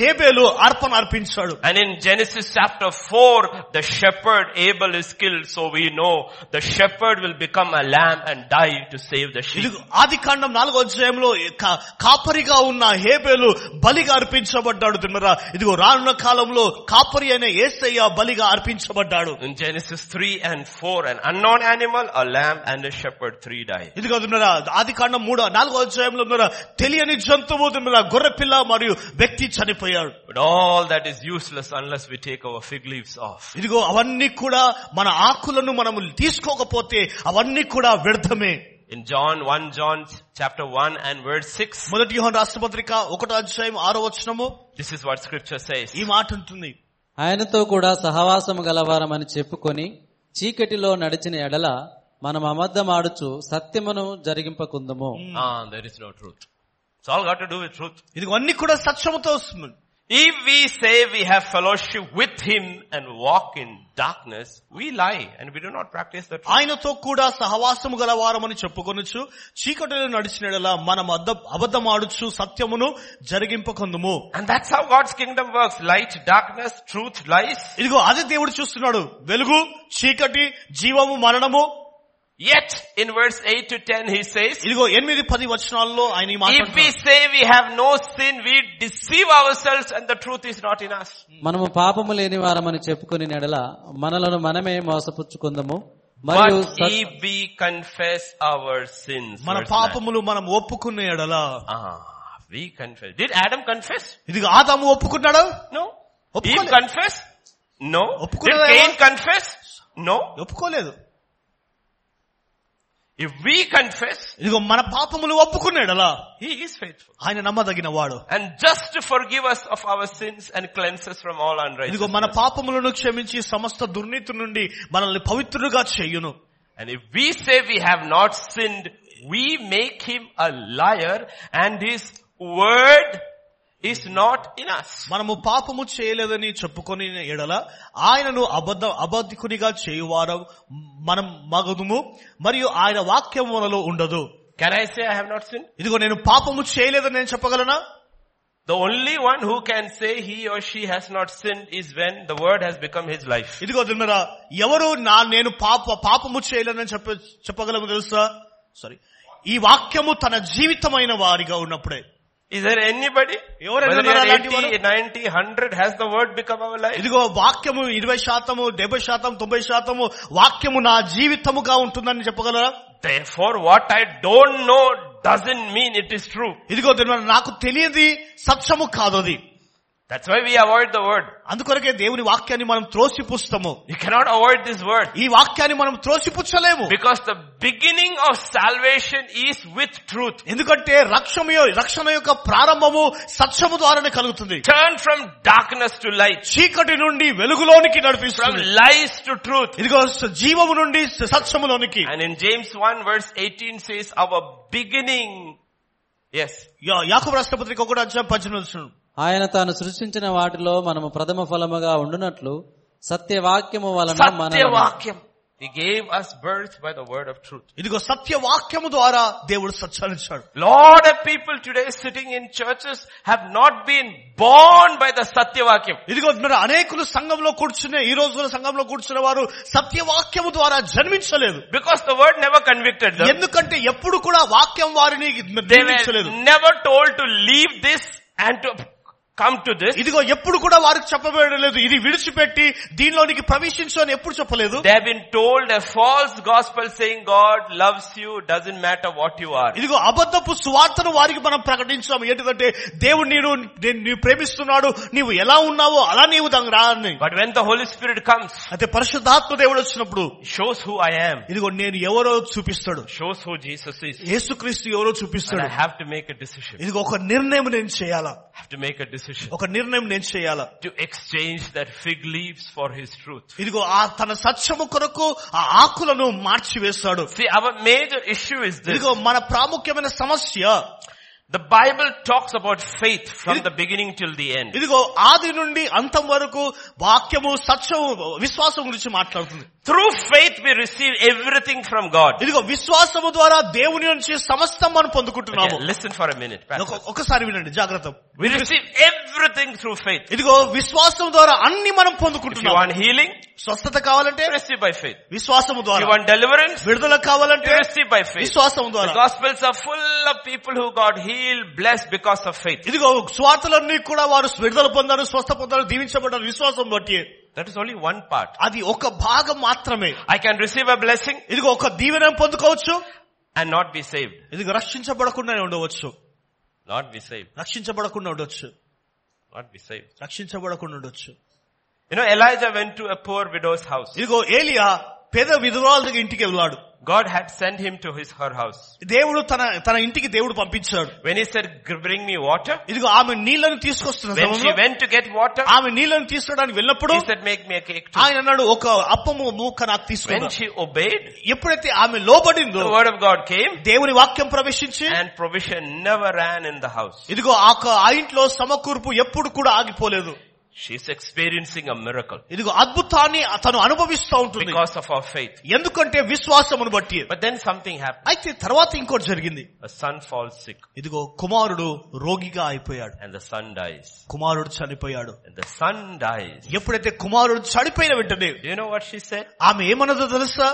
హేబేలు అర్పణ అర్పించాడు
And in Genesis chapter 4, the shepherd Abel is killed, so we know the shepherd will become a lamb and die to save the sheep.
ఇదిగో ఆది కాండం నాలుగో అధ్యాయంలో కా- కాపరిగా ఉన్న హేబేలు బలిగా అర్పించబడ్డాడు తిన్నరా ఇదిగో రానున్న కాలంలో కాపరి అనే ఏసయ్య బలిగా అర్పించబడ్డాడు
In Genesis 3 and 4, an unknown animal, a lamb and a shepherd, three die.
ఇదిగో తిన్నరా ఆది కాండం మూడో నాలుగో అధ్యాయంలో ఉన్నారా తెలియని జంతువు తిన్నరా గొర్రె పిల్ల మరియు వ్యక్తి చనిపోయాడు
But all that is useless unless we take our fig leaves off.
ఇదిగో అవన్నీ కూడా మన ఆకులను మనము తీసుకోకపోతే అవన్నీ కూడా వ్యర్థమే
In John 1, John chapter 1 and verse 6,
మొదటి యోహాను రాష్ట్రపత్రిక ఒకటో అధ్యాయం ఆరో వచనము
this is what scripture says.
ఈ మాట ఉంటుంది
ఆయనతో కూడా సహవాసము గలవారమని చెప్పుకొని చీకటిలో నడిచిన ఎడల మనం అబద్ధమాడుచు సత్యమును జరిగింపకుందము
Ah, there is no truth. It's all got to do with truth.
ఇదిగో అన్ని కూడా సత్యముతో వస్తుంది
If we say we have fellowship with Him and walk in darkness, we lie and we do not practice the truth.
ఆయనతో కూడా సహవాసము గలవారమని చెప్పుకొనొచ్చు చీకటిలో నడిచిన ఎడల మనం అద్ద- అబద్ధమాడుచు సత్యమును జరిగింపకొందుము
And that's how God's kingdom works. Light, darkness, truth, lies.
ఇదిగో అదే దేవుడు చూస్తున్నాడు వెలుగు చీకటి జీవము మరణము
Yet, in verse 8 to 10, He says,
ఇదిగో ఎనిమిది పది వచనాల్లో ఆయన ఈ మాట
if we
అంటున్నాడు.
say we have no sin, we deceive ourselves and the truth is not in us.
మనము పాపము లేని వారమని చెప్పుకుని నెడల మనలను మనమే మోసపుచ్చుకుందము మరియు
but
సత్-
if we confess our sins,
మన
verse nine.
పాపములు మనం ఒప్పుకునే ఎడల
ah, we confess. Did Adam confess?
ఇదిగో ఆదాము ఒప్పుకున్నాడు
No.
ఒప్పుకోలే.
Eve confess? No. Did
ఒప్పుకోలేదా?
Cain confess? No.
ఒప్పుకోలేదు
If we confess,
ఇదిగో మన పాపములు ఒప్పుకునే ఎడల
He is faithful.
ఆయన నమ్మదగిన వాడు
And just to forgive us of our sins and cleanse us from all
ఇదిగో మన
unrighteousness.
పాపములను క్షమించి సమస్త దుర్నీతి నుండి మనల్ని పవిత్రులుగా చేయును
And if we say we have not sinned, we make Him a liar and His word is not in us.
మనము పాపము చేయలేదని చెప్పుకొని ఎడల ఆయనను అబద్ధ అబద్ధికునిగా చేయువారం మనం మగదుము మరియు ఆయన వాక్యం మనలో ఉండదు
Can I say I have not sinned?
ఇదిగో నేను పాపము చేయలేదని నేను చెప్పగలనా
The only one who can say he or she has not sinned is when the word has become his life.
ఇదిగో దిన్నరా ఎవరు నా నేను పాప పాపము చేయలేదని చెప్ప చెప్పగలము తెలుసా సారీ ఈ వాక్యము తన జీవితమైన వారిగా ఉన్నప్పుడే
Is there anybody?
ఎవరైనా
Whether
ఉన్నారా
you're
అలాంటి
80, 90, 100, has the word become our life?
ఇదిగో వాక్యము ఇరవై శాతము డెబ్బై శాతం తొంభై శాతము వాక్యము నా జీవితముగా ఉంటుందని చెప్పగలరా
Therefore, what I don't know doesn't mean it is true.
ఇదిగో దిన్నరా నాకు తెలియదు సత్యము కాదు అది
That's why we avoid the word.
అందుకొరకే దేవుని వాక్యాన్ని మనం త్రోసిపుస్తము
You cannot avoid this word.
ఈ వాక్యాన్ని మనం త్రోసిపుచ్చలేము
Because the beginning of salvation is with truth.
ఎందుకంటే రక్షణ రక్షణ యొక్క ప్రారంభము సత్యము ద్వారానే కలుగుతుంది
Turn from darkness to light.
చీకటి నుండి వెలుగులోనికి
From
నడిపిస్తుంది
lies to truth.
ఇదిగో స- జీవము నుండి స- సత్యములోనికి
And in James 1 verse 18 says, our beginning, yes,
యా- యాకోబు రాష్ట్రపతికి ఒకటి అధ్యాయం పద్దెనిమిది వచనం.
ఆయన తాను సృష్టించిన వాటిలో మనము ప్రథమ ఫలముగా ఉండునట్లు సత్యవాక్యము వలన మన
Satyavakyam. He gave us birth by the word of truth.
ఇదిగో సత్య వాక్యము ద్వారా దేవుడు సత్యాలిచ్చాడు
Lot of people today sitting in churches have not been born by the Satyavakyam.
ఇదిగో మరి అనేకులు సంఘంలో కూర్చునే ఈ రోజున సంఘంలో కూర్చున్న వారు సత్యవాక్యము ద్వారా జన్మించలేదు
Because the word never convicted them.
ఎందుకంటే ఎప్పుడు కూడా వాక్యం వారిని
They
దీవించలేదు
were never told to leave this and to come to this.
ఇదిగో ఎప్పుడు కూడా వారికి చెప్పబడలేదు ఇది విడిచిపెట్టి దీనిలోనికి ప్రవేశించు అని ఎప్పుడు చెప్పలేదు
They have been told a false gospel saying God loves you, doesn't matter what you are.
ఇదిగో అబద్ధపు సువార్తను వారికి మనం ప్రకటించాం ఏంటిదంటే దేవుడు నేను నేను నీవు ప్రేమిస్తున్నాడు నీవు ఎలా ఉన్నావో అలా నీవు దానికి రా అని
But when the Holy Spirit comes,
అయితే పరిశుద్ధాత్మ దేవుడు వచ్చినప్పుడు
He shows who I am,
ఇదిగో నేను ఎవరో చూపిస్తాడు
shows who Jesus is.
యేసుక్రీస్తు ఎవరో
And
చూపిస్తాడు
I have to make a decision.
ఇదిగో ఒక నిర్ణయం నేను చేయాలా
I have to make a decision.
ఒక నిర్ణయం నేను చేయాలా
to exchange that fig leaves for his truth.
ఇదిగో ఆ తన సత్యము కొరకు ఆ ఆకులను మార్చివేస్తాడు
See, our major issue is this.
ఇదిగో మన ప్రాముఖ్యమైన సమస్య
The Bible talks about faith from the beginning till the end.
ఇదిగో ఆది నుండి అంతం వరకు వాక్యము సత్యము విశ్వాసం గురించి మాట్లాడుతుంది
Through faith we receive everything from God.
ఇదిగో విశ్వాసము ద్వారా దేవుని నుంచి సమస్తం మనం పొందుకుంటున్నాము
Okay, listen for a minute.
ఒక- ఒకసారి వినండి జాగ్రత్త
We receive everything through faith.
ఇదిగో విశ్వాసం ద్వారా అన్ని మనం
If you
పొందుకుంటున్నాం
want healing,
స్వస్థత కావాలంటే
you receive by faith.
విశ్వాసము
If you
ద్వారా
want deliverance,
విడుదల
you
కావాలంటే
receive by faith.
విశ్వాసం
The
ద్వారా
gospels are full of people who got healed, blessed because of faith.
ఇదిగో స్వార్థలన్నీ కూడా వారు విడుదల పొందారు స్వస్థ పొందారు దీవించబడ్డారు విశ్వాసం బట్టి
That is only one part.
అది ఒక భాగం మాత్రమే
I can receive a blessing
ఇదిగో ఒక దీవెన పొందుకోవచ్చు
and not be saved.
ఇదిగో రక్షించబడకుండా ఉండవచ్చు
Not be saved.
రక్షించబడకుండా ఉండొచ్చు
Not be saved.
రక్షించబడకుండా ఉండొచ్చు
You know, Elijah went to a poor widow's house.
ఇదిగో ఏలియా పేద విధవాల దగ్గర ఇంటికి వెళ్ళాడు
God had sent him to his, her house.
దేవుడు తన తన ఇంటికి దేవుడు పంపించాడు
When he said, bring me water,
ఇదిగో ఆమె నీళ్లను తీసుకొస్తున్న
when she
సమయంలో,
went to get water,
ఆమె నీళ్లను తీసుకోవడానికి వెళ్ళినప్పుడు
he said, make me a cake too.
ఆయన అన్నాడు ఒక అప్పము మూక నాకు
When
తీసుకున్నా
she obeyed,
ఎప్పుడైతే ఆమె లోబడిందో
the word of God came
దేవుని వాక్యం ప్రవేశించి
and provision never ran in the house.
ఇదిగో ఆ క- ఆ ఇంట్లో సమకూర్పు ఎప్పుడు కూడా ఆగిపోలేదు
She's experiencing a miracle
ఇదిగో అద్భుతాన్ని తను అనుభవిస్తూ ఉంటుంది
because of her faith.
ఎందుకంటే విశ్వాసమును బట్టి
But then something happened.
అయితే తర్వాత ఇంకోటి జరిగింది
A son falls sick
ఇదిగో కుమారుడు రోగిగా అయిపోయాడు
and the son dies.
కుమారుడు చనిపోయాడు
And the son dies.
ఎప్పుడైతే కుమారుడు చనిపోయిన వెంటనే
Do you know what she said?
ఆమె ఏమన్నదో తెలుసా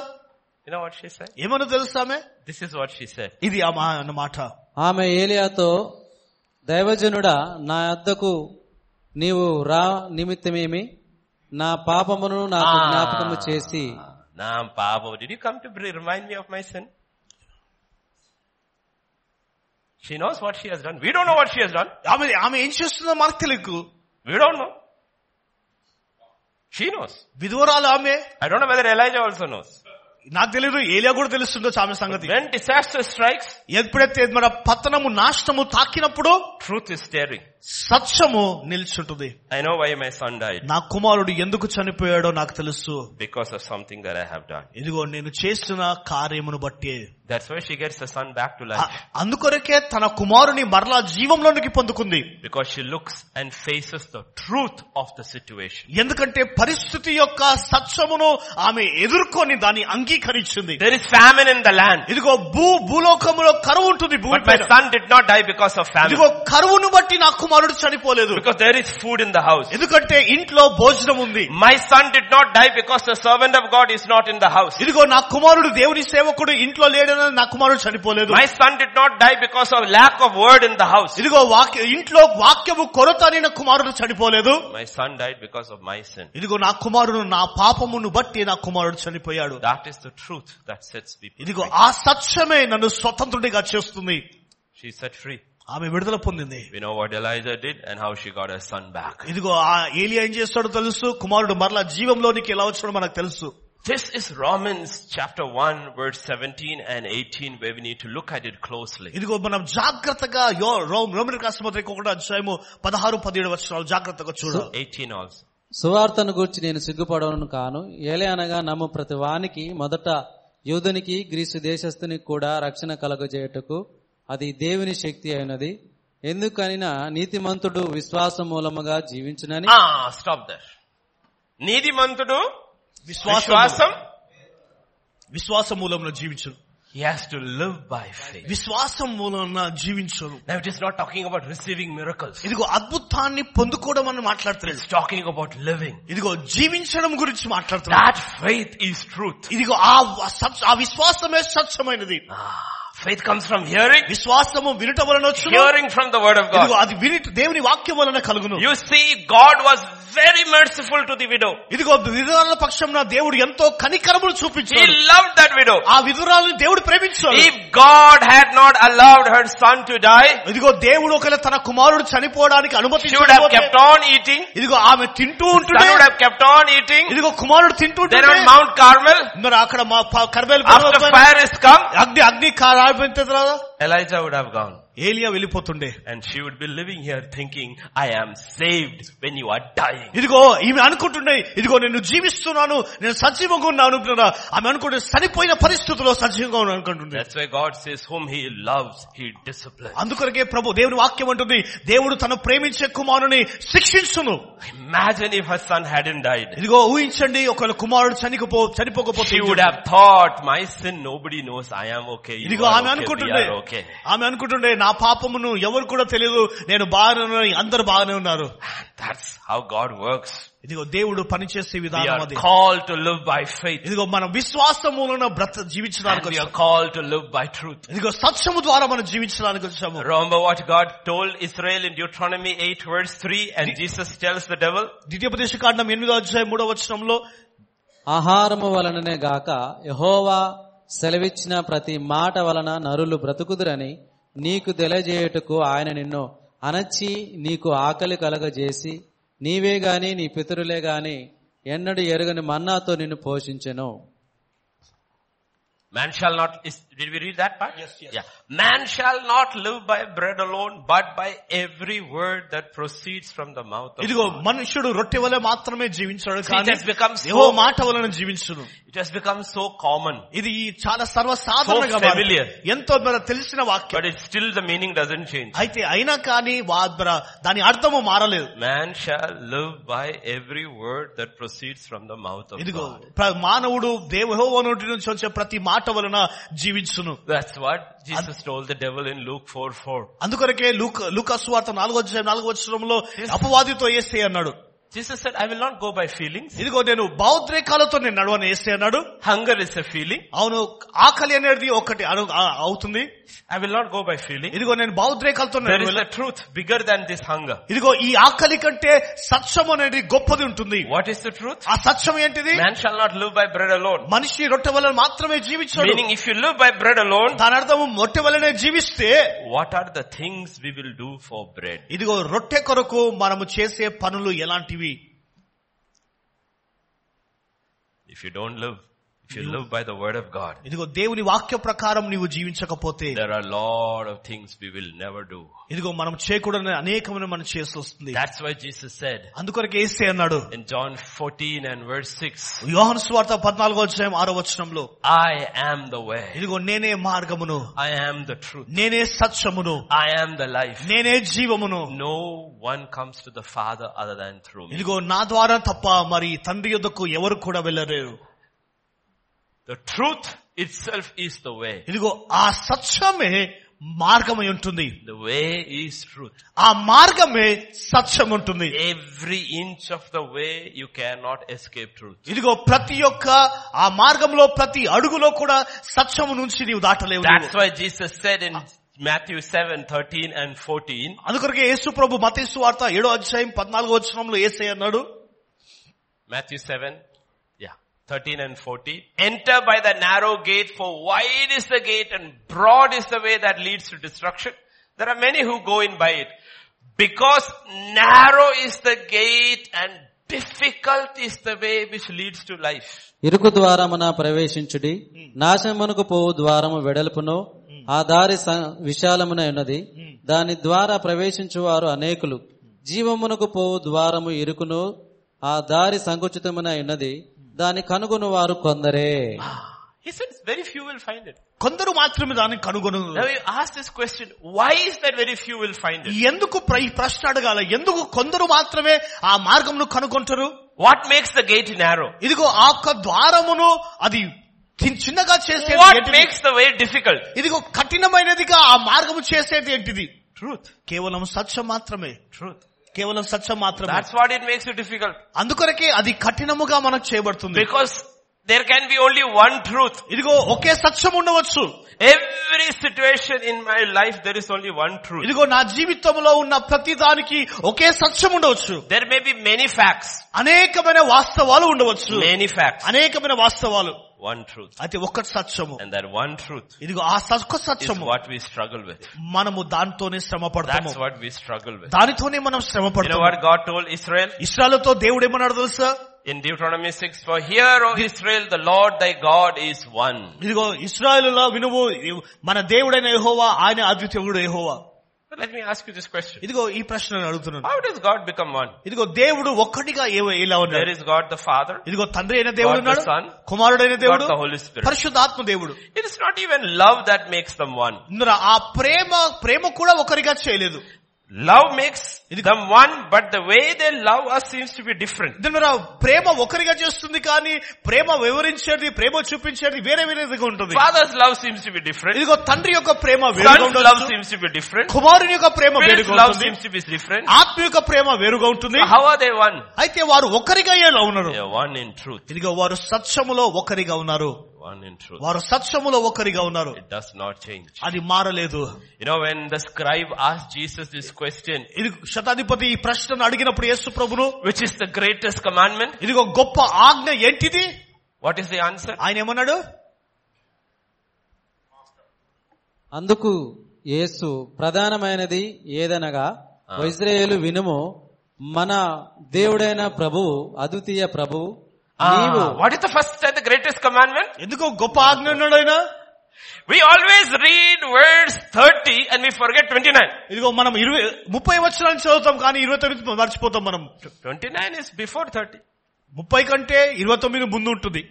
You know what she said?
ఏమన్నదో తెలుసా ఆమె
This is what she said.
ఇది ఆమె అన్నమాట
ఆమె ఏలియాతో దైవజనుడా నా అద్దకు నీవు రా నిమిత్తమేమి నా పాపమును నాకు
Ah.
జ్ఞాపకము చేసి
Naam, Pavo, did you come to br- remind me of my sin? She knows what she has done. We don't know what she has done.
ఆమె ఆమె ఏం చేస్తుందో మనకు తెలియదు
We don't know. She knows.
విధువరాలు ఆమె
I don't know whether Elijah also knows.
నాకు తెలియదు ఏలియా కూడా తెలుస్తుందో ఆమె సంగతి
When disaster strikes,
ఎప్పుడైతే మన పతనము నాశనము తాకినప్పుడు
truth is staring.
సత్యము నిల్చుంటుంది
I know why my son died.
నా కుమారుడు ఎందుకు చనిపోయాడో నాకు తెలుసు
Because of something that I have done.
ఇదిగో నేను చేస్తున్న కార్యమును బట్టి
That's why she gets the son back to
a-
life.
అందుకొరకే తన కుమారుని మరలా జీవంలోనికి పొందుకుంది
Because she looks and faces the truth of the situation.
ఎందుకంటే పరిస్థితి యొక్క సత్యమును ఆమె ఎదుర్కొని దాన్ని అంగీకరించింది
There is famine in the land.
ఇదిగో భూ భూలోకములో కరువు ఉంటుంది భూమి
But my
పైన.
son did not die because of famine.
ఇదిగో కరువును బట్టి నా కుమారుడు చనిపోలేదు
Because there is food in the house.
ఎందుకంటే ఇంట్లో భోజనం ఉంది
My son did not die because the servant of God is not in the house.
ఇదిగో నా కుమారుడు దేవుని సేవకుడు ఇంట్లో లేడని నా కుమారుడు చనిపోలేదు
My son did not die because of lack of word in the house.
ఇదిగో వాక్య ఇంట్లో వాక్యము కొరత అని నా కుమారుడు చనిపోలేదు
My son died because of my sin.
ఇదిగో నా కుమారుడు నా పాపమును బట్టి నా కుమారుడు చనిపోయాడు
That is the truth that sets people
ఇదిగో
free.
ఆ సత్యమే నన్ను స్వతంత్రుడిగా చేస్తుంది
She is set free.
ఆమె విడుదల పొందింది
We know what Elijah did and how she got her son back.
ఇదిగో ఆ ఏలి ఏం చేస్తాడో తెలుసు కుమారుడు మరలా జీవంలోనికి ఎలా వచ్చాడో మనకు తెలుసు
This is Romans chapter 1 verse 17 and 18 where we need to look at it closely.
ఇదిగో మనం జాగ్రత్తగా యో రోమ్ రోమిన రాష్ట్రపతి ఒకటి అధ్యాయము పదహారు పదిహేడు వచనాలు జాగ్రత్తగా చూడాలి
18 also.
సువార్తను గూర్చి నేను సిగ్గుపడవను కాను ఏలే అనగా నమ్ము ప్రతి వానికి మొదట యూదునికి గ్రీసు దేశస్థునికి కూడా రక్షణ కలుగజేయుటకు అది దేవుని శక్తి అయినది ఎందుకనినా నీతిమంతుడు విశ్వాసం మూలముగా జీవించునని
Ah, stop there. నీతిమంతుడు
విశ్వాసం
విశ్వాసం
విశ్వాస మూలంలో జీవించను
he has to live by faith.
విశ్వాసం మూలంలో జీవించను
Now it is not talking about receiving miracles.
ఇదిగో అద్భుతాన్ని పొందుకోవడం అని మాట్లాడుతున్నాడు
It's talking about living.
ఇదిగో జీవించడం గురించి మాట్లాడుతున్నాడు
That faith is truth.
ఇదిగో ఆ వ- సత్- ఆ విశ్వాసమే సత్యమైనది
Ah, faith comes from hearing,
విశ్వాసము వినుట వలన వచ్చును
hearing from the word of
ఇదిగో
God.
అది విని దేవుని వాక్యం వలన కలుగును
You see, God was very merciful to the widow.
ఇదిగో విధురాల పక్షంన దేవుడు ఎంతో కనికరములు
He
చూపించాడు
loved that widow.
ఆ విధురాలను దేవుడు ప్రేమించాడు
If God had not allowed her son to die,
ఇదిగో దేవుడు ఒకవేళ తన కుమారుడు చనిపోవడానికి
she would have
అనుమతించకపోతే
kept on eating.
ఇదిగో ఆమె తింటూ
Son
ఉంటుండే
would have kept on eating.
ఇదిగో కుమారుడు తింటూ
Then
ఉంటుండే
on Mount Carmel,
మరి అక్కడ మా ప- కర్మేలు
after
పర్వతం పైన
fire has come,
అగ్ని అగ్ని కారాయిపోయిన తర్వాత
Elijah would have gone.
ఏలియా వెళ్ళిపోతుండే
And she would be living here thinking, I am saved when you are dying.
ఇదిగో ఈమె అనుకుంటుండే ఇదిగో నేను జీవిస్తున్నాను నేను సజీవంగా ఉన్నాను అనుకుంటున్నా ఆమె అనుకుంటే చనిపోయిన పరిస్థితుల్లో సజీవంగా ఉన్నాను అనుకుంటుండే
That's why God says whom He loves, He disciplines.
అందుకొరకే ప్రభు దేవుని వాక్యం అంటుంది దేవుడు తను ప్రేమించే కుమారుని శిక్షించును
Imagine if her son hadn't died.
ఇదిగో ఊహించండి ఒకవేళ కుమారుడు చనిపో చనిపోకపోతే
She would have thought, my sin, nobody knows, I am okay. You
ఇదిగో
are
ఆమె
okay, we
అనుకుంటుండే
are okay.
ఆమె అనుకుంటుండే నా పాపమును ఎవరు కూడా తెలియదు నేను బాగానే ఉన్నాను అందరు బాగానే ఉన్నారు
That's how God works.
ఇదిగో దేవుడు పనిచేసే
We
విధానం
are
అది
called to live by faith.
ఇదిగో మన విశ్వాసం మూలన బ్రత జీవించడానికి
And we are
వచ్చాము.
called to live by truth.
ఇదిగో సత్యము ద్వారా మనం జీవించడానికి వచ్చాము
Remember what God told Israel in Deuteronomy 8 verse 3 and Jesus tells the devil,
ద్వితీయోపదేశ కాండం ఎనిమిదో అధ్యాయం మూడో వచనంలో
ఆహారము వలననే గాక యహోవా సెలవిచ్చిన ప్రతి మాట వలన నరులు బ్రతుకుదురని నీకు తెలియజేయుటకు ఆయన నిన్ను అనర్చి నీకు ఆకలి కలగజేసి నీవే గాని నీ పితరులే గాని ఎన్నడూ ఎరుగని మన్నాతో నిన్ను పోషించెను
man shall not, is, did we read that part? Yes, yes. Yeah. Man shall not live by bread alone, but by every word that proceeds from the mouth of
ఇదిగో
God.
మనుష్యుడు రొట్టె వలె మాత్రమే జీవించాడు
See, it
కానీ
has become so-
ఏవో మాట వలన జీవించును
It has become so common,
ఇది ఈ చాలా సర్వసాధారణంగా
So
మారింది.
familiar.
ఎంతో మన తెలిసిన వాక్యం
but it's still the meaning doesn't change.
అయితే అయినా కానీ వా- మన- దాని అర్థము మారలేదు
Man shall live by every word that proceeds from the mouth of
ఇదిగో
God.
ప్ర- మానవుడు దేవహోవ నోటి నుంచి వచ్చే ప్రతి మాట వలన జీవించును
That's what Jesus told the devil in Luke 4 4.
అందుకొరకే లూక లూకాసు వార్త నాలుగో అధ్యాయం నాలుగో వచ్చరంలో అపవాదితో ఏస్తే అన్నాడు
Jesus said, I will not go by feelings.
ఇదిగో నేను భావోద్రేకాలతో నేను నడవని ఏస్తే అన్నాడు
Hunger is a feeling.
అవును ఆకలి అనేది ఒకటి అను- ఆ- అవుతుంది
I will not go by feeling.
ఇదిగో నేను భావోద్రేకాలతో నేను
There is a
వెళ్ళను.
truth bigger than this hunger.
ఇదిగో ఈ ఆకలి కంటే సత్యం అనేది గొప్పది ఉంటుంది
What is the truth?
ఆ సత్యం ఏంటిది
Man shall not live by bread alone.
మనిషి రొట్టె వల్ల మాత్రమే జీవించాడు
Meaning if you live by bread alone,
దాని అర్థము రొట్టె వల్లనే జీవిస్తే
what are the things we will do for bread?
ఇదిగో రొట్టె కొరకు మనము చేసే పనులు ఎలాంటివి
If you don't live, if you live by the word of God,
ఇదిగో దేవుని వాక్య ప్రకారం నీవు జీవించకపోతే
there are a lot of things we will never do.
ఇదిగో మనం చేయకూడని అనేకమైన మనం చేసి వస్తుంది
That's why Jesus said
అందుకొరకు ఏసే అన్నాడు
in John 14 and verse 6,
యోహన్ స్వార్థ పద్నాలుగో అధ్యాయం ఆరో వచనంలో
I am the way.
ఇదిగో నేనే మార్గమును
I am the truth.
నేనే సత్యమును
I am the life.
నేనే జీవమును
No one comes to the Father other than through me.
ఇదిగో నా ద్వారా తప్ప మరి తండ్రి యొద్దకు ఎవరు కూడా వెళ్ళలేరు
The truth itself is the way.
ఇదిగో ఆ సత్యమే మార్గమై ఉంటుంది
The way is truth.
ఆ మార్గమే సత్యం ఉంటుంది
Every inch of the way you cannot escape truth.
ఇదిగో ప్రతి ఒక్క ఆ మార్గంలో ప్రతి అడుగులో కూడా సత్యము నుంచి నీవు దాటలేవు నీవు.
That's why Jesus said in Matthew 7, 13 and 14,
అందుకొరకే యేసు ప్రభు మతేసు వార్త ఏడో అధ్యాయం పద్నాలుగో వచనంలో ఏసై అన్నాడు
Matthew 7, yeah, 13 and 14, enter by the narrow gate for wide is the gate and broad is the way that leads to destruction. There are many who go in by it because narrow is the gate and difficult is the way which leads to life.
ఇరుకు ద్వారమున ప్రవేశించుడి నాశమునకు పోవు ద్వారము వెడల్పును ఆ దారి స- విశాలమున ఉన్నది దాని ద్వారా ప్రవేశించువారు అనేకులు జీవమునకు పోవు ద్వారము ఇరుకును ఆ దారి సంకుచితమున ఉన్నది దాని కనుగొను వారు కొందరే
He says very few will find it.
కొందరు మాత్రమే దాన్ని కనుగొను
Now you ask this question, why is that very few will find it?
ఎందుకు ప్ర- ఈ ప్రశ్న అడగాల ఎందుకు కొందరు మాత్రమే ఆ మార్గమును కనుగొంటారు
What makes the gate narrow?
ఇదిగో ఆ ఒక్క ద్వారమును అది చి- చిన్నగా చేసేది
What
ఏంటిది?
makes the way difficult?
ఇదిగో కఠినమైనదిగా ఆ మార్గము చేసేది ఏంటిది
Truth.
కేవలం సత్యం మాత్రమే
Truth.
కేవలం సత్యం మాత్రమే
That's what it makes you difficult.
అందుకొరకే అది కఠినముగా మనకు చేయబడుతుంది
Because there can be only one truth.
ఇదిగో ఒకే సత్యం ఉండవచ్చు
Every situation in my life, there is only one truth.
ఇదిగో నా జీవితంలో ఉన్న ప్రతి దానికి ఒకే సత్యం ఉండవచ్చు
There may be many facts.
అనేకమైన వాస్తవాలు ఉండవచ్చు
Many facts.
అనేకమైన వాస్తవాలు
One truth.
అయితే ఒకటి సత్యము
And that one truth
ఇదిగో ఆ సత్య
is
సత్యము
what we struggle with.
మనము దానితోనే శ్రమ పడతాము
That's what we struggle with.
దానితోనే మనం శ్రమ
You know
పడతాము
what God told Israel?
ఇస్రాలతో దేవుడు ఏమన్నాడు తెలుసా
In Deuteronomy 6, for here, O Israel, the Lord thy God is one.
ఇదిగో ఇస్రాయలులో వినువు ఇ- మన దేవుడైన యెహోవా ఆయన అద్వితీయుడు యెహోవా
So let me ask you this question.
ఇదిగో ఈ ప్రశ్నను అడుగుతున్నాను
How does God become one?
ఇదిగో దేవుడు ఒక్కటిగా ఏ- ఎలా
There
ఉన్నాడు
is God the Father.
ఇదిగో తండ్రి అయిన దేవుడు
God the
ఉన్నాడు
Son,
కుమారుడైన దేవుడు
God the Holy Spirit.
పరిశుద్ధాత్మ దేవుడు
It is not even love that makes them one.
ఇందులో ఆ ప్రేమ ప్రేమ కూడా ఒకరిగా చేయలేదు
Love makes them one, but the way they love us seems to be different.
ఇందులో ప్రేమ ఒకరిగా చేస్తుంది కానీ ప్రేమ వివరించేది ప్రేమ చూపించేది వేరే వేరేదిగా ఉంటుంది
Father's love seems to be different.
ఇదిగో తండ్రి యొక్క ప్రేమ వేరుగా
Son's love
ఉండొచ్చు
seems to be different.
కుమారుని యొక్క ప్రేమ
Spirit's
వేరుగా
love
ఉంటుంది
seems to be different.
ఆత్మ యొక్క ప్రేమ వేరుగా ఉంటుంది
So how are they one?
అయితే వారు ఒకరిగా ఎలా ఉన్నారు
They are one in truth.
ఇదిగో వారు సత్యములో ఒకరిగా ఉన్నారు
One in truth.
వారు సత్యములో ఒకరిగా ఉన్నారు
It does not change.
అది మారలేదు
You know, when the scribe asked Jesus this question,
ఇది శతాధిపతి ఈ ప్రశ్నను అడిగినప్పుడు యేసు ప్రభును
which is the greatest commandment,
ఇదిగో గొప్ప ఆజ్ఞ ఏంటిది
what is the answer?
ఆయన ఏమన్నాడు
అందుకు యేసు ప్రధానమైనది ఏదనగా "ఓ ఇజ్రాయేలు వినుము మన దేవుడైన ప్రభువు అద్వితీయ ప్రభువు నీవు
Ah, what is the first and the greatest commandment?
ఎందుకో గొప్ప ఆజ్ఞ అన్నాడు ఆయన
We always read verse 30 and we forget 29.
ఇదిగో మనం ఇరవై ముప్పై వచ్చినాన్ని చదువుతాం కానీ ఇరవై తొమ్మిది మర్చిపోతాం మనం
29 is before 30.
ముప్పై కంటే ఇరవై తొమ్మిది ముందు ఉంటుంది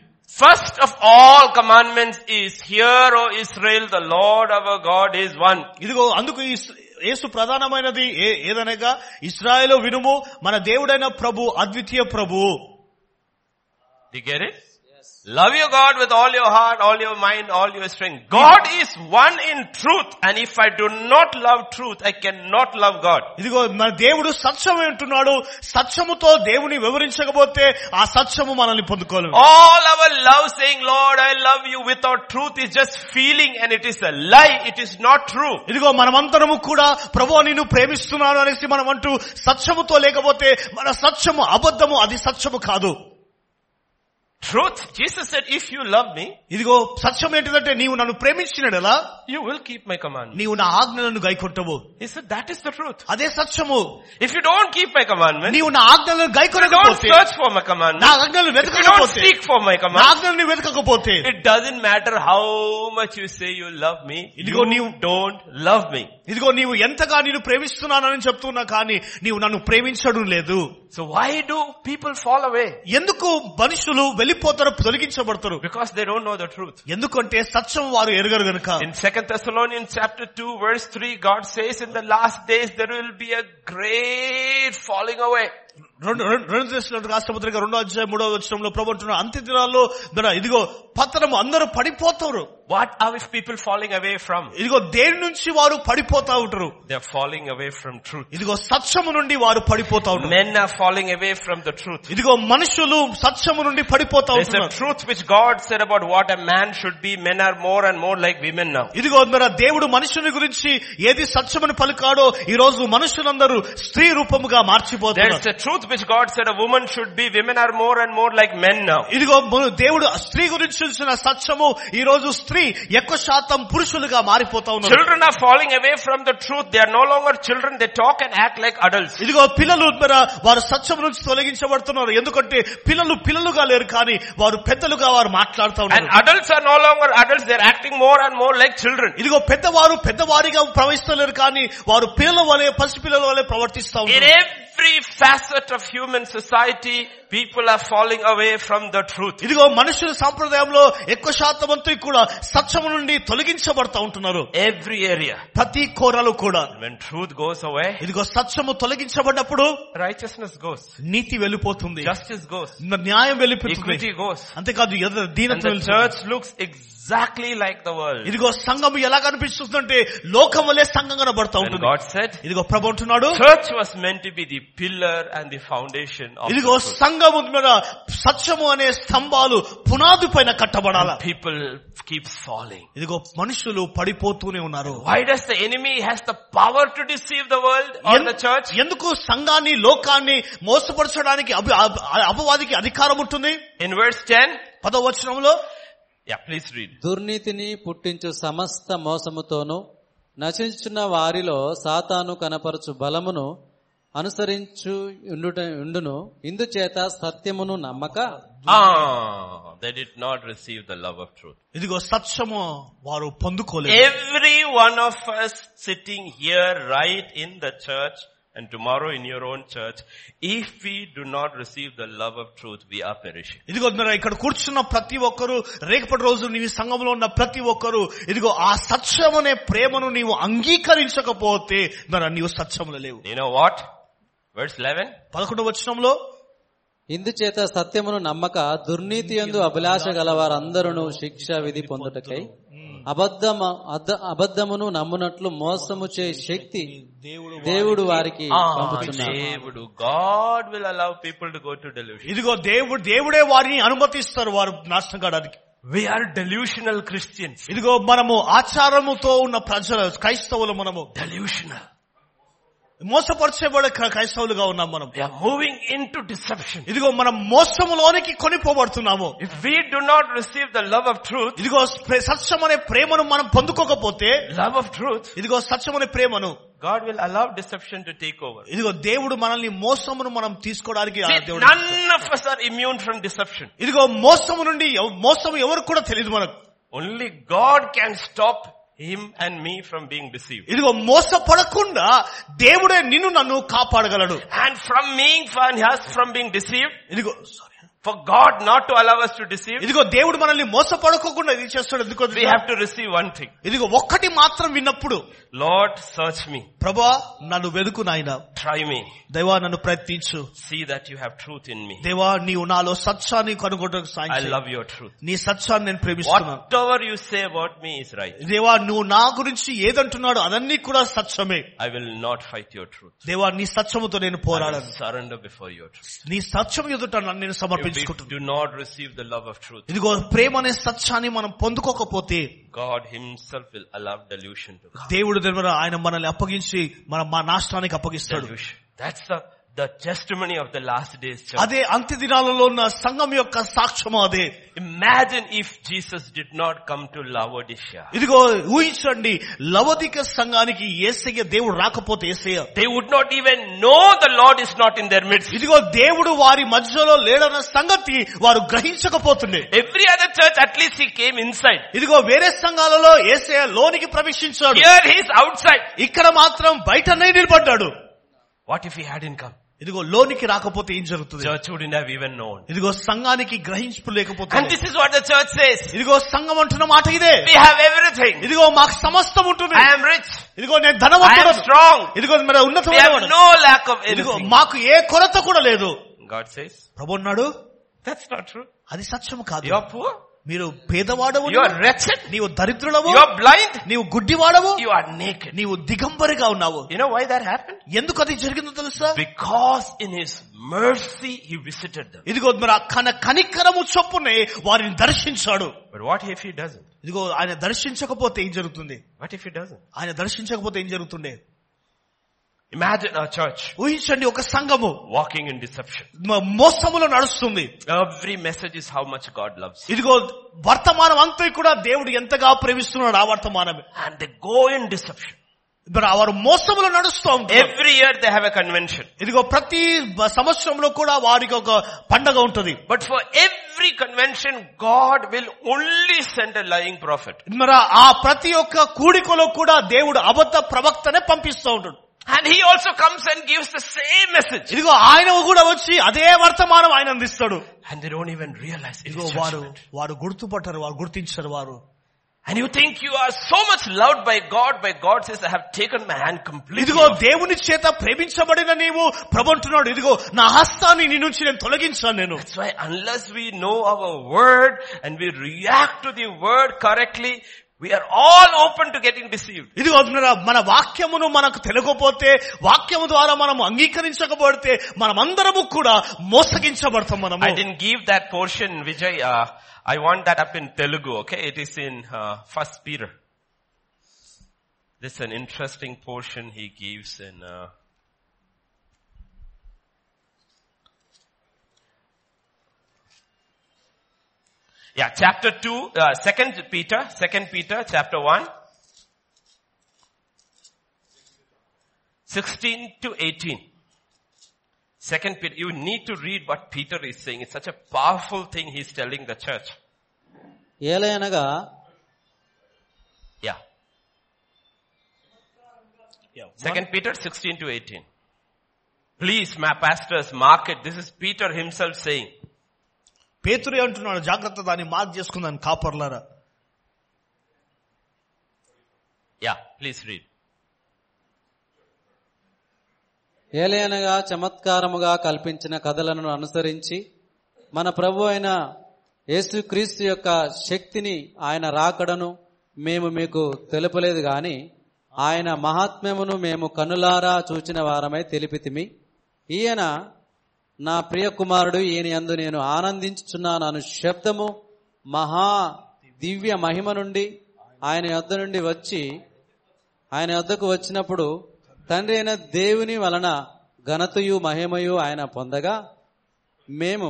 First of all commandments is, Hear, O Israel, the Lord our God is one.
ఇదిగో అందుకు ఈ ఇస్- యేసు ప్రధానమైనది ఏ- ఏదనగా ఇస్రాయేల్ వినుము మన దేవుడైన ప్రభు అద్వితీయ ప్రభు
Do you get it? Love your God with all your heart, all your mind, all your strength. God is one in truth and if I do not love truth, I cannot love God.
ఇదిగో మన దేవుడు సత్యమై ఉంటున్నాడు సత్యముతో దేవుని వివరించకపోతే ఆ సత్యము మనల్ని పొందుకోలేము
All our love saying, Lord, I love you without truth is just feeling and it is a lie. It is not true.
ఇదిగో మనమంతరము కూడా ప్రభు నిన్ను ప్రేమిస్తున్నాను అనేసి మనం అంటూ సత్యముతో లేకపోతే మన సత్యము అబద్ధము అది సత్యము కాదు
Truth, Jesus said, if you love me,
ఇదిగో సత్యం ఏంటిదంటే నీవు నన్ను ప్రేమించినడలా
you will keep my commandments.
నీవు నా ఆజ్ఞలను గైకొట్టవు
He said, that is the truth.
అదే సత్యము
If you don't keep my commandments,
నీవు నా ఆజ్ఞలను
don't
గైకొనకపోతే
search for my
నా
commandments, if
ఆజ్ఞలను
you don't
వెతకకపోతే
seek for my
నా
commandments,
ఆజ్ఞలను వెతకకపోతే
it doesn't matter how much you say you love me,
ఇదిగో
you
నీవు-
don't love me.
ఇదిగో నీవు ఎంతగా నేను ప్రేమిస్తున్నానని చెప్తున్నా కానీ నీవు నన్ను ప్రేమించడం లేదు
So why do people fall away?
ఎందుకు మనుషులు వెళ్ళిపోతారు తొలగించబడతారు
Because they don't know the truth.
ఎందుకంటే సత్యం వారు ఎరగరు గనుక
In 2nd Thessalonians chapter 2 verse 3, God says in the last days there will be a great falling away.
రెండు రెండు- రెండు దేశాల రాష్ట్రపత్రిక రెండో అధ్యాయం మూడో వచ్చంలో ప్రభుత్వం అంత్య దినాల్లో మన ఇదిగో పతనం అందరూ పడిపోతారు
What are if people falling away from?
ఇదిగో దేని నుంచి వారు పడిపోతా ఉంటారు
They're falling away from truth.
ఇదిగో సత్యము నుండి వారు పడిపోతా ఉంటారు
Men are falling away from the truth.
ఇదిగో మనుషులు సత్యము నుండి పడిపోతా
There's a
ఉంటారు
truth which God said about what a man should be. Men are more and more like women now.
ఇదిగో మన దేవుడు మనుషుని గురించి ఏది సత్యమని పలికాడో ఈ రోజు మనుషులందరూ స్త్రీ రూపముగా
There's
మార్చిపోతున్నారు
a truth which God said a woman should be. Women are more and more like men now.
ఇదిగో మన దేవుడు స్త్రీ గురించి ఇచ్చిన సత్యము ఈ రోజు స్త్రీ ఎక్కువ శాతం పురుషులుగా మారిపోతా ఉన్నారు
Children are falling away from the truth. They are no longer children. They talk and act like adults.
ఇదిగో పిల్లలు మన వారు సత్యం నుంచి తొలగించబడుతున్నారు ఎందుకంటే పిల్లలు పిల్లలుగా లేరు కానీ వారు పెద్దలుగా వారు మాట్లాడుతూ
And
ఉన్నారు
adults are no longer adults. They're acting more and more like children.
ఇదిగో పెద్దవారు పెద్దవారిగా ప్రవహిస్తలేరు కానీ వారు పిల్లల వలె పసి పిల్లల వలె ప్రవర్తిస్తా
In
ఉన్నారు
every facet of human society, people are falling away from the truth.
ఇదిగో మనుషుల సాంప్రదాయంలో ఎక్కువ శాతం అంతా కూడా సత్యము నుండి తొలగించబడతా ఉంటున్నారు
Every area.
ప్రతి కోరలు కూడా
When truth goes away,
ఇదిగో సత్యము తొలగించబడ్డప్పుడు
righteousness goes.
నీతి వెళ్ళిపోతుంది
Justice goes.
న్యాయం వెళ్ళిపోతుంది
Equity goes.
అంతేకాదు ఎద-
And
దీనత
the
వెళ్ళిపోతుంది.
church looks exactly like the world.
ఇదిగో సంఘం ఎలా కనిపిస్తుందంటే లోకం వలె సంఘం కనబడతా
And
ఉంటుంది
God said,
ఇదిగో ప్రభు అంటున్నాడు
church was meant to be the pillar and the foundation of
ఇదిగో
the truth.
సంఘం మీద సత్యము అనే స్తంభాలు పునాది పైన కట్టబడాల
And people keeps falling.
ఇదిగో మనుషులు పడిపోతూనే ఉన్నారు
Why does the enemy has the power to deceive the world or the
N-
church?
ఎందుకు సంఘాన్ని లోకాన్ని మోసపరచడానికి అభి- అభ- అపవాదికి అధికారం ఉంటుంది
In verse 10,
పదవచనంలో
yeah, please read.
దుర్నీతిని పుట్టించు సమస్త మోసముతోనూ నశించున్న వారిలో సాతాను కనపరచు బలమును అనుసరించు ఉండుట ఉండును ఇందుచేత సత్యమును నమ్మక
Ah, they did not receive the love of truth.
ఇదిగో సత్యము వారు పొందుకోలేదు
Every one of us sitting here right in the church and tomorrow in your own church, if we do not receive the love of truth, we are perishing.
ఇదిగో మీరు ఇక్కడ కూర్చున్న ప్రతి ఒక్కరు రేపటి రోజు నీ సంఘంలో ఉన్న ప్రతి ఒక్కరు ఇదిగో ఆ సత్యం అనే ప్రేమను నీవు అంగీకరించకపోతే మరి నీవు సత్యములు లేవు
You know what? Verse 11.
పదకొండు వచనంలో
ఇందుచేత సత్యమును నమ్మక దుర్నీతి యందు అభిలాష గల వారందరూ శిక్ష విధి పొందుటకై అబద్ధమ అద్ద- అబద్ధమును నమ్మునట్లు మోసము చే శక్తి
దేవుడు
దేవుడు వారికి
Ah,
పంపుతున్నాడు
Devudu. God will allow people to go to delusion.
ఇదిగో దేవుడు దేవుడే వారిని అనుమతిస్తారు వారు నాశనం కావడానికి
We are delusional Christians.
ఇదిగో మనము ఆచారముతో ఉన్న ప్రజలు క్రైస్తవులు మనము
Delusional.
మోసపరిచేబడే క్ర- క్రైస్తవులుగా ఉన్నాం మనం
We are moving into deception.
ఇదిగో మనం మోసములోనికి కొనిపోబడుతున్నాము
If we do not receive the love of truth,
ఇదిగో ప్రే- సత్యం అనే ప్రేమను మనం పొందుకోకపోతే
love of truth,
ఇదిగో సత్యం అనే ప్రేమను
God will allow deception to take over.
ఇదిగో దేవుడు మనల్ని మోసమును మనం తీసుకోవడానికి ఆ
See,
దేవుడు
none of us are immune from deception.
ఇదిగో మోసము నుండి ఎవ- మోసము ఎవరికి కూడా తెలియదు మనకు
Only God can stop him and me from being deceived.
ఇదిగో మోసపడకుండా దేవుడే నిన్ను నన్ను కాపాడగలడు
And from being from us from being deceived,
ఇదిగో sorry.
for God not to allow us to deceive,
ఇదిగో దేవుడు మనల్ని మోసపడకోకుండా ఇది చేస్తాడు ఎందుకో
we have to receive one thing.
ఇదిగో ఒక్కటి మాత్రం విన్నప్పుడు
Lord, search me,
ప్రభా నన్ను వెదుకు నాయన
try me,
దేవా నన్ను ప్రయత్నించు
see that you have truth in me.
దేవా నీవు నాలో సత్యాన్ని కనుగొనడానికి సాయం
I
చేయి.
love your truth.
నీ సత్యాన్ని నేను ప్రేమిస్తున్నాను
Whatever you say about me is right.
దేవా నువ్వు నా గురించి ఏదంటున్నాడో అదన్నీ కూడా సత్యమే
I will not fight your truth.
దేవా నీ సత్యముతో నేను
I will
పోరాడను
surrender before your truth.
నీ సత్యం ఎదుట నన్ను నేను
If we
సమర్పించుకుంటున్నాను
do not receive the love of truth,
ఇదిగో ప్రేమ అనే సత్యాన్ని మనం పొందుకోకపోతే
God himself will allow delusion to come.
దేవుడు దగ్గర ఆయన మనల్ని అప్పగించి మన మా నాష్టానికి అప్పగిస్తాడు
Delusion. That's the, the testimony of the last days church.
అదే అంత్య దినాలలో ఉన్న సంఘం యొక్క సాక్ష్యము అదే
Imagine if Jesus did not come to Laodicea.
ఇదిగో ఊహించండి లవదిక సంఘానికి ఏసయ్య దేవుడు రాకపోతే ఏసయ్య
They would not even know the Lord is not in their midst.
ఇదిగో దేవుడు వారి మధ్యలో లేడన్న సంగతి వారు గ్రహించకపోతుండే
Every other church, at least he came inside.
ఇదిగో వేరే సంఘాలలో ఏసయ్య లోనికి ప్రవేశించాడు
Here he is outside.
ఇక్కడ మాత్రం బయటనే నిలబడ్డాడు
What if he hadn't come?
ఇదిగో లోనికి రాకపోతే ఏం జరుగుతుంది
Church wouldn't have even known.
ఇదిగో సంఘానికి గ్రహింపు
And
లేకపోతుంది
this is what the church says.
ఇదిగో సంఘం అంటున్న మాట ఇదే
We have everything.
ఇదిగో మాకు సమస్తం ఉంటుంది
I am rich.
ఇదిగో నేను
I am
ధనవంతుడు
strong.
ఇదిగో మరి ఉన్నత
We have no lack of
ఇదిగో
anything.
మాకు ఏ కొరత కూడా లేదు
God says,
ప్రభు అన్నాడు
that's not true.
అది సత్యం కాదు
You are poor.
మీరు పేదవాడవు
You are wretched.
నీవు దరిద్రుడవు
You are blind.
నీవు గుడ్డివాడవు
You are naked.
నీవు దిగంబరిగా ఉన్నావు
You know why that happened?
ఎందుకు అది జరిగిందో తెలుసా
Because in his mercy he visited them.
ఇదిగో మరి ఆ కన కనికరము చొప్పునే వారిని దర్శించాడు
But what if he doesn't?
ఇదిగో ఆయన దర్శించకపోతే ఏం జరుగుతుంది
What if he doesn't?
ఆయన దర్శించకపోతే ఏం జరుగుతుండే
Imagine a church
ఊహించండి ఒక సంఘము
walking in deception.
మ- మోసములో నడుస్తుంది
Every message is how much God loves. you.
ఇదిగో వర్తమానం అంతా కూడా దేవుడు ఎంతగా ప్రేమిస్తున్నాడు ఆ వర్తమానమే
And they go in deception.
మరి ఆ వారు మోసములో నడుస్తూ ఉంటారు
Every year they have a convention.
ఇదిగో ప్రతి బ- సంవత్సరంలో కూడా వారికి ఒక పండగ ఉంటది
But for every convention, God will only send a lying prophet.
మరి ఆ ప్రతి ఒక్క కూడికలో కూడా దేవుడు అబద్ధ ప్రవక్తనే పంపిస్తూ ఉంటాడు
And he also comes and gives the same message.
ఇదిగో ఆయన కూడా వచ్చి అదే వర్తమానం ఆయన అందిస్తాడు
And they don't even realize it
ఇదిగో
is
వారు
judgment.
వారు గుర్తుపట్టరు వారు గుర్తించరు వారు
And you think you are so much loved by God, but God says, I have taken my hand completely.
ఇదిగో
off."
దేవుని చేత ప్రేమించబడిన నీవు ప్రభు అంటున్నాడు ఇదిగో నా హస్తాన్ని నీ నుంచి నేను తొలగించాను నేను
That's why unless we know our word and we react to the word correctly, we are all open to getting deceived.
ఇదిగో మన- మన వాక్యమును మనకు తెలియకపోతే వాక్యము ద్వారా మనం అంగీకరించకపోతే మనమందరము కూడా మోసగించబడతాం మనము
I didn't give that portion, Vijay. Uh, I want that up in Telugu, okay? It is in uh, First Peter. This is an interesting portion he gives in. Uh, yeah, chapter two, uh, second Peter, second Peter, chapter one. 16 to 18. Second Peter, you need to read what Peter is saying. It's such a powerful thing he's telling the church.
ఏలయనగా
Yeah.
Yeah.
Second Peter 16 to 18. Please, my pastors, mark it. This is Peter himself saying.
పేతురే అంటున్నాడు జాగ్రత్త దాన్ని mark చేసుకుందాను కాపర్లారా
Yeah, please read.
ఏలయనగా చమత్కారముగా కల్పించిన కథలను అనుసరించి మన ప్రభు అయిన యేసుక్రీస్తు యొక్క శక్తిని ఆయన రాకడను మేము మీకు తెలుపలేదు గాని ఆయన మహాత్మ్యమును మేము కనులారా చూచిన వారమై తెలిపితిమి ఈయన నా ప్రియ కుమారుడు ఈయన యందు నేను ఆనందించుచున్నాను అను శబ్దము మహా దివ్య మహిమ నుండి ఆయన యొద్ద నుండి వచ్చి ఆయన యొద్దకు వచ్చినప్పుడు తండ్రి అయిన దేవుని వలన ఘనతయు మహిమయు ఆయన పొందగా మేము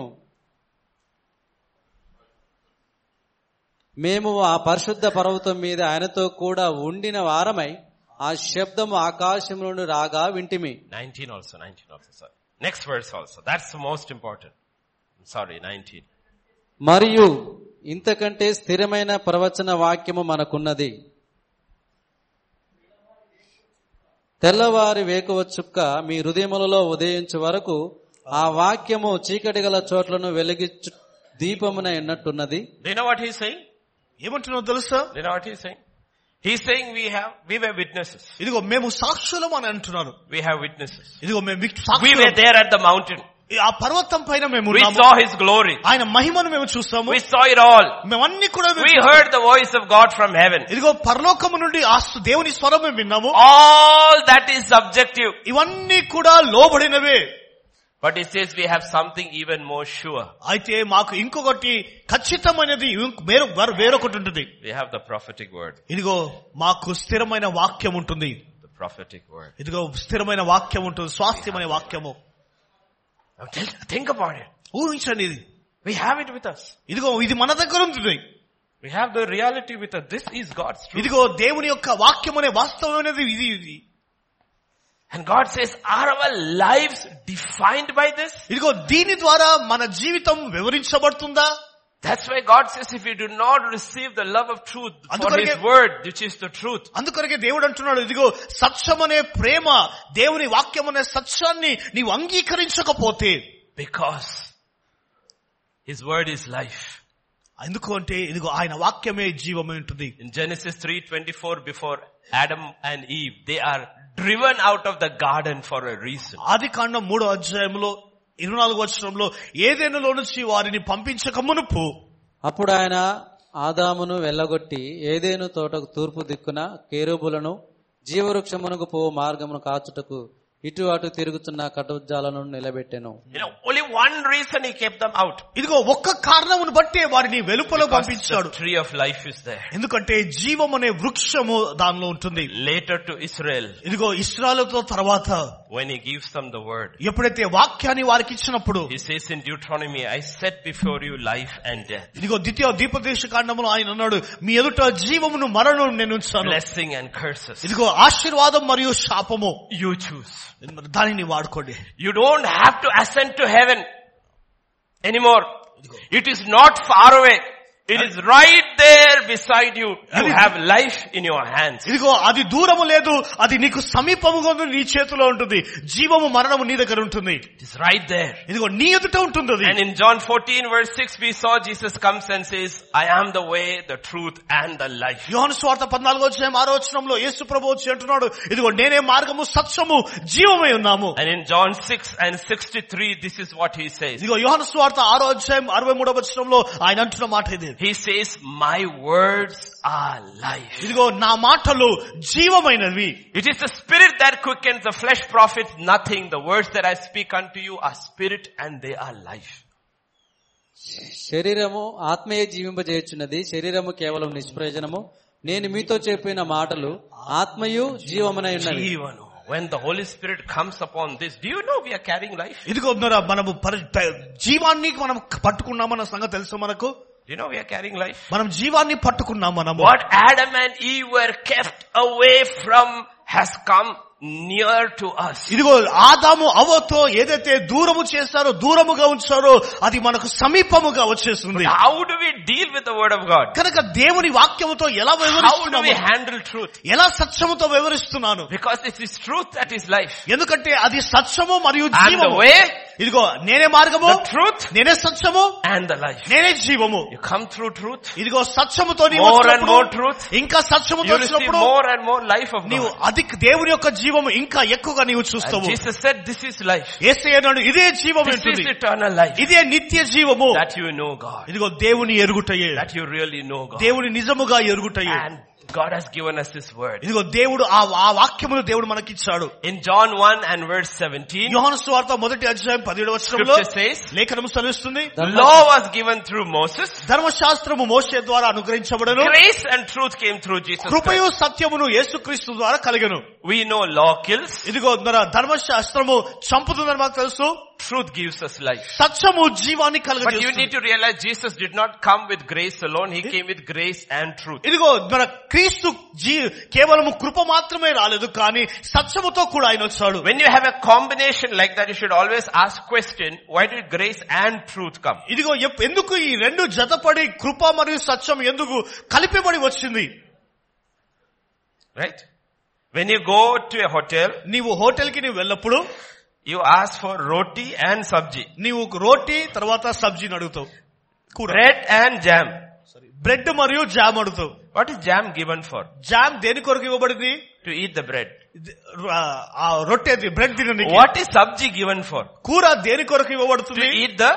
మేము ఆ పరిశుద్ధ పర్వతం మీద ఆయనతో కూడా ఉండిన వారమై ఆ శబ్దము ఆకాశం నుండి రాగా వింటిమి
19 also, 19 also, sorry. Next verse also. That's the most important. I'm sorry, 19.
మరియు ఇంతకంటే స్థిరమైన ప్రవచన వాక్యము మనకున్నది తెల్లవారి వేకువ చుక్క మీ హృదయములలో ఉదయించు వరకు ఆ వాక్యము చీకటి గల చోట్లను వెలిగించు దీపమునై ఉన్నట్టున్నది
Do you know what he's saying?
ఏమంటున్నావు తెలుసా
Do you know what he's saying? He's saying we have, we were witnesses.
ఇదిగో మేము సాక్షులం అని అంటున్నారు
We have witnesses.
ఇదిగో మేము మీకు
We
సాక్షులం
were there at the mountain.
ఆ పర్వతం పైన మేము
We
ఉన్నాము.
saw his glory.
ఆయన మహిమను మేము చూస్తాము
We saw it all.
మేమన్నీ కూడా మేము
We
చూస్తాము.
heard the voice of God from heaven.
ఇదిగో పరలోకము నుండి ఆ స్తు- దేవుని స్వరం మేము విన్నాము
All that is subjective.
ఇవన్నీ కూడా లోబడినవే
But it says we have something even more sure.
అయితే మాకు ఇంకొకటి ఖచ్చితమైనది ఇంక- వేరొ- వేరొ- వేరొకటి ఉంటుంది
We have the prophetic word.
ఇదిగో మాకు స్థిరమైన వాక్యం ఉంటుంది
The prophetic word.
ఇదిగో స్థిరమైన వాక్యం ఉంటుంది స్వాస్థ్యమైన వాక్యము
Now think, think about it.
ఊహించండి ఇది
We have it with us.
ఇదిగో ఇది మన దగ్గర ఉంటుంది
We have the reality with us. This is God's truth.
ఇదిగో దేవుని యొక్క వాక్యం అనే వాస్తవమైనది ఇది ఇది
And God says, are our lives defined by this?
ఇదిగో దీని ద్వారా మన జీవితం వివరించబడుతుందా
That's why God says if you do not receive the love of truth for
అందుకొరకే-
His word, which is the truth,
అందుకొరకే దేవుడు అంటున్నాడు ఇదిగో సత్యం అనే ప్రేమ దేవుని వాక్యం అనే సత్యాన్ని నీవు అంగీకరించకపోతే
because His word is life.
ఎందుకు అంటే ఇదిగో ఆయన వాక్యమే జీవమై ఉంటుంది
In Genesis 3:24 before Adam and Eve they are driven out of the garden for a reason.
ఆది కాండం మూడో అధ్యాయంలో ఇరవై నాలుగు వచనంలో ఏదైనాలో నుంచి వారిని పంపించక మునుపు
అప్పుడు ఆయన ఆదామును వెళ్ళగొట్టి ఏదేను తోటకు తూర్పు దిక్కున కేరుబులను జీవవృక్షమునకు పో మార్గమును కాచుటకు ఇటు అటు తిరుగుతున్న కటుజాలను నిలబెట్టెను
You know, only one reason he kept them out.
ఇదిగో ఒక్క కారణమును బట్టే వారిని వెలుపల
Because the
పంపించాడు
tree of life is there.
ఎందుకంటే జీవం అనే వృక్షము దానిలో ఉంటుంది
Later to Israel,
ఇదిగో ఇస్రాలతో తర్వాత
when he gives them the word,
ఎప్పుడైతే వాక్యాన్ని వారికి ఇచ్చినప్పుడు
he says in Deuteronomy, I set before you life and death,
ఇదిగో ద్వితీయ దీపదేశ కాండములో ఆయన అన్నాడు మీ ఎదుట జీవమును మరణం నేను ఉంచాను
blessing and curses.
ఇదిగో ఆశీర్వాదం మరియు శాపము
You choose.
దానిని వాడుకోండి
You don't have to ascend to heaven anymore. It is not far away. It is right there beside you. You have life in your hands.
ఇదిగో అది దూరము లేదు అది నీకు సమీపముగా ఉంది, నీ చేతిలో ఉంటుంది జీవము మరణము నీ దగ్గర ఉంటుంది
It is right there.
ఇదిగో నీ ఎదుట ఉంటుంది అది
And in John 14 verse 6 we saw Jesus comes and says, I am the way, the truth and the life.
యోహాను స్వార్థ పద్నాలుగో అధ్యాయం ఆరో వచనంలో యేసు ప్రభు వచ్చి అంటున్నాడు ఇదిగో నేనే మార్గము సత్యము జీవమై ఉన్నాము
And in John 6 and 63 this is what he says.
ఇదిగో యోహాను స్వార్థ ఆరో అధ్యాయం అరవై మూడవ వచనంలో ఆయన అంటున్న మాట ఇది
He says, my words are life.
ఇదిగో నా మాటలు జీవమైనవి
It is the spirit that quickens, the flesh profits nothing. The words that I speak unto you are spirit and they are life.
శరీరము ఆత్మయే జీవింపజేయుచున్నది శరీరము కేవలం నిష్ప్రయోజనము నేను మీతో చెప్పిన మాటలు ఆత్మయు జీవమునై ఉన్నవి
Even when the Holy Spirit comes upon this, do you know we are carrying life?
ఇదిగో మన మనము పరి- ప- జీవాన్ని మనం పట్టుకున్నామన్న సంగతి తెలుసు మనకు
Do you know we are carrying life?
మనం జీవాన్ని పట్టుకున్నాం మనము
What Adam and Eve were kept away from has come near to us.
ఇదిగో ఆదాము అవతో ఏదైతే దూరము చేస్తారో దూరముగా ఉంచారో అది మనకు సమీపముగా వచ్చేస్తుంది
How do we deal with the word of God?
కనుక దేవుని వాక్యముతో ఎలా
How do we
వివరిస్తున్నాము
handle truth?
ఎలా సత్యముతో వివరిస్తున్నాను
Because it is truth that is life.
ఎందుకంటే అది సత్యము మరియు
And the
జీవము
way,
ఇదిగో నేనే మార్గము
the truth,
నేనే సత్యము
and the life.
నేనే జీవము
You come through truth,
ఇదిగో సత్యముతో నీవు
More and
వచ్చినప్పుడు,
more truth.
ఇంకా సత్యముతో
you receive
వచ్చినప్పుడు
more and more life of
నీవు
God.
అధిక దేవుని యొక్క జీవము ఇంకా ఎక్కువగా నీవు
And
చూస్తావు
Jesus said, this is life.
ఏసయ్య అన్నాడు ఇదే జీవం
This is
ఉంటుంది
eternal life.
ఇదే నిత్య జీవము
That you know God.
ఇదిగో దేవుని ఎరుగుటయే
That you really know God.
దేవుని నిజముగా ఎరుగుటయే
And God has given us His word.
ఇదిగో దేవుడు ఆ ఆ వాక్యమును దేవుడు మనకిచ్చాడు
In John 1 and verse 17,
యోహాను సువార్త మొదటి అధ్యాయం పదిహేడు వచనంలో
scripture says,
లేఖనం సెలవిస్తుంది
the law was given through Moses.
ధర్మశాస్త్రము మోసే ద్వారా అనుగ్రహించబడను
Grace and truth came through Jesus Christ.
కృపయు సత్యమును యేసుక్రీస్తు ద్వారా కలిగను
We know law kills.
ఇదిగో మన ధర్మశాస్త్రము చంపుతుందని మాకు తెలుసు
Truth gives us life.
సత్యము జీవాన్ని
But you need
కలగజేస్తుంది
to realize Jesus did not come with grace alone. He came with grace and truth.
ఇదిగో మన క్రీస్తు జీ కేవలం కృప మాత్రమే రాలేదు కానీ సత్యముతో కూడా ఆయన వచ్చాడు
When you have a combination like that, you should always ask question, why did grace and truth come?
ఇదిగో ఎప్- ఎందుకు ఈ రెండు జతపడి కృప మరియు సత్యం ఎందుకు కలిపిబడి వచ్చింది
Right? When you go to a hotel,
నీవు హోటల్ కి నీవు వెళ్ళప్పుడు
you ask for roti and sabji.
నీవు రోటీ తర్వాత సబ్జీని అడుగుతావు కూర
Bread and jam.
బ్రెడ్ మరియు జామ్ అడుగుతావు
What is jam given for?
Jam దేని కొరకు ఇవ్వబడింది
To eat the bread.
ఇది- ఆ- ఆ రొట్టె బ్రెడ్ తినడానికి
What is sabji given for?
కూర దేని కొరకు
To
ఇవ్వబడుతుంది
eat the,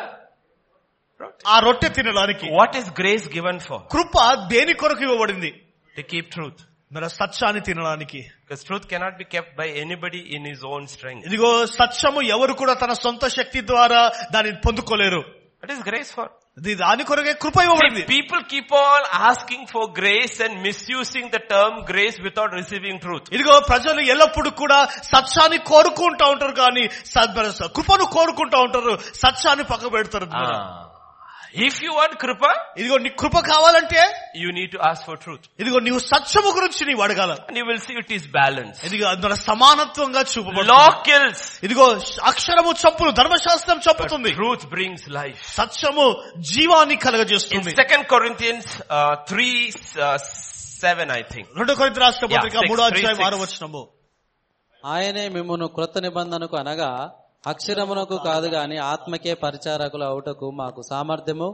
ఆ రొట్టె తినడానికి
what is grace given for?
కృప దేని కొరకు ఇవ్వబడింది
To keep truth.
మన సత్యాన్ని తినడానికి
Because truth cannot be kept by anybody in his own strength.
ఇదిగో సత్యము ఎవరు కూడా తన సొంత శక్తి ద్వారా దానిని పొందుకోలేరు
What is grace for?
ఇది దాని కొరకే కృప
See,
ఇవ్వబడింది
people keep on asking for grace and misusing the term grace without receiving truth.
ఇదిగో ప్రజలు ఎల్లప్పుడు కూడా సత్యాన్ని కోరుకుంటా ఉంటారు కానీ స- మన స- కృపను కోరుకుంటా ఉంటారు సత్యాన్ని పక్క పెడతారు
Ah. If you want kripa,
ఇదిగో నీ కృప కావాలంటే
you need to ask for truth.
ఇదిగో నీవు సత్యము గురించి నీవు అడగాల
And you will see it is balanced.
ఇదిగో అది మన సమానత్వంగా చూపబడుతుంది
Law kills.
ఇదిగో అక్షరము చంపును ధర్మశాస్త్రం చంపుతుంది
Truth brings life.
సత్యము జీవాన్ని
In
కలగజేస్తుంది
Second Corinthians uh, 3, uh, 7 I think.
రెండో కొరింథీ రాష్ట్ర పత్రిక
Yeah, six,
మూడో
three,
అధ్యాయం
six.
ఆరో వచనము
ఆయనే మిమ్మును క్రొత్త నిబంధనకు అనగా అక్షరమునకు కాదు గాని ఆత్మకే పరిచారకులు అవుటకు మాకు సామర్థ్యము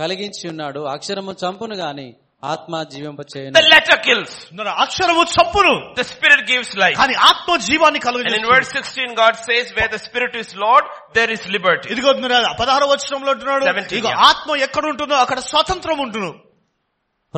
కలిగించి ఉన్నాడు అక్షరము చంపును గాని ఆత్మ జీవింప
The
చేయను
letter kills.
ఇందులో అక్షరము చంపును
The spirit gives life.
కానీ ఆత్మ జీవాన్ని
And in
కలగజేస్తుంది
verse 16 God says where the spirit is Lord, there is liberty.
ఇదిగో ఇందులో పదహారు వచనంలో అంటున్నాడు
Seventeen,
ఇదిగో
yeah.
ఆత్మ ఎక్కడ ఉంటుందో అక్కడ స్వాతంత్రం ఉంటును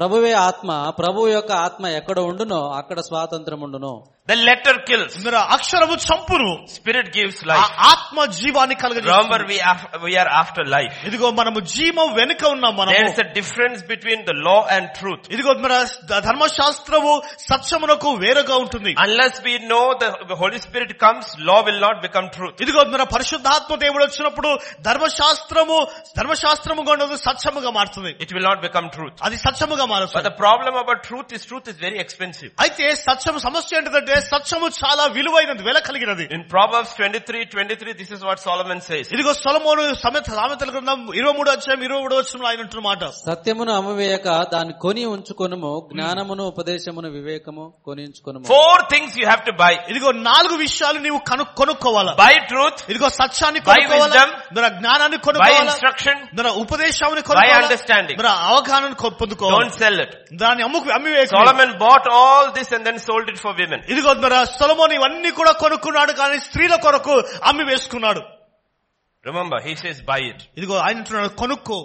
ప్రభువే ఆత్మ ప్రభువు యొక్క ఆత్మ ఎక్కడ ఉండునో అక్కడ స్వాతంత్రం ఉండును
The letter kills.
ఇందులో అక్షరము చంపును
Spirit gives
ఆ
life.
ఆత్మ జీవాన్ని
Remember
కలగజేస్తుంది
we, af- we are after life.
ఇదిగో మనము జీవం వెనుక ఉన్నాం
There is
మనము
a difference between the law and truth.
ఇదిగో మన ద- ధర్మశాస్త్రము సత్యమునకు వేరుగా ఉంటుంది
Unless we know the Holy Spirit comes, law will not become truth.
ఇదిగో మన పరిశుద్ధాత్మ దేవుడు వచ్చినప్పుడు ధర్మశాస్త్రము ధర్మశాస్త్రముగా ఉన్నది సత్యముగా మారుతుంది
It will not become truth.
అది సత్యముగా
But
మారుతుంది
the problem about truth is truth is very expensive.
అయితే సత్యము సమస్య ఏంటంటే సత్యము చాలా విలువైనది వెల కలిగినది
In Proverbs 23, 23, this is what Solomon says.
ఇదిగో సొలమోను సమేత సామెతల గ్రంథం ఇరవై మూడు అధ్యాయం ఇరవై మూడు వచ్చిన ఆయన అంటున్న మాట
సత్యమును అమ్మివేయక దాన్ని కొని ఉంచుకొనుము జ్ఞానమును ఉపదేశమును వివేకము కొని ఉంచుకొనుము
Four things you have to buy.
ఇదిగో నాలుగు విషయాలు నీవు కను కొనుక్కోవాలా
Buy truth,
ఇదిగో సత్యాన్ని
By
కొనుక్కోవాలా
wisdom.
మన జ్ఞానాన్ని
buy
కొనుక్కోవాలా
instruction,
మన ఉపదేశాన్ని
by
కొనుక్కోవాలా
understanding.
మన అవగాహన పొందుకోవాలి
Don't sell it.
దాన్ని అమ్ముకు అమ్మివేయాలి
Solomon bought all this and then sold it for women.
ఇదిగో మన సొలమోని ఇవన్నీ కూడా కొనుక్కున్నాడు కానీ స్త్రీల కొరకు అమ్మి వేసుకున్నాడు
Remember, he says buy it.
ఇదిగో ఆయన అంటున్నాడు కొనుక్కో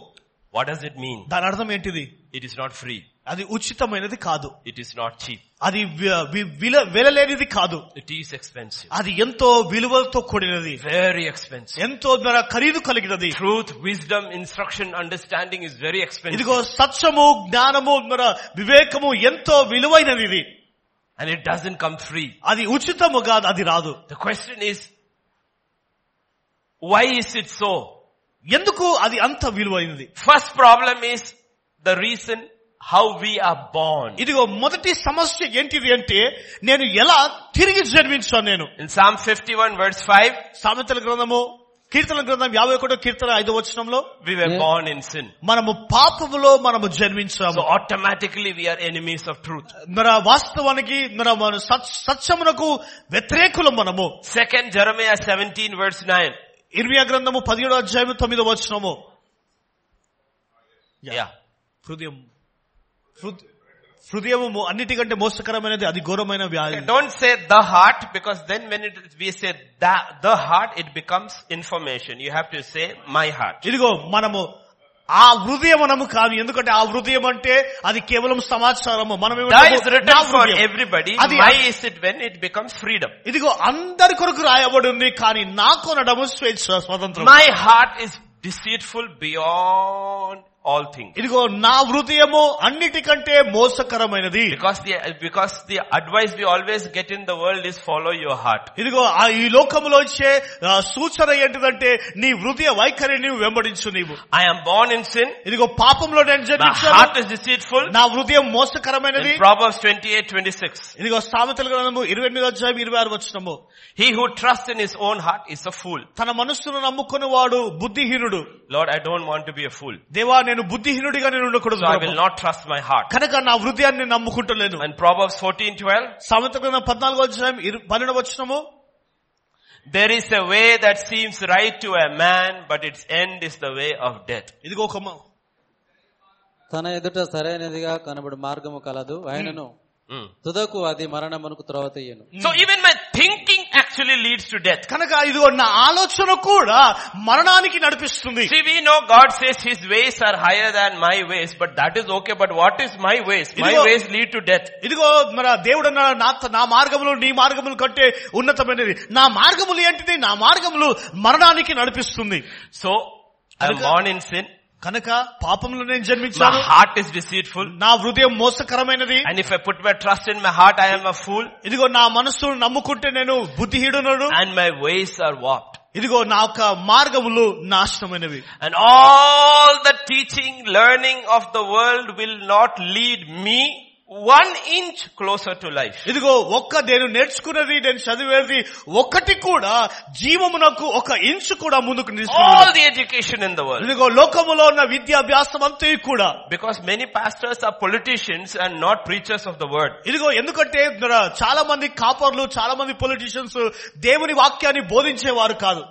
What does it mean?
దాని అర్థం ఏంటిది
It is not free.
అది ఉచితమైనది కాదు
It is not cheap.
అది వి- వి- విల- వెలలేనిది కాదు
It is expensive.
అది ఎంతో విలువలతో కూడినది
Very expensive.
ఎంతో ధర ఖరీదు కలిగినది
Truth, wisdom, instruction, understanding is very expensive.
ఇదిగో సత్యము జ్ఞానము మన వివేకము ఎంతో విలువైనది ఇది
And it doesn't come free.
అది ఉచితము కాదు అది రాదు
The question is, why is it so?
ఎందుకు అది అంత విలువైనది
First problem is the reason how we are born.
ఇదిగో మొదటి సమస్య ఏంటిది అంటే నేను ఎలా తిరిగి జన్మించాను నేను
In Psalm 51 verse 5,
సామెతల గ్రంథము కీర్తన గ్రంథం యాభై ఒకటో కీర్తన ఐదో వచనంలో
we were
Yeah.
born in sin.
మనము పాపములో మనము జన్మించాము
So automatically we are enemies of truth.
మన వాస్తవానికి మన మన సత్- సత్యమునకు వ్యతిరేకులు మనము
Second Jeremiah 17 verse 9.
ఇర్మియా గ్రంథము పదిహేడో అధ్యాయం తొమ్మిదో వచనము Yeah.
Yeah.
హృదయం హృద్- హృదయము అన్నిటికంటే మోసకరమైనది అది ఘోరమైన వ్యాధి
Okay, Don't say the heart because then when it, we say that, the heart, it becomes information. You have to say my heart.
ఇదిగో మనము ఆ హృదయం మనము కాదు ఎందుకంటే ఆ హృదయం అంటే అది కేవలం సమాచారము మనం
That is
ఏమంటాము? నా
written for
హృదయం.
everybody.
అది-
My is it when it becomes freedom.
ఇదిగో అందరి కొరకు రాయబడి ఉంది కానీ నాకు అనడము స్వేచ్ఛ స్వతంత్రం
My heart is deceitful beyond all things.
ఇదిగో నా హృదయము అన్నిటికంటే మోసకరమైనది
Because the, because the advice we always get in the world is follow your heart.
ఇదిగో ఆ ఈ లోకంలో ఇచ్చే ఆ, సూచన ఏంటిదంటే నీ హృదయ వైఖరి నీవు వెంబడించు నీవు
I am born in sin.
ఇదిగో పాపంలో నేను
My
జన్మించాను
heart is deceitful.
నా హృదయం మోసకరమైనది
In Proverbs 28, 26.
ఇదిగో సామెతల గ్రంథము ఇరవై ఎనిమిది అధ్యాయం ఇరవై ఆరు వచ్చినము
He who trusts in his own heart is a fool.
తన మనస్సును నమ్ముకుని వాడు బుద్ధిహీనుడు
Lord, I don't want to be a fool.
దేవా నేను బుద్ధిహీనుడిగా నేను ఉండకూడదు
So I
Prabhu.
will not trust my heart.
కనుక నా హృదయాన్ని నమ్ముకుంటలేను
And Proverbs 14, 12.
సామెత గ్రంథం పద్నాలుగో అధ్యాయం ఇరు- పన్నెండు వచ్చినము
There is a way that seems right to a man, but its end is the way of death.
ఇదిగో ఒక మ-
తన ఎదుట సరైనదిగా కనబడి మార్గము కలదు ఆయనను
Mm.
తుదకు అది మరణమునకు త్రోవ తీయను
So even my thinking actually leads to death.
కనుక ఇదిగో నా ఆలోచన కూడా మరణానికి నడిపిస్తుంది
See, we know God says His ways are higher than my ways, but that is okay. But what is my ways? My
Idigo-
ways lead to death.
ఇదిగో మన దేవుడు అన్నాడు, నా నా మార్గములు నీ మార్గములు కంటే ఉన్నతమైనది నా మార్గములు ఏంటిది నా మార్గములు మరణానికి నడిపిస్తుంది
So, I'm
Kanuka-
born in sin.
కనుక పాపంలో నేను
My
జన్మించాను
heart is deceitful.
నా హృదయం మోసకరమైనది
And if I put my trust in my heart, I am a fool.
ఇదిగో నా మనస్సు నమ్ముకుంటే నేను బుద్ధిహీనుడు
And my ways are warped.
ఇదిగో నా యొక్క మార్గములు నాశనమైనవి
And all the teaching, learning of the world will not lead me one inch closer to life.
ఇదిగో ఒక్క నేను నేర్చుకున్నది నేను చదివేది ఒక్కటి కూడా జీవమునకు ఒక ఇంచు కూడా ముందుకు
all
నిలుస్తుంది
the education in the world.
ఇదిగో లోకములో ఉన్న విద్యాభ్యాసం అంతా కూడా
Because many pastors are politicians and not preachers of the word.
ఇదిగో ఎందుకంటే మన చాలా మంది కాపర్లు చాలా మంది పొలిటీషియన్స్ దేవుని వాక్యాన్ని బోధించేవారు కాదు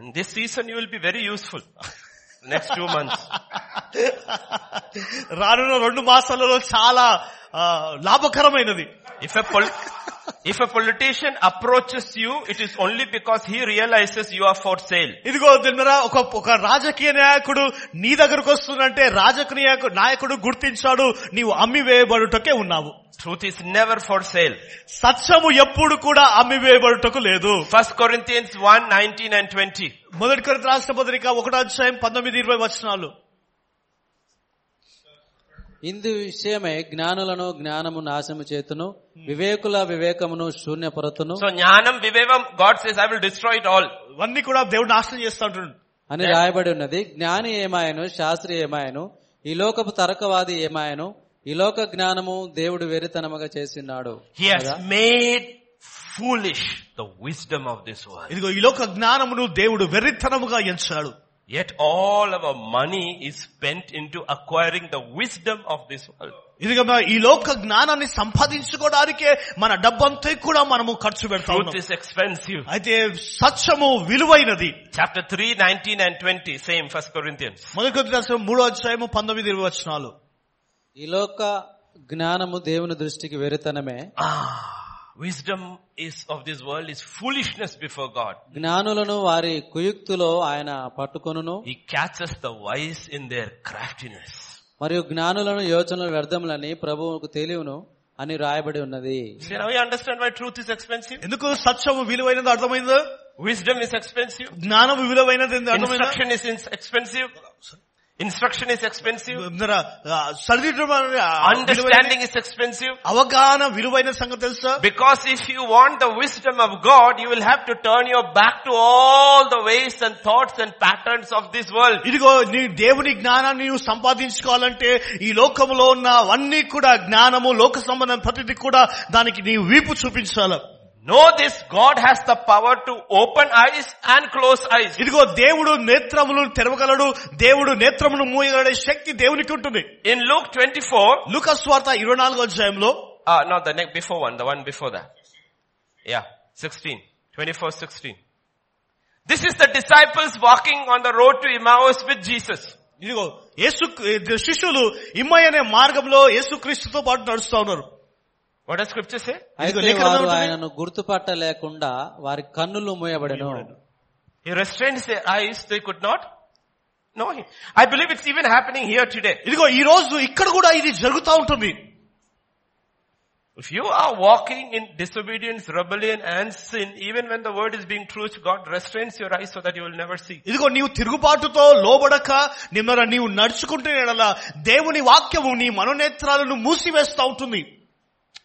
And this season you will be very useful. Next two months.
రానున్న రెండు మాసాలలో చాలా ఆ, లాభకరమైనది
If a pol- if a politician approaches you, it is only because he realizes you are for sale.
ఇదిగో దిన్నరా ఒక ఒక రాజకీయ నాయకుడు నీ దగ్గరకు వస్తుందంటే రాజకీయ నాయకు- నాయకుడు గుర్తించాడు నీవు అమ్మి వేయబడుటకే ఉన్నావు
Truth is never for sale.
సత్యము ఎప్పుడు కూడా అమ్మి వేయబడుటకు లేదు
First Corinthians 1, 19 and 20.
మొదటి కొరింథీ రాష్ట్ర పత్రిక ఒకటో అధ్యాయం పంతొమ్మిది ఇరవై వచనాలు
ఇందు విషయమై జ్ఞానులను జ్ఞానము నాశము చేతును వివేకుల వివేకమును శూన్యపరతును
So jnanam vivevam, God says, I will destroy it all.
ఇవన్నీ కూడా దేవుడు నాశనం చేస్తూ ఉంటున్నాడు
అని రాయబడి ఉన్నది జ్ఞాని ఏమాయను శాస్త్రి ఏమాయను ఈ లోకపు తరకవాది ఏమాయను ఈ లోక జ్ఞానము దేవుడు వెరితనముగా చేసినాడు
He has made foolish the wisdom of this world.
ఇదిగో ఈ లోక జ్ఞానమును దేవుడు వెర్రితనముగా ఎంచాడు
Yet all our money is spent into acquiring the wisdom of this world.
ఇదిగో మన- ఈ లోక జ్ఞానాన్ని సంపాదించుకోవడానికే మన డబ్బంతా కూడా మనము ఖర్చు పెడతాము
Truth is expensive.
అయితే సత్యము విలువైనది
Chapter 3, 19 and 20, same First Corinthians.
మొదటి కొరింథీ రాష్ట్రం మూడో అధ్యాయము పంతొమ్మిది ఇరవై వచనాలు
ఈ లోక జ్ఞానము దేవుని దృష్టికి వెరితనమే
Ah, wisdom is of this world is foolishness before God.
జ్ఞానులను వారి కుయుక్తులో ఆయన పట్టుకొనును
He catches the wise in their craftiness.
మరియు జ్ఞానులను యోచనలు వ్యర్థములని ప్రభువుకు తెలియను అని రాయబడి ఉన్నది
See, now you understand why truth is expensive?
ఎందుకు సత్యము విలువైనది అర్థమైందో
Wisdom is expensive.
జ్ఞానము విలువైనది అర్థమైందా
Instruction is ins- expensive. Instruction is expensive.
ఉందరా, ఆ, సరిదిద్దడం అనేది ఆ
Understanding
విలువైనది.
is expensive.
అవగాహన విలువైన సంగతి తెలుసా
Because if you want the wisdom of God, you will have to turn your back to all the ways and thoughts and patterns of this world.
ఇదిగో నీ దేవుని జ్ఞానాన్ని నువ్వు సంపాదించుకోవాలంటే ఈ లోకములో ఉన్న అన్ని కూడా జ్ఞానము లోక సంబంధం ప్రతిదీ కూడా దానికి నీ వీపు చూపించాలి
Know this, God has the power to open eyes and close eyes.
ఇదిగో దేవుడు నేత్రములను తెరవగలడు దేవుడు నేత్రమును మూయగలడే శక్తి దేవునికి ఉంటుంది
In Luke 24,
లూకస్ వార్త ఇరవై నాలుగో అధ్యాయంలో
uh, no, the next, before one, the one before that. Yeah, 16. 24, 16. This is the disciples walking on the road to Emmaus with Jesus.
ఇదిగో యేసు శిష్యులు ఇమ్మయ్య అనే మార్గంలో యేసుక్రీస్తుతో పాటు నడుస్తా ఉన్నారు
What does scripture say?
ఇదిగో
అయితే
లేఖనంలో
వారు
ఉంటుంది.
ఆయనను గుర్తుపట్టలేకుండా వారి కన్నులు మూయబడను
He restrains their eyes, they could not know him. I believe it's even happening here today.
ఇదిగో ఈ రోజు ఇక్కడ కూడా ఇది జరుగుతా ఉంటుంది
If you are walking in disobedience, rebellion and sin, even when the word is being truth, God restrains your eyes so that you will never see.
ఇదిగో నీవు తిరుగుబాటుతో లోబడక నిమ్మర నీవు నడుచుకుంటే ఎడల దేవుని వాక్యము నీ మనోనేత్రాలను మూసివేస్తా ఉంటుంది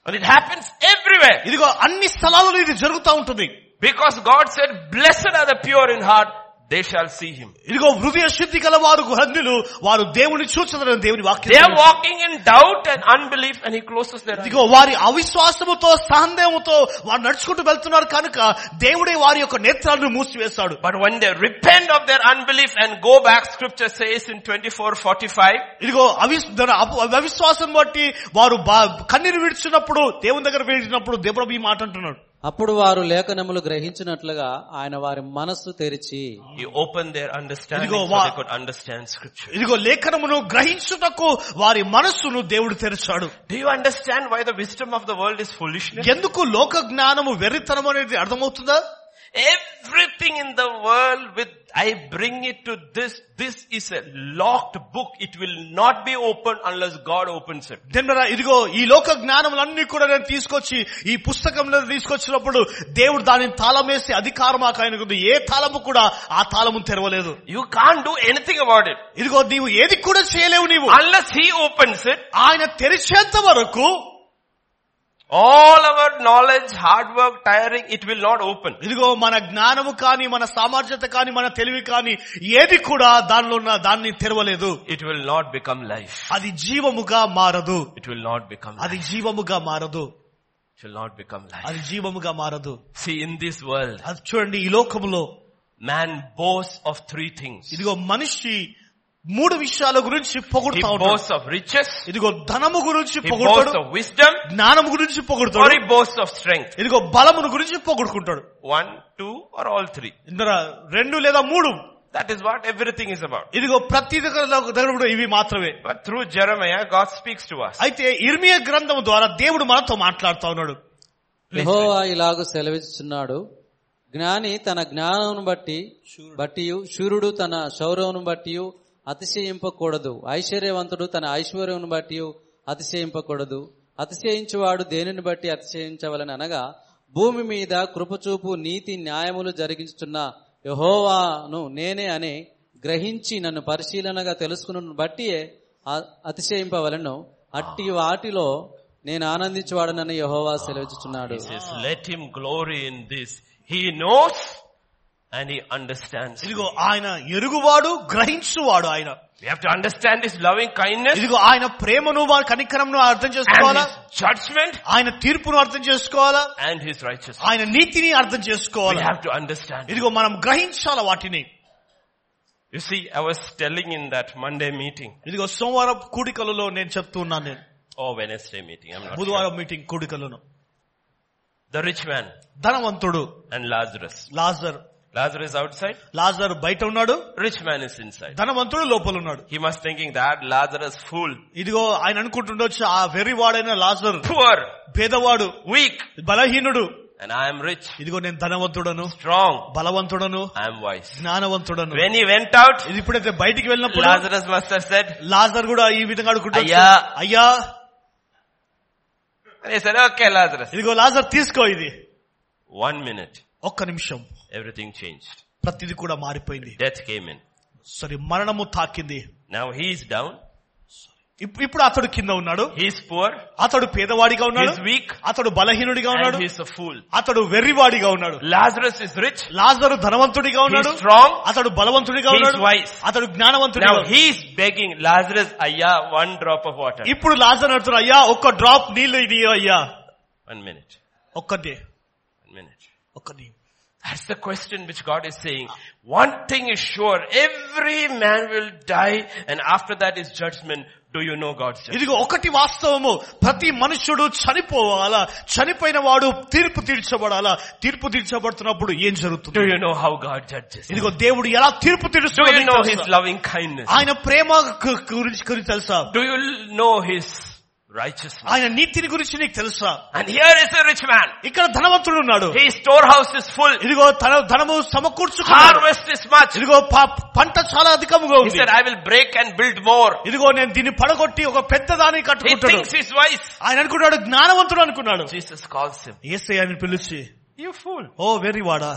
And it happens everywhere.
ఇదిగో అన్ని స్థలాలలో ఇది జరుగుతా ఉంటుంది
Because God said, blessed are the pure in heart, they shall see him.
ఇదిగో హృదయ శుద్ధి గల వారు హద్దులు వారు దేవుని చూచదరని దేవుని
They are
వాక్యం
walking in doubt and unbelief and he closes their eyes.
ఇదిగో వారి అవిశ్వాసముతో సందేహముతో వారు నడుచుకుంటూ వెళ్తున్నారు కనుక దేవుడే వారి యొక్క నేత్రాలను మూసివేశాడు
But when they repent of their unbelief and go back, scripture says in 24:45,
ఇదిగో అవిశ్- దాని అప- అవిశ్వాసం బట్టి వారు బా- కన్నీరు విడిచినప్పుడు దేవుని దగ్గర విడిచినప్పుడు దేవుడు ఈ మాట అంటున్నాడు
అప్పుడు వారు లేఖనములు గ్రహించినట్లుగా ఆయన వారి మనస్సు తెరిచి
he opened their understanding
Idigo,
so
wa-
they could understand scripture.
ఇదిగో లేఖనమును గ్రహించుటకు వారి మనస్సును దేవుడు తెరిచాడు
Do you understand why the wisdom of the world is foolishness?
ఎందుకు లోక జ్ఞానము వెర్రితనం అనేది అర్థమవుతుందా
Everything in the world with, I bring it to this, this is a locked book. It will not be opened unless God opens it.
దేనివల్ల ఇదిగో ఈ లోక జ్ఞానములన్నీ కూడా నేను తీసుకొచ్చి ఈ పుస్తకంలో తీసుకొచ్చినప్పుడు దేవుడు దానిని తాళం వేసే అధికారం మాకు ఆయనకు ఉంది ఏ తాళము కూడా ఆ తాళము తెరవలేదు
You can't do anything about it
ఇదిగో నీవు ఏది కూడా చేయలేవు నీవు
unless He opens it.
ఆయన తెరిచేంత వరకు
All our knowledge, hard work, tiring, it will not open.
ఇదిగో మన జ్ఞానము కానీ మన సామర్థ్యత కానీ మన తెలివి కానీ ఏది కూడా దానిలో ఉన్న దాన్ని తెరవలేదు
It will not become life.
అది జీవముగా మారదు
It will not become life.
అది జీవముగా మారదు
It will not become life.
అది జీవముగా మారదు
See, in this world,
అది చూడండి ఈ లోకములో
man boasts of three things.
ఇదిగో మనిషి మూడు విషయాల గురించి
He
పొగుడుతా ఉంటాడు
boasts of riches,
ఇదిగో ధనము గురించి
he boasts
పొగుడుతాడు
of wisdom,
జ్ఞానము గురించి
or
పొగుడుతాడు
he boasts of strength.
ఇదిగో బలమును గురించి పొగుడుకుంటాడు
One, two, or all three.
ఇందర రెండు లేదా మూడు
That is what everything is about.
ఇదిగో ప్రతి దగ్గర దగ్గర కూడా ఇవి మాత్రమే
But through Jeremiah, God speaks to us.
అయితే ఇర్మియ గ్రంథము ద్వారా దేవుడు మనతో మాట్లాడుతా ఉన్నాడు
యెహోవా ఇలాగు సెలవిస్తున్నాడు జ్ఞాని తన జ్ఞానమును బట్టి బట్టియు శూరుడు తన శౌర్యమును బట్టియు అతిశయింపకూడదు ఐశ్వర్యవంతుడు తన ఐశ్వర్యమును బట్టియు అతిశయింపకూడదు అతిశయించువాడు దేనిని బట్టి అతిశయించవలని అనగా భూమి మీద కృపచూపు నీతి న్యాయములు జరిగించుచున్న యెహోవాను నేనే అని గ్రహించి నన్ను పరిశీలనగా తెలుసుకున్న బట్టియే అ- అతిశయింపవలను అట్టి వాటిలో నేను ఆనందించువాడనని యహోవా సెలవిస్తున్నాడు
He says, let him glory in this. He knows and he understands.
ఇదిగో ఆయన ఎరుగువాడు గ్రహించువాడు ఆయన
We have to understand his loving kindness
ఇదిగో ఆయన ప్రేమను వారి కనికరంను అర్థం
and
చేసుకోవాలా
his judgment
ఆయన తీర్పును అర్థం చేసుకోవాలా
and his righteousness.
ఆయన నీతిని అర్థం
We
చేసుకోవాలా
have to understand.
ఇదిగో మనం గ్రహించాల వాటిని
You see, I was telling in that Monday meeting
ఇదిగో సోమవారం కూడికలలో నేను చెప్తూ ఉన్నాను నేను
or Wednesday meeting, I'm not sure.
బుధవారం మీటింగ్ కూడికలను
The rich man
ధనవంతుడు
and Lazarus.
లాజర్
Lazarus outside,
లాజర్ బయట ఉన్నాడు
rich man is inside.
ధనవంతుడు లోపల ఉన్నాడు
He must thinking that Lazarus fool,
ఇదిగో ఆయన అనుకుంటుండొచ్చు ఆ వెర్రివాడైన లాజర్
poor,
పేదవాడు
weak,
బలహీనుడు
and I am rich,
ఇదిగో నేను ధనవంతుడను
strong,
బలవంతుడను
I am wise.
జ్ఞానవంతుడను
When he went out,
ఇది ఇప్పుడైతే బయటికి వెళ్ళినప్పుడు
Lazarus must have said,
Lazar కూడా ఈ విధంగా అనుకుంటా
అయ్యా.
అయ్యా
and he said, okay Lazarus,
ఇదిగో లాజర్ తీసుకో ఇది
one minute,
ఒక్క నిమిషం
everything changed.
ప్రతిది కూడా మారిపోయింది
Death came in.
సరే మరణము తాకింది
Now he is down.
ఇప్- ఇప్పుడు అతడు కింద ఉన్నాడు
He is poor.
అతడు పేదవాడిగా
He
ఉన్నాడు
is weak.
అతడు బలహీనుడిగా ఉన్నాడు
And he is a fool.
అతడు వెర్రివాడిగా ఉన్నాడు
Lazarus is rich.
Lazarus ధనవంతుడిగా
He
ఉన్నాడు
is strong.
అతడు బలవంతుడిగా
He is
ఉన్నాడు
wise.
అతడు జ్ఞానవంతుడిగా
Now
ఉన్నాడు.
he is begging Lazarus, Aya, one drop of water.
ఇప్పుడు లాజర్ అడుగుతున్నా అయ్యా ఒక్క డ్రాప్ నీళ్లు ఇది అయ్యా
One minute.
ఒక్కదే
One minute.
ఒక్కది
That's the question which God is saying. One thing is sure, every man will die and after that is judgment. Do you know God's judgment?
ఇదిగో ఒకటి వాస్తవము ప్రతి మనుష్యుడు చనిపోవాలా చనిపోయిన వాడు తీర్పు తీర్చబడాలా తీర్పు తీర్చబడుతున్నప్పుడు ఏం
Do
జరుగుతుంది
you know how God judges? Do
ఇదిగో దేవుడు ఎలా తీర్పు
you know His
తీర్చుకో
loving kindness?
ఆయన ప్రేమ గు- గురించి గురించి తెలుసా
Do you know His righteousness?
ఆయన నీతిని గురించి నీకు తెలుసా
And here is a rich man.
ఇక్కడ ధనవంతుడు ఉన్నాడు
His storehouse is full.
ఇదిగో తన ధనము సమకూర్చుకున్నాడు
Harvest is much.
ఇదిగో ప- పంట చాలా అధికముగా
He
ఉంది
said, I will break and build more.
ఇదిగో నేను దీన్ని పడగొట్టి ఒక పెద్ద దాన్ని
He
కట్టుకుంటాడు
thinks he's wise.
ఆయన అనుకున్నాడు జ్ఞానవంతుడు అనుకున్నాడు
Jesus calls him.
ఏసై ఆయన పిలిచి
You fool.
Oh వెర్రివాడా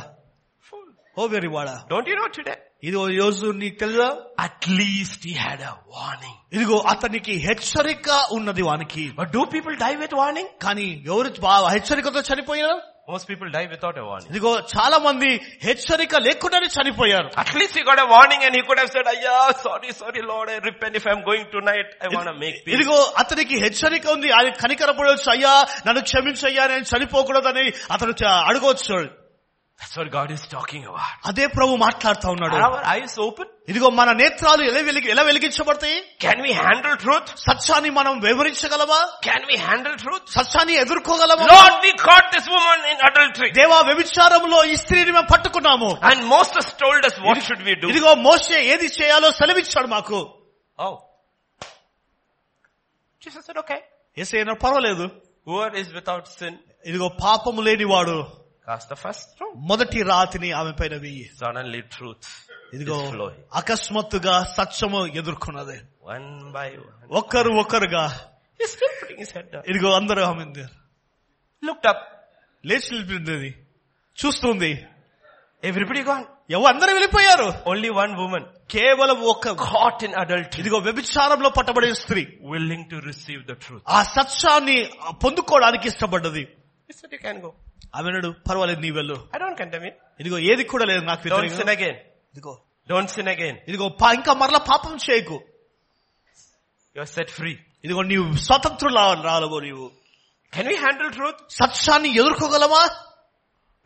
Fool.
Oh వెర్రివాడా
Don't you know today?
ఇదిగో ఈ రోజు నీకు తెలుసా
At least he had a warning.
ఇదిగో అతనికి హెచ్చరిక ఉన్నది వానికి
But do people die with warning?
కానీ ఎవరు బా- హెచ్చరికతో చనిపోయారు
Most people die without a warning.
ఇదిగో చాలా మంది హెచ్చరిక లేకుండానే చనిపోయారు
At least he got a warning and he could have said, yeah, sorry, sorry Lord, I repent if I'm going tonight. I want to make peace.
ఇదిగో అతనికి హెచ్చరిక ఉంది ఆయన కనికరపడవచ్చు అయ్యా నన్ను క్షమించయ్యా నేను చనిపోకూడదని అతను చ- అడగవచ్చు
That's what God is talking about.
అదే ప్రభు మాట్లాడుతా ఉన్నాడు
Are our eyes open?
ఇదిగో మన నేత్రాలు ఎలా వెలిగి ఎలా వెలిగించబడతాయి
Can we handle truth?
సత్యాన్ని మనం వివరించగలమా
Can we handle truth?
సత్యాన్ని ఎదుర్కోగలమా
Lord, we caught this woman in adultery.
దేవా వ్యభిచారంలో ఈ స్త్రీని మేము పట్టుకున్నాము
And Moses told us what should we do.
ఇదిగో మోసే ఏది చేయాలో సెలవిచ్చాడు మాకు
Oh. Jesus said, okay.
ఏసైనా పర్వాలేదు
Whoever is without sin,
ఇదిగో పాపము లేనివాడు
cast the first stone.
మొదటి రాతిని ఆమె పైన వెయ్యి
Suddenly truth is
ఇదిగో
flowing.
అకస్మాత్తుగా సత్యము ఎదుర్కొన్నది
One by one.
ఒక్కరు ఒక్కరుగా
He's still putting his head down.
ఇదిగో అందరూ ఆమె దగ్గర
Looked up.
లేచి నిలిపింది చూస్తుంది
Everybody gone.
ఎవరు అందరూ వెళ్ళిపోయారు
Only one woman
కేవలం ఒక్క
caught in adultery,
ఇదిగో వ్యభిచారంలో పట్టబడిన స్త్రీ
willing to receive the truth.
ఆ సత్యాన్ని పొందుకోవడానికి ఇష్టపడ్డది
He said, you can go.
ఆమెనడు పర్వాలేదు నీ వెళ్ళు
I don't condemn you.
ఇదిగో ఏది కూడా లేదు నాకు
Don't
వ్యతిరేకంగా.
sin again.
ఇదిగో
Don't sin again.
ఇదిగో పా- ఇంకా మరలా పాపం చేయకు
You're set free.
ఇదిగో నీవు స్వతంత్రులు రాలవో నీవు
Can we handle truth?
సత్యాన్ని ఎదుర్కోగలమా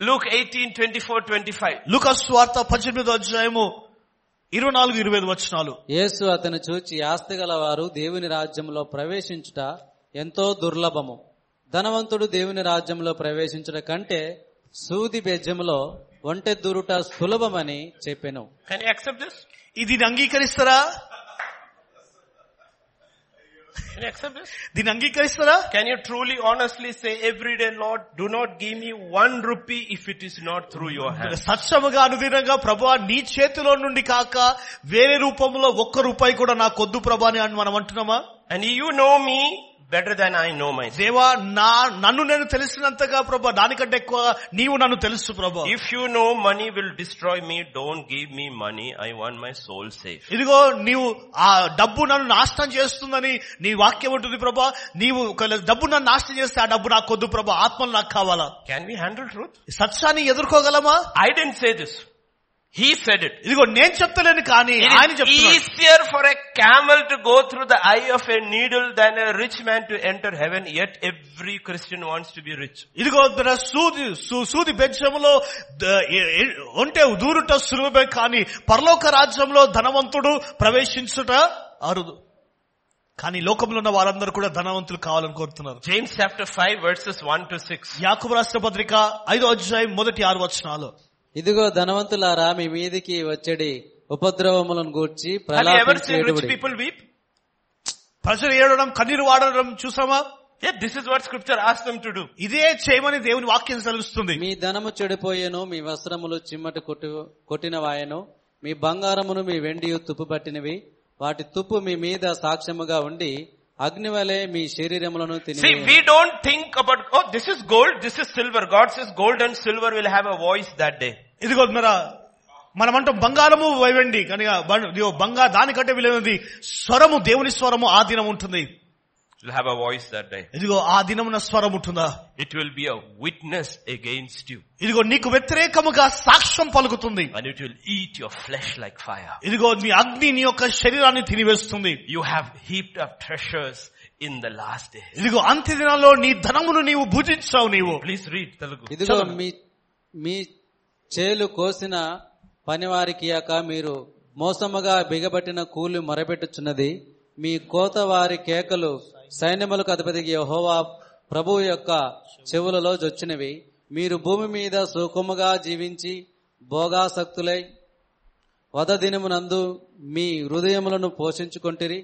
Luke 18, 24, 25.
లుకస్ వార్త పద్దెనిమిదో అధ్యాయము ఇరవై నాలుగు ఇరవై ఐదు వచనాలు
యేసు అతను చూచి ఆస్తి గలవారు దేవుని రాజ్యంలో ప్రవేశించుట ఎంతో దుర్లభము ధనవంతుడు దేవుని రాజ్యంలో ప్రవేశించుట కంటే సూది బెజ్జములో ఒంటె దూరుట సులభమని చెప్పెను
Can you accept this?
ఇది దీన్ని అంగీకరిస్తారా
Can you accept this?
దీన్ని అంగీకరిస్తారా
Can you truly, honestly say every day, Lord, do not give me one rupee if it is not through your hand.
సత్యముగా అనుదినంగా ప్రభా నీ చేతిలో నుండి కాక వేరే రూపంలో ఒక్క రూపాయి కూడా నాకు వద్దు ప్రభా అని మనం అంటున్నామా
And you know me better than I know myself.
దేవా నా నన్ను నేను తెలిసినంతగా ప్రభా దానికంటే ఎక్కువ నీవు నన్ను తెలుసు ప్రభా
If you know money will destroy me, don't give me money. I want my soul safe.
ఇదిగో నీవు ఆ డబ్బు నన్ను నాశనం చేస్తుందని నీ వాక్యం ఉంటుంది ప్రభా నీవు ఒకవేళ డబ్బు నన్ను నాశనం చేస్తే ఆ డబ్బు నాకు వద్దు ప్రభా ఆత్మలు నాకు కావాలా
Can we handle truth?
సత్యాన్ని ఎదుర్కోగలమా
I didn't say this. He said it.
ఇదిగో నేను చెప్తలేను కానీ ఆయన
It is
చెప్తున్నాడు
easier for a camel to go through the eye of a needle than a rich man to enter heaven, yet every Christian wants to be rich.
ఇదిగో తన సూది సూ- సూది బెంచంలో ద- ఏ- ఏ- ఉంటే దూరుట సులువే కానీ పరలోక రాజ్యంలో ధనవంతుడు ప్రవేశించుట అరుదు కానీ లోకంలో ఉన్న వారందరూ కూడా ధనవంతులు కావాలని కోరుతున్నారు
James chapter 5 verses 1 to 6.
యాకబు రాష్ట్ర పత్రిక ఐదో అధ్యాయం మొదటి ఆరు వచనాలు
ఇదిగో ధనవంతులారా మీ మీదికి వచ్చేడి ఉపద్రవములను గూర్చి
Have you ever seen rich
ప్రలాపించేడుడి.
people weep?
ప్రజలు ఏడవడం కన్నీరు వాడడం చూసామా
Yeah, this is what scripture asks them to do.
ఇదే చేయమని దేవుని వాక్యం తెలుస్తుంది
మీ ధనము చెడిపోయేను మీ వస్త్రములు చిమ్మట కొట్టు కొట్టినవాయను మీ బంగారమును మీ వెండియు తుప్పు పట్టినవి వాటి తుప్పు మీ మీద సాక్ష్యముగా ఉండి అగ్ని వలె మీ శరీరములను
See,
తిని
we don't think about, oh, this is gold, this is silver. God says gold and silver will have a voice that day.
ఇదిగో మరా మనం అంటాం బంగారము వైవండి కానీ ఆ బం- ఇదిగో బంగా దానికంటే విలువైనది స్వరము దేవుని స్వరము ఆ దినం ఉంటుంది
You'll have a voice that day.
ఇదిగో ఆ దినమున స్వరం ఉంటుందా
It will be a witness against you
ఇదిగో నీకు వ్యతిరేకముగా సాక్ష్యం పలుకుతుంది
and it will eat your flesh like fire.
ఇదిగో నీ అగ్ని నీ యొక్క శరీరాన్ని తినివేస్తుంది
You have heaped up treasures in the last days.
ఇదిగో అంత్య దినాల్లో నీ ధనమును నీవు భుజించావు నీవు
Please read Telugu.
ఇదిగో మీ మీ చేలు కోసిన పనివారికి యాక మీరు మోసముగా బిగబట్టిన కూలి మొరపెట్టుచున్నది మీ కోత వారి కేకలు సైన్యములకు అధిపతి యెహోవా ప్రభువు యొక్క చెవులలో జొచ్చినవి మీరు భూమి మీద సుఖముగా జీవించి భోగాసక్తులై వద దినమునందు మీ హృదయములను పోషించుకొంటిరి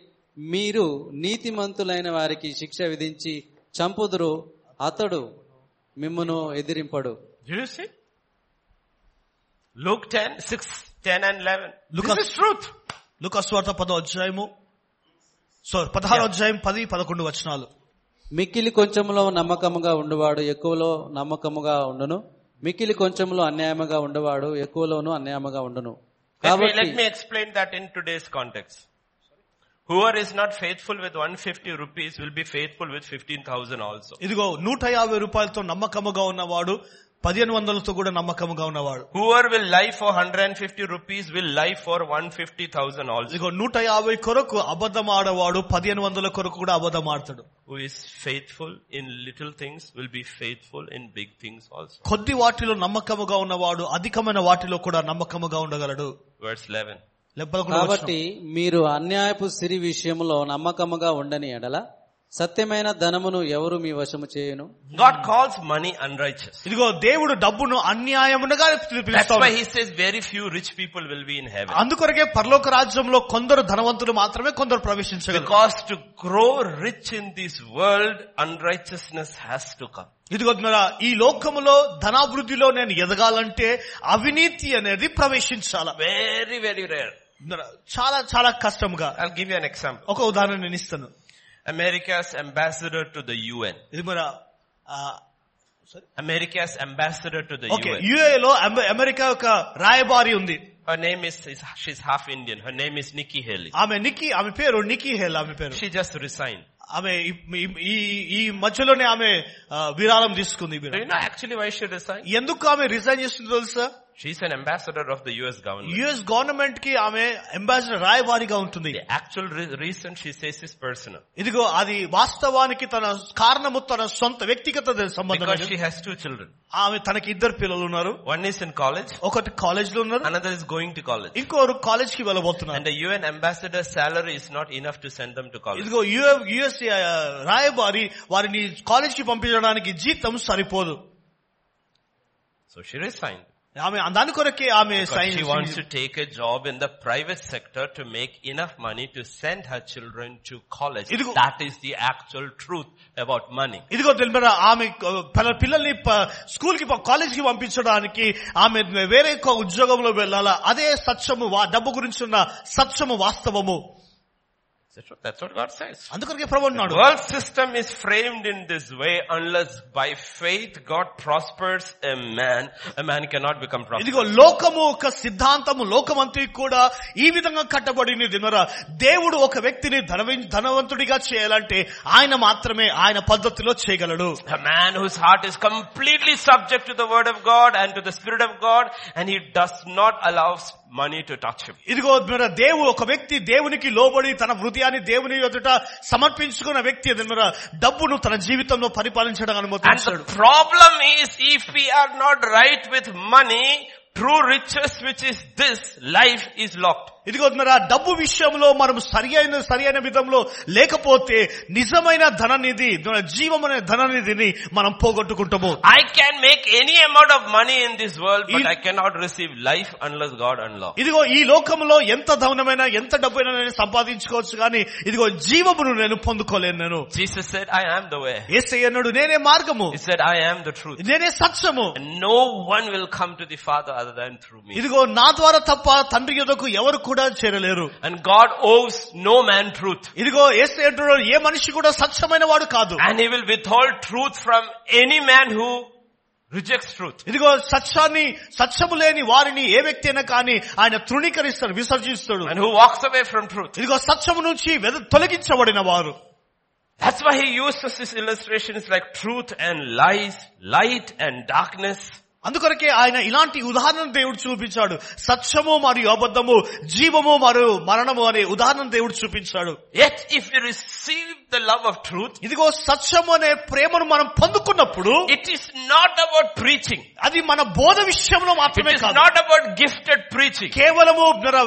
మీరు నీతిమంతులైన వారికి శిక్ష విధించి చంపుదురు అతడు మిమ్మును ఎదిరింపడు
Did you see? Luke 10, 6, 10 and 11.
Lucas-
This is truth.
లుకస్వార్త పదో అధ్యాయము సో పదహారో అధ్యాయం పది పదకొండు వచనాలు
మిక్కిలి కొంచెంలో నమ్మకముగా ఉండువాడు ఎక్కువలో నమ్మకముగా ఉండును మిక్కిలి కొంచెంలో అన్యాయముగా ఉండేవాడు ఎక్కువలోనూ అన్యాయముగా ఉండును
Let me,
కాబట్టి
let me explain that in today's context. Whoever is not faithful with 150 rupees will be faithful with 15,000 also.
ఇదిగో నూట యాభై రూపాయలతో నమ్మకముగా ఉన్నవాడు పదిహేను వందలతో కూడా నమ్మకముగా ఉన్నవాడు
Whoever will lie for 150 rupees will lie for 150,000 also.
ఇదిగో నూట యాభై కొరకు అబద్ధం ఆడవాడు పదిహేను వందల కొరకు కూడా అబద్ధం ఆడతాడు
Who is faithful in little things will be faithful in big things also.
కొద్ది వాటిలో నమ్మకముగా ఉన్నవాడు అధికమైన వాటిలో కూడా నమ్మకముగా ఉండగలడు
Verse 11.
లే- పదకొండవ
కాబట్టి మీరు అన్యాయపు సిరి విషయంలో నమ్మకముగా ఉండని ఎడల సత్యమైన ధనమును ఎవరు మీ వశము చేయను
God calls money unrighteous.
వచనం. ఇదిగో దేవుడు డబ్బును అన్యాయమునగా
That's why
పిలుస్తాడు
he says very few rich people will be in heaven.
అందుకొరకే పరలోక రాజ్యంలో కొందరు ధనవంతులు మాత్రమే కొందరు ప్రవేశించగలరు
Because to grow rich in this world, unrighteousness has to come.
ఇదిగో జ్ఞానులారా, ఈ లోకములో ధనాభివృద్ధిలో నేను ఎదగాలంటే అవినీతి అనేది ప్రవేశించాల
Very, very rare.
జ్ఞానులారా, చాలా చాలా కష్టంగా
I'll give you an example.
ఒక ఉదాహరణ నేను ఇస్తాను
America's ambassador to the UN.
ఇది మన
America's ambassador to the
okay
UN.
UA లో అమె- అమెరికా యొక్క రాయబారి ఉంది
Her name is, is- she's half Indian. Her name is Nikki Haley.
ఆమె నిక్కి ఆమె పేరు నిక్కీ హేల్ ఆమె పేరు
She just resigned.
ఆమె ఈ- ఈ- ఈ ఈ మధ్యలోనే ఆమె ఆ,
uh,
విరాళం తీసుకుంది
Do you know actually why she resigned?
ఎందుకు ఆమె రిజైన్ చేస్తుందో తెలుసా
She's an ambassador of the US government.
US government కి ఆమె అంబాసిడర్ రాయబారిగా ఉంటుంది
The actual re- reason she says is personal.
ఇదిగో అది వాస్తవానికి తన కారణము తన సొంత వ్యక్తిగత సంబంధం
Because she
లేదు.
has two children.
ఆమె తనకి ఇద్దరు పిల్లలు ఉన్నారు
One is in college,
ఒకటి కాలేజ్ లో ఉన్నారు
another is going to college.
ఇంకోరు కాలేజ్ కి
And
వెళ్ళబోతున్నారు
the UN ambassador's salary is not enough to send them to college.
ఇదిగో యుఎస్ రాయబారి వారిని కాలేజ్ కి పంపించడానికి జీతం సరిపోదు
So she resigned.
ఆమె దాని కొరకే ఆమె
Because
sign
she wants to take a job in the private sector to make enough money to send her children to college.
Idigo-
That is the actual truth about money.
ఇదిగో తెలిపారా ఆమె పిల్ల- పిల్లల్ని ప- school కి ప- college కి పంపించడానికి ఆమె వేరే ఒక ఉద్యోగంలో వెళ్ళాలా అదే సత్యము వా- డబ్బు గురించి ఉన్న సత్యము వాస్తవము
That's what- That's what God says.
అందుకొరకే ప్రభు
The
అన్నాడు
world system is framed in this way unless by faith God prospers a man, a man cannot become prosperous.
ఇదిగో లోకము ఒక సిద్ధాంతము లోకమంతి కూడా ఈ విధంగా కట్టబడింది దినరా దేవుడు ఒక వ్యక్తిని ధనవి- ధనవంతుడిగా చేయాలంటే ఆయన మాత్రమే ఆయన పద్ధతిలో చేయగలడు
A man whose heart is completely subject to the word of God and to the spirit of God and he does not allow money to touch him.
ఇదిగో మన దేవు ఒక వ్యక్తి దేవునికి లోబడి తన హృదయాన్ని దేవుని ఎదుట సమర్పించుకున్న వ్యక్తి మన డబ్బును తన జీవితంలో
And
పరిపాలించడం
the
అనుమతించాడు
problem is if we are not right with money, true riches which is this, life is locked.
ఇదిగో మన డబ్బు విషయంలో మనం సరి అయిన సరి అయిన విధంలో లేకపోతే నిజమైన ధననిధి మన జీవం అనే ధననిధిని మనం పోగొట్టుకుంటాము
I can make any amount of money in this world but I cannot receive life unless God unlocks.
ఇదిగో ఈ లోకంలో ఎంత ధనమైనా ఎంత డబ్బైనా నేను సంపాదించుకోవచ్చు కానీ ఇదిగో జీవమును నేను పొందుకోలేను నేను
Jesus said, I am the way.
ఏసై అన్నాడు నేనే మార్గము
He said, I am the truth.
నేనే సత్యము
And no one will come to the Father other than through me.
ఇదిగో నా ద్వారా తప్ప తండ్రి యొద్దకు ఎవరు కూడా చేరలేరు
And God owes no man truth.
ఇదిగో ఏసై అంటున్నాడు ఏ మనిషి కూడా సత్యమైన వాడు కాదు
And he will withhold truth from any man who rejects truth.
ఇదిగో సత్యాన్ని సత్యము లేని వారిని ఏ వ్యక్తి అయినా కానీ ఆయన తృణీకరిస్తాడు విసర్జిస్తాడు
And who walks away from truth.
ఇదిగో సత్యము నుంచి వెద- తొలగించబడిన వారు
That's why he uses these illustrations like truth and lies, light and darkness.
అందుకొరకే ఆయన ఇలాంటి ఉదాహరణ దేవుడు చూపించాడు సత్యము మరియు అబద్ధము జీవము మరియు మరణము అనే ఉదాహరణ దేవుడు చూపించాడు
Yet if we receive the love of truth,
ఇదిగో సత్యము అనే ప్రేమను మనం పొందుకున్నప్పుడు
it is not about preaching.
అది మన బోధ విషయంలో
It
మాత్రమే
is
కాదు
not about gifted preaching.
కేవలము మన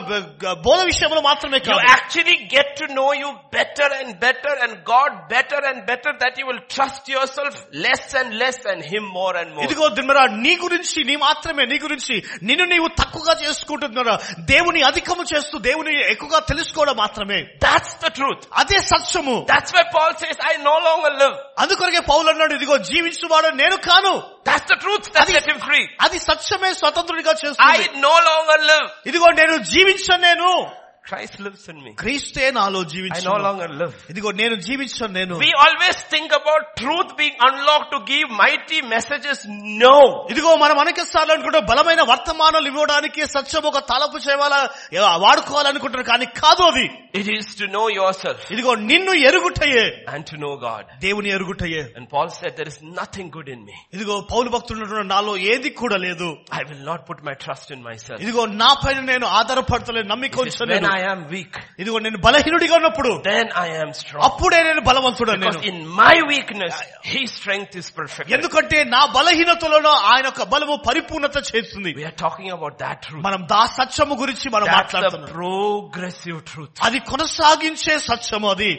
బోధ విషయంలో మాత్రమే
You
కాదు
actually get to know you better and better and God better and better that you will trust yourself less and less and Him more and more.
Oh. ఇదిగో దిమ్మరా నీ గురించి నీ మాత్రమే నీ గురించి నిన్ను నీవు తక్కువగా చేసుకుంటున్నారా దేవుని అధికము చేస్తూ దేవుని ఎక్కువగా తెలుసుకోవడం మాత్రమే
That's the truth.
అదే సత్యము
That's why Paul says, I no longer live.
అందుకొరకే పౌలు అన్నాడు ఇదిగో జీవించువాడు నేను కాను
That's the truth that set him free.
అది సత్యమే స్వతంత్రుడిగా
I
చేస్తుంది
no longer live.
ఇదిగో నేను జీవించను నేను
Christ lives in me.
క్రీస్తే నాలో
I no
జీవించను
longer live.
ఇదిగో నేను జీవించను నేను
We always think about truth being unlocked to give mighty messages. No.
ఇదిగో మనం అనేక సార్లు అనుకుంటాం బలమైన వర్తమానాలు ఇవ్వడానికి సత్యం ఒక తలపు చేయాల వాడుకోవాలనుకుంటారు కానీ కాదు అది
It is to know yourself
ఇదిగో నిన్ను ఎరుగుటయే
and to know God.
దేవుని ఎరుగుటయే
And Paul said, there is nothing good in me.
ఇదిగో పౌలు భక్తులు అంటున్నారు, నాలో ఏది కూడా లేదు
I will not put my trust in myself.
ఇదిగో నా పైన నేను ఆధారపడతలేను నమ్మిక
It is when
ఉంచలేను
I am weak,
ఇదిగో నేను బలహీనుడిగా ఉన్నప్పుడు
then I am strong.
అప్పుడే నేను బలవంతుడు నేను
Because in my weakness, His strength is perfect.
ఎందుకంటే నా బలహీనతలలో ఆయన యొక్క బలము పరిపూర్ణత చేస్తుంది
We are talking about that truth.
మనం దా సత్యము గురించి మనం
That's the
మాట్లాడుతున్నాం
progressive truth.
అది కొనసాగించే సత్యము అది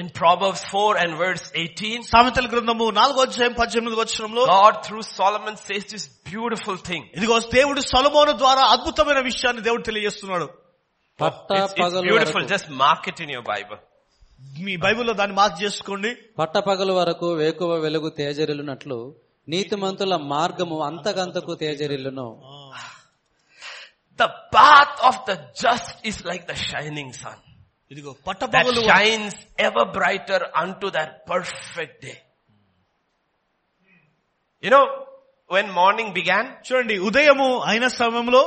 In Proverbs 4 and verse 18,
సామెతల గ్రంథము నాలుగో అధ్యాయం పద్దెనిమిది వచనంలో
God through Solomon says this beautiful thing.
ఇదిగో దేవుడు సొలొమోను ద్వారా అద్భుతమైన విషయాన్ని దేవుడు తెలియజేస్తున్నాడు
పట్టా
Oh, It's, it's
పగలు
beautiful.
వరకు.
Just mark it in your Bible.
మీ బైబిల్లో దాన్ని మార్క్ చేసుకోండి
పట్టపగలు వరకు వేకువ వెలుగు తేజరిల్లునట్లు నీతిమంతుల మార్గము అంతకంతకు తేజరిల్లును
The path of the just is like the shining sun
ఇదిగో
that
పట్టపగలు
shines ever brighter unto that perfect day. You know, when morning began,
చూడండి ఉదయము అయిన సమయంలో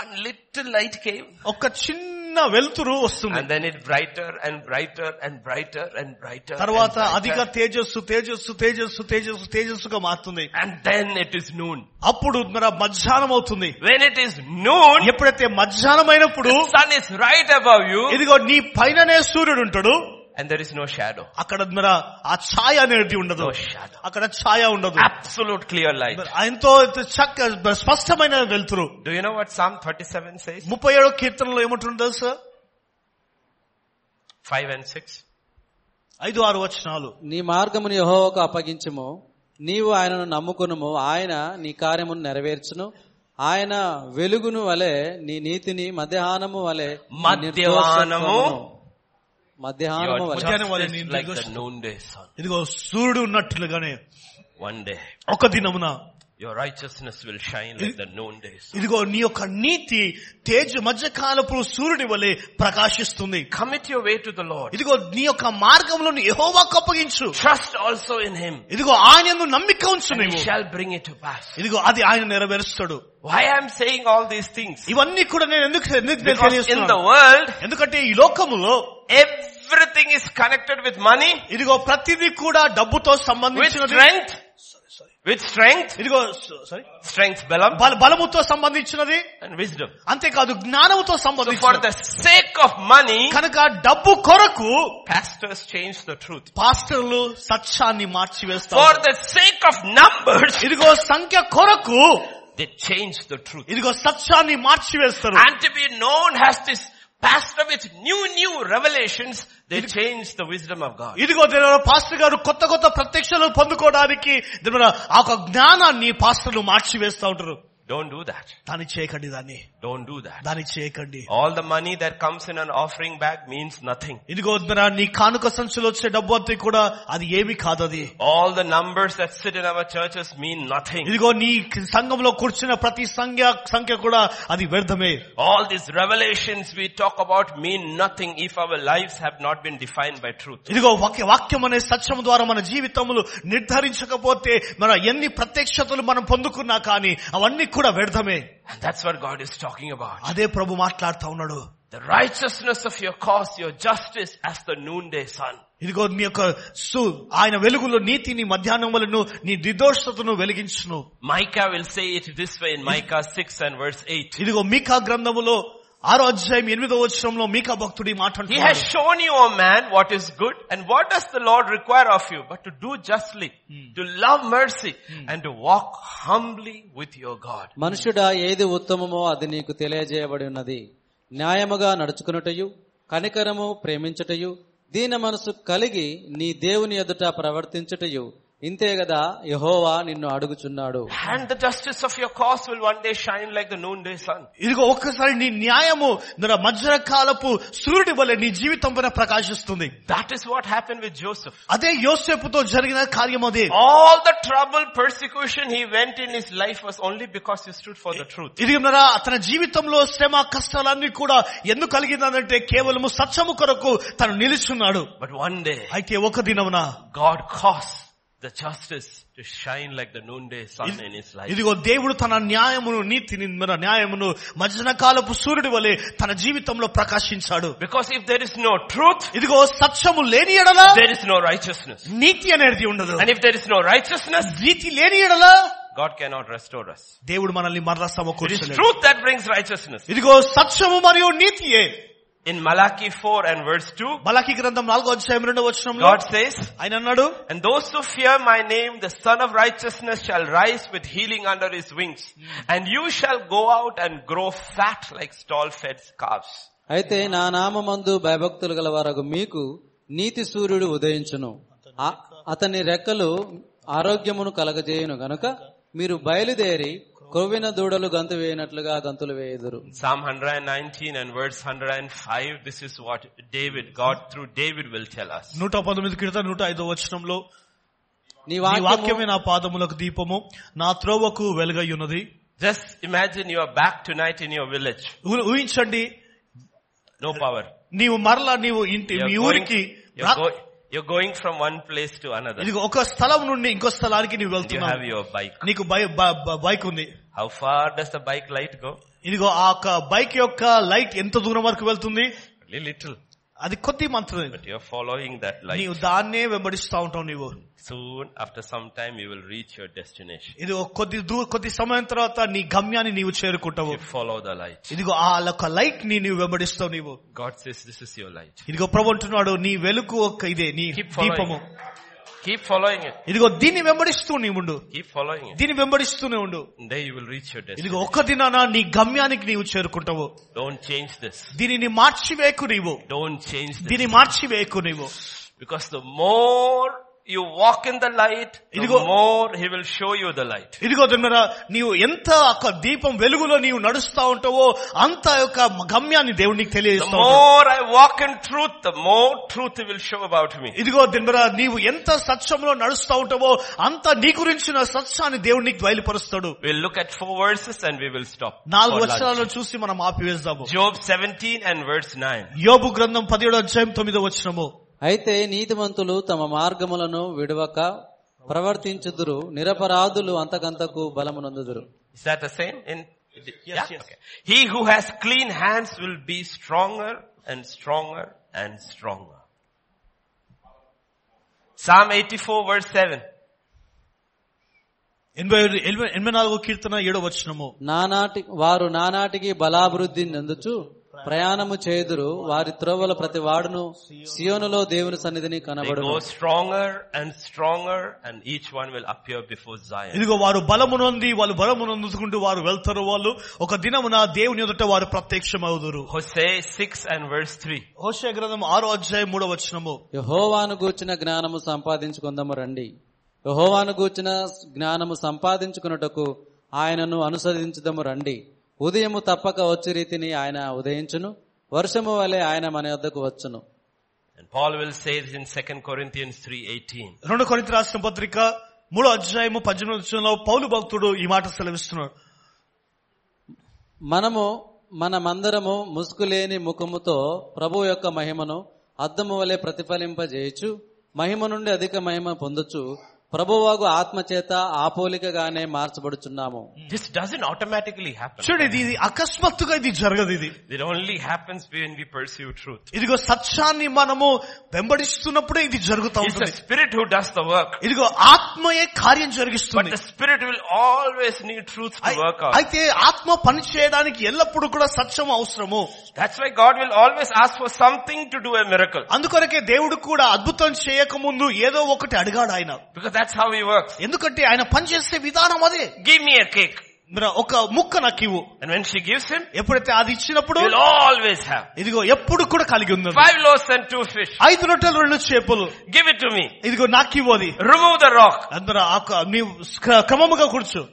one little light came
ఒక చిన్న వెలుతురు వస్తుంది
and then it brighter and brighter and brighter and brighter. and
తర్వాత అధిక
brighter.
తేజస్సు తేజస్సు తేజస్సు తేజస్సు తేజస్సుగా మారుతుంది
And then it is noon.
అప్పుడు మన మధ్యాహ్నం అవుతుంది
When it is noon,
ఎప్పుడైతే మధ్యాహ్నం అయినప్పుడు
the sun is right above you
ఇదిగో నీ పైననే సూర్యుడు ఉంటాడు
and there is no shadow.
అక్కడ మన ఆ ఛాయ అనేది ఉండదు
No shadow.
అక్కడ ఛాయ ఉండదు
Ah, Absolute clear light.
మరి ఆయనతో ఇంత చక్క మరి స్పష్టమైన వెళ్తురు
Do you know what Psalm 37 says?
ముప్పై ఏడో కీర్తనలో ఏముంటుందో సార్
5 and 6.
ఐదు ఆరు వచనాలు
నీ మార్గమును యెహోవాకు అప్పగించుము నీవు ఆయనను నమ్ముకునుము ఆయన నీ కార్యమును నెరవేర్చును ఆయన వెలుగును వలె నీ నీతిని మధ్యాహ్నము వలె నీ
మధ్యాహ్నము?
నిర్దోషత్వమును మధ్యాహ్నము
Your
వలె
Mujhane wale
justice
neend
like
gosh-
the noonday sun.
ఇదిగో సూర్యుడు ఉన్నట్లుగానే
One day,
ఒక దినమున
your righteousness will shine like the noonday sun.
ఇదిగో నీ యొక్క నీతి తేజ మధ్యకాలపు సూర్యుడి వలె ప్రకాశిస్తుంది
Commit your way to the Lord.
ఇదిగో నీ యొక్క మార్గంలో యహోవాకు అప్పగించు
Trust also in Him.
ఇదిగో ఆయన నమ్మిక ఉంచు
And He
నీవు
shall bring it to pass.
ఇదిగో అది ఆయన నెరవేరుస్తాడు
Why I am saying all these things?
ఇవన్నీ కూడా నేను ఎందుకు ఎందుకు నేను
Because in
తెలియజేస్తున్నాను?
the world,
ఎందుకంటే ఈ లోకములో
everything is connected with money,
ఇదిగో ప్రతిదీ కూడా డబ్బుతో
with
సంబంధించినది
strength, with strength,
ఇదిగో సారీ
strength balam,
బల- బలముతో సంబంధించినది
and wisdom.
అంతేకాదు జ్ఞానముతో
So for
సంబంధించినది
the sake of money,
కనుక డబ్బు కొరకు
pastors change the truth.
పాస్టర్లు సత్యాన్ని
For
మార్చివేస్తారు
the sake of numbers,
ఇదిగో సంఖ్య కొరకు
they change the truth.
ఇదిగో సత్యాన్ని మార్చివేస్తారు
And to be known as this pastor with new, new revelations, they change the wisdom of God.
ఇదిగో దేవుడు పాస్టర్ గారు కొత్త కొత్త ప్రత్యక్షలు పొందుకోవడానికి దేవుడు ఆ ఒక జ్ఞానాన్ని పాస్టర్లు మార్చివేస్తా ఉంటారు
Don't do that.
దాన్ని చేయకండి దాన్ని
Don't do that.
దాన్ని చేయకండి
All the money that comes in an offering bag means nothing.
ఇదిగో వద్దురా నీ కానుక సంచులో వచ్చే డబ్బు అంతా కూడా అది ఏమి కాదు అది
All the numbers that sit in our churches mean nothing.
ఇదిగో నీ సంఘంలో కూర్చున్న ప్రతి సంఖ్య సంఖ్య కూడా అది వ్యర్థమే
All these revelations we talk about mean nothing if our lives have not been defined by truth.
ఇదిగో వాక్య వాక్యం అనే సత్యం ద్వారా మన జీవితములు నిర్ధారించకపోతే మన ఎన్ని ప్రత్యక్షతలు మనం పొందుకున్నా కానీ అవన్నీ కూడా వ్యర్థమే
And that's what God is talking about.
అదే ప్రభు మాట్లాడుతా ఉన్నాడు
The righteousness of your cause, your justice as the noonday sun.
ఇదిగో నీ యొక్క సు ఆయన వెలుగులో నీతిని మధ్యాహ్నం వలన నీ నిర్దోషతను వెలిగించును
Micah will say it this way in Micah 6 and verse 8.
ఇదిగో మీకా గ్రంథములో ఆరో అధ్యాయం ఎనిమిదో వచనంలో మీకా భక్తుడి మాట
He has
అంటున్నాడు.
shown you, O man, what is good and what does the Lord require of you, but to do justly, to love mercy and to walk humbly with your God.
మనుషుడా ఏది ఉత్తమమో అది నీకు తెలియజేయబడి ఉన్నది న్యాయముగా నడుచుకున్నటయు కనికరము ప్రేమించుటయు దీన మనసు కలిగి నీ దేవుని ఎదుట ప్రవర్తించుటయు ఇంతే గదా యహోవా నిన్ను అడుగుచున్నాడు
And the justice of your cause will one day shine like the noonday sun.
ఇదిగో ఒక్కసారి నీ న్యాయము మన మధ్యర కాలపు సూర్యుడి వలె నీ జీవితం పైన ప్రకాశిస్తుంది
That is what happened with Joseph.
అదే యోసేపుతో జరిగిన కార్యం అదే
All the trouble, persecution he went in his life was only because he stood for the truth.
ఇది ఉన్నారా తన జీవితంలో శ్రమ కష్టాలన్నీ కూడా ఎందుకు కలిగిందంటే కేవలము సత్యము కొరకు తను నిలుచున్నాడు
But one day,
అయితే ఒక దినమున
God caused the justice to shine like the noonday sun in his life.
ఇదిగో దేవుడు తన న్యాయమును నీతిని మన న్యాయమును మధ్యన కాలపు సూర్యుడి వలె తన జీవితంలో ప్రకాశించాడు
Because if there is no truth,
ఇదిగో సత్యము లేని ఎడలా
there is no righteousness.
నీతి అనేది ఉండదు
And if there is no righteousness,
నీతి లేని ఎడలా
God cannot restore us.
దేవుడు మనల్ని మరలా
It is
సమకూర్చలేదు
truth that brings righteousness.
ఇదిగో సత్యము మరియు నీతియే
In Malachi 4 and verse 2,
మలాకి గ్రంథం నాలుగో అధ్యాయం రెండో వచనంలో
God says,
ఆయన అన్నాడు
And those who fear my name, the son of righteousness shall rise with healing under his wings. And you shall go out and grow fat like stall fed calves.
అయితే నా నామందు భయభక్తులు గల వారగు మీకు నీతి సూర్యుడు ఉదయించును ఆ- అతని రెక్కలు ఆరోగ్యమును కలగజేయును గనుక మీరు బయలుదేరి కొవ్విన దూడలు గంతు వేయనట్లుగా గంతులు వేయుదురు
Psalm 119 and verse 105, this is what David, God through David will tell us.
నూట పంతొమ్మిది క్రితం నూట ఐదో వచనంలో
నీ
నీ
వాక్యము
వాక్యమే నా పాదములకు దీపము నా త్రోవకు వెలుగయ్యున్నది
Just imagine you are back tonight in your village.
ఊ- ఊహించండి
No power.
నీవు మరలా నీవు ఇంటి
You're
మీ
going,
ఊరికి
you're go- you're going from one place to another.
ఇది ఒక స్థలం నుండి ఇంకో స్థలానికి నీవు
And you have
వెళ్తున్నావు
your bike.
నీకు బై- బ- బ- బైక్ ఉంది
How far does the bike light go?
ఇదిగో ఆ యొక్క బైక్ యొక్క లైట్ ఎంత దూరం వరకు వెళ్తుంది
Really little.
అది కొద్ది మంత్రం
But you're following that light.
నీవు దాన్నే వెంబడిస్తా ఉంటావు నీవు
Soon, after some time, you will reach your destination.
ఇది ఒక కొద్ది దూ కొద్ది సమయం తర్వాత నీ గమ్యాన్ని నీవు చేరుకుంటావు
You follow the light.
ఇదిగో ఆ యొక్క లైట్ ని నీవు వెంబడిస్తావు నీవు
God says, this is your light.
ఇదిగో ప్రభు అంటున్నాడు నీ వెలుగు ఒక ఇదే నీ
Keep
దీపము
following. Keep following it.
ఇదిగో దీన్ని వెంబడిస్తూ నీ ఉండు
Keep following it.
దీన్ని వెంబడిస్తూనే ఉండు
And there you will reach your
ఇదిగో
destination.
ఒక్క దినాన నీ గమ్యానికి నీవు చేరుకుంటావు
Don't change this.
దీనిని మార్చివేకు నీవు
Don't change this.
దీన్ని మార్చివేకు నీవు
Because the more you walk in the light, the
ఇదిగో-
more He will show you the light.
ఇదిగో దిన్నరా నీవు ఎంత ఒక దీపం వెలుగులో నీవు నడుస్తా ఉంటావో అంత యొక్క గమ్యాన్ని దేవుడు నీకు
The
తెలియజేస్తా ఉంటాడు.
more I walk in truth, the more truth He will show about me.
ఇదిగో దిన్నరా నీవు ఎంత సత్యంలో నడుస్తా ఉంటావో అంత నీ గురించిన సత్యాన్ని దేవుడు నీకు బయలుపరుస్తాడు
We'll look at four verses and we will stop.
నాలుగు
for lunch.
వచనాలను చూసి మనం ఆపివేస్తాము
Job 17 and verse 9.
యోబు గ్రంథం పదిహేడు అధ్యాయం తొమ్మిదో వచనము
అయితే నీతిమంతులు తమ మార్గములను విడవక ప్రవర్తించుదురు నిరపరాధులు అంతకంతకు బలమునందుదురు
Is that the same? In yeah? Okay. He who has clean hands will be stronger and stronger and stronger. Psalm 84 verse 7.
ఎనభై ఏడు- ఎనభై ఎనభై నాలుగో కీర్తన ఏడో వచనము
నానాటి వారు నానాటికి బలాభివృద్ధి నందుచు ప్రయాణము చేదురు వారి త్రోవల ప్రతి వాడును సియోనులో దేవుని సన్నిధిని
They
కనబడును
go stronger and stronger and each one will appear before Zion.
ఇదిగో వారు బలమునంది వాళ్ళు బలమునందుకుంటూ వారు వెళ్తారు వాళ్ళు ఒక దినమున దేవుని ఎదుట వారు ప్రత్యక్షమవుదురు
Hosea 6 and verse 3.
హోషయ గ్రంథం ఆరో అధ్యాయం మూడో వచనము
యహోవాను గూర్చిన జ్ఞానము సంపాదించుకుందాము రండి యహోవాను గూర్చిన జ్ఞానము సంపాదించుకున్నటకు ఆయనను అనుసరించదము రండి ఉదయము తప్పక వచ్చు రీతిని ఆయన ఉదయించును వర్షము వలె ఆయన మన వద్దకు వచ్చును
And Paul will say it in 2 Corinthians 3.18.
రెండు కొరింత రాసిన పత్రిక మూడో అధ్యాయము పద్దెనిమిది వచనంలో పౌలు భక్తుడు ఈ మాట సెలవిస్తున్నాడు
మనము మనమందరము ముసుగులేని ముఖముతో ప్రభు యొక్క మహిమను అద్దము వలె ప్రతిఫలింపజేయచ్చు మహిమ నుండి అధిక మహిమ పొందొచ్చు ప్రభువాగు ఆత్మచేత ఆపోలికగానే మార్చబడుచున్నాము
This doesn't automatically happen.
చూడండి ఇది- ఇది అకస్మాత్తుగా ఇది జరగదు ఇది
It only happens when we pursue truth.
ఇదిగో సత్యాన్ని మనము వెంబడిస్తున్నప్పుడే ఇది జరుగుతూ
It's the
ఉంటుంది
spirit who does the work.
ఇదిగో ఆత్మయే కార్యం
But
జరిగిస్తుంది
the spirit will always need truth to
అయి-
work out.
అయితే ఆత్మ పని చేయడానికి ఎల్లప్పుడూ కూడా సత్యం అవసరము
That's why God will always ask for something to do a miracle.
అందుకొరకే దేవుడు కూడా అద్భుతం చేయకముందు ఏదో ఒకటి అడిగాడు ఆయన
Because that's how he works.
ఎందుకంటే ఆయన పనిచేసే విధానం అదే
Give me a cake.
మరి ఒక ముక్క నాకు ఇవ్వు
And when she gives him,
ఎప్పుడైతే అది ఇచ్చినప్పుడు
he'll always have.
ఇదిగో ఎప్పుడు కూడా కలిగి ఉంది
Five loaves and two fish.
ఐదు రొట్టెలు రెండు చేపలు
Give it to me.
ఇదిగో నాకు ఇవ్వు అది
Remove the rock.
అందరూ ఆక- నీవు స్క- క్రమముగా కూర్చో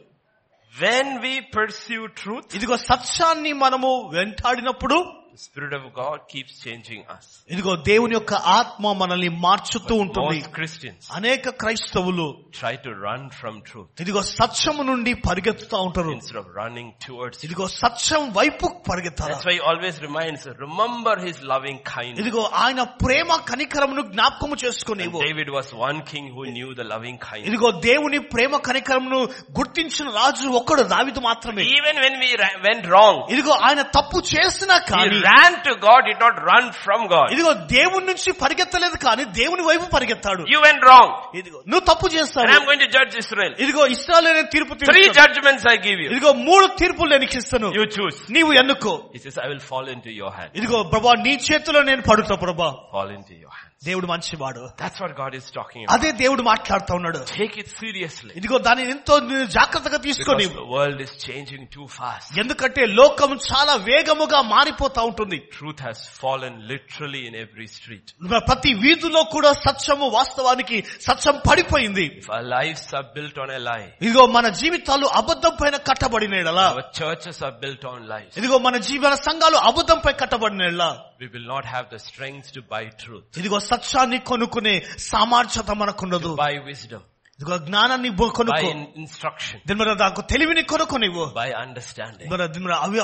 When we pursue truth,
ఇదిగో సత్యాన్ని మనము వెంటాడినప్పుడు
the spirit of God keeps changing us.
ఇదిగో దేవుని యొక్క ఆత్మ మనల్ని మార్చుతూ ఉంటుంది
Most Christians
అనేక క్రైస్తవులు
try to run from truth
ఇదిగో సత్యము నుండి పరిగెత్తుతా ఉంటారు
instead of running towards Oh. it.
ఇదిగో సత్యం వైపు పరిగెత్తారు
That's why he always reminds, us, remember his loving kindness.
ఇదిగో ఆయన ప్రేమ కనికరమును జ్ఞాపకము
And
చేసుకునేవు
David was one king who knew the loving kindness.
ఇదిగో దేవుని ప్రేమ కనికరమును గుర్తించిన రాజు ఒక్కడు దావిదు మాత్రమే
Even when we ra- went wrong,
ఇదిగో ఆయన తప్పు చేసినా కానీ
he ran to God, did not run from God.
ఇదిగో దేవుని నుంచి పరిగెత్తలేదు కానీ దేవుని వైపు పరిగెత్తాడు
You went wrong,
ఇదిగో నువ్వు తప్పు
and
చేస్తావు
I'm going to judge Israel.
ఇదిగో ఇస్రాయల్ అనే తీర్పు
Three
తీరుస్తాను.
judgments I give you.
ఇదిగో మూడు తీర్పులు నేను ఇస్తాను
You choose.
నీవు ఎన్నుకో
He says, I will fall into your hand.
ఇదిగో ప్రభా నీ చేతిలో నేను పడుతా ప్రభా
Fall into your hand.
దేవుడు మంచివాడు
That's what God is talking about.
అదే దేవుడు మాట్లాడుతా ఉన్నాడు
Take it seriously.
ఇదిగో దానిని ఎంతో నేను జాగ్రత్తగా
Because
తీసుకొని
the world is changing too fast.
ఎందుకంటే లోకం చాలా వేగముగా మారిపోతా ఉంటుంది
Truth has fallen literally in every street.
ప్రతి వీధిలో కూడా సత్యము వాస్తవానికి సత్యం పడిపోయింది
If our lives are built on a lie,
ఇదిగో మన జీవితాలు అబద్ధం పైన కట్టబడిన ఎడలా
our churches are built on lies,
ఇదిగో మన జీవన సంఘాలు అబద్ధంపై కట్టబడిన ఎడలా
we will not have the strength to buy truth,
ఇదిగో సత్యాన్ని కొనుక్కునే సామర్థ్యత మనకుండదు
to buy wisdom,
ఇదిగో జ్ఞానాన్ని బో-
buy
కొనుక్కో
in- instruction,
దీని మీద నాకు తెలివిని కొనుక్కో నీవు
buy understanding.
మన దీని మీద అవి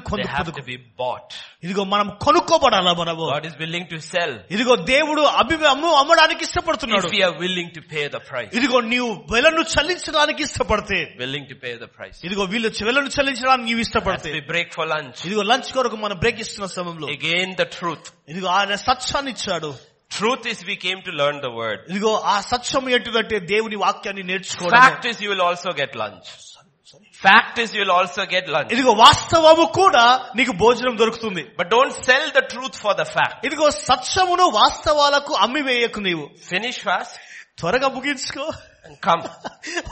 They have to
కొనుక్కో
be bought.
ఇదిగో మనం కొనుక్కోబడాలా మనము
God is willing to sell
ఇదిగో దేవుడు అభి అమ్ము- అమ్మడానికి ఇష్టపడుతున్నాడు
if we are willing to pay the price.
ఇదిగో నీవు వెలను చెల్లించడానికి ఇష్టపడితే
Willing to pay the price.
ఇదిగో వీళ్ళు వెలను చెల్లించడానికి నీవు
As
ఇష్టపడితే
we break for lunch,
ఇదిగో లంచ్ కొరకు మనం బ్రేక్ ఇస్తున్న సమయంలో
again the truth.
ఇదిగో ఆయన సత్యాన్ని ఇచ్చాడు
Truth is we came to learn the word.
ఇదిగో ఆ సత్యం ఏంటిదంటే దేవుని వాక్యాన్ని నేర్చుకోవడం
Fact is you will also get lunch. Fact is you will also get lunch.
ఇదిగో వాస్తవము కూడా నీకు భోజనం దొరుకుతుంది
But don't sell the truth for the fact.
ఇదిగో సత్యమును వాస్తవాలకు అమ్మి వేయకు నీవు
Finish fast
త్వరగా ముగించుకో
and come.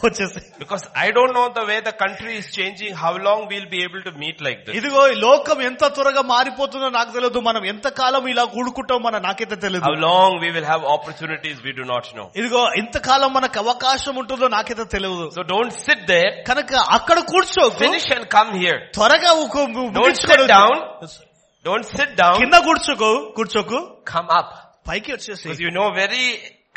వచ్చేసి
Because I don't know the way the country is changing, how long we'll be able to meet like this.
ఇదిగో ఈ లోకం ఎంత త్వరగా మారిపోతుందో నాకు తెలియదు మనం ఎంత కాలం ఇలా కూడుకుంటాం మన నాకైతే తెలియదు
How long we will have opportunities we do not know.
ఇదిగో ఇంతకాలం మనకు అవకాశం ఉంటుందో నాకైతే తెలియదు
So don't sit there,
కనుక అక్కడ కూర్చో
finish and come here.
త్వరగా ఒక- ముగించుకో.
sit down. Don't sit down,
కింద కూర్చోకు కూర్చోకు
come up.
పైకి వచ్చేసి
Because you know very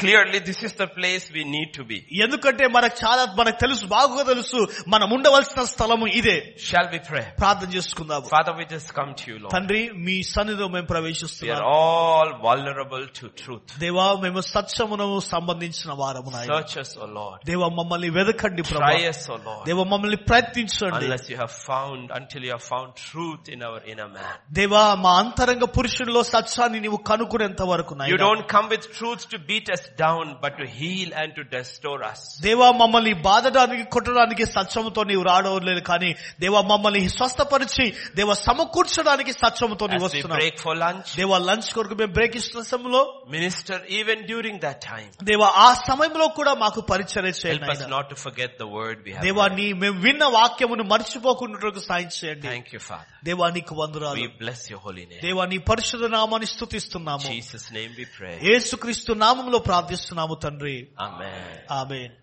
clearly this is the place we need to be.
ఎందుకంటే మనకు చాలా మనకు తెలుసు బాగుగా తెలుసు మనం ఉండవలసిన స్థలము ఇదే
Shall we pray?
ప్రార్థన చేసుకుందాము
Father, we just come to you, Lord.
తండ్రి మీ సన్నిధిలో మేము
We are
ప్రవేశిస్తున్నాము
all vulnerable to truth.
దేవా మేము సత్యమును సంబంధించిన వారము నాయన
Search us, O Lord.
దేవ మమ్మల్ని వెదకండి ప్రభా
Try us, O Lord.
దేవ మమ్మల్ని ప్రయత్నించండి
Unless you have found, until you have found truth in our inner man.
దేవా మా అంతరంగ పురుషుడిలో సత్యాన్ని నీవు కనుక్కునేంత వరకు
You
నాయనా.
don't come with truths to beat us down, but to heal and to restore us.
దేవా మమ్మల్ని బాధడానికి కొట్టడానికి సత్యముతో నీవు రావడం లేదు కానీ దేవా మమ్మల్ని స్వస్థపరిచి దేవ సమకూర్చడానికి సత్యముతో నీవు
As we
వస్తున్నావు
break for lunch,
దేవా లంచ్ కొరకు మేము బ్రేక్ ఇస్తున్న సమయంలో
minister even during that time.
దేవా ఆ సమయంలో కూడా మాకు పరిచయం
Help us
చేయండి
not to forget the word we have.
దేవా
heard.
నీ మేము విన్న వాక్యమును మర్చిపోకుండా సాయం చేయండి
Thank you, Father.
దేవా నీకు వందరాలు
We bless your holy name.
దేవా నీ పరిశుద్ధ నామాన్ని స్థుతిస్తున్నాము
In Jesus' name we pray.
యేసుక్రీస్తు నామంలో ప్రార్థిస్తున్నాము తండ్రి
Amen.
ఆమెన్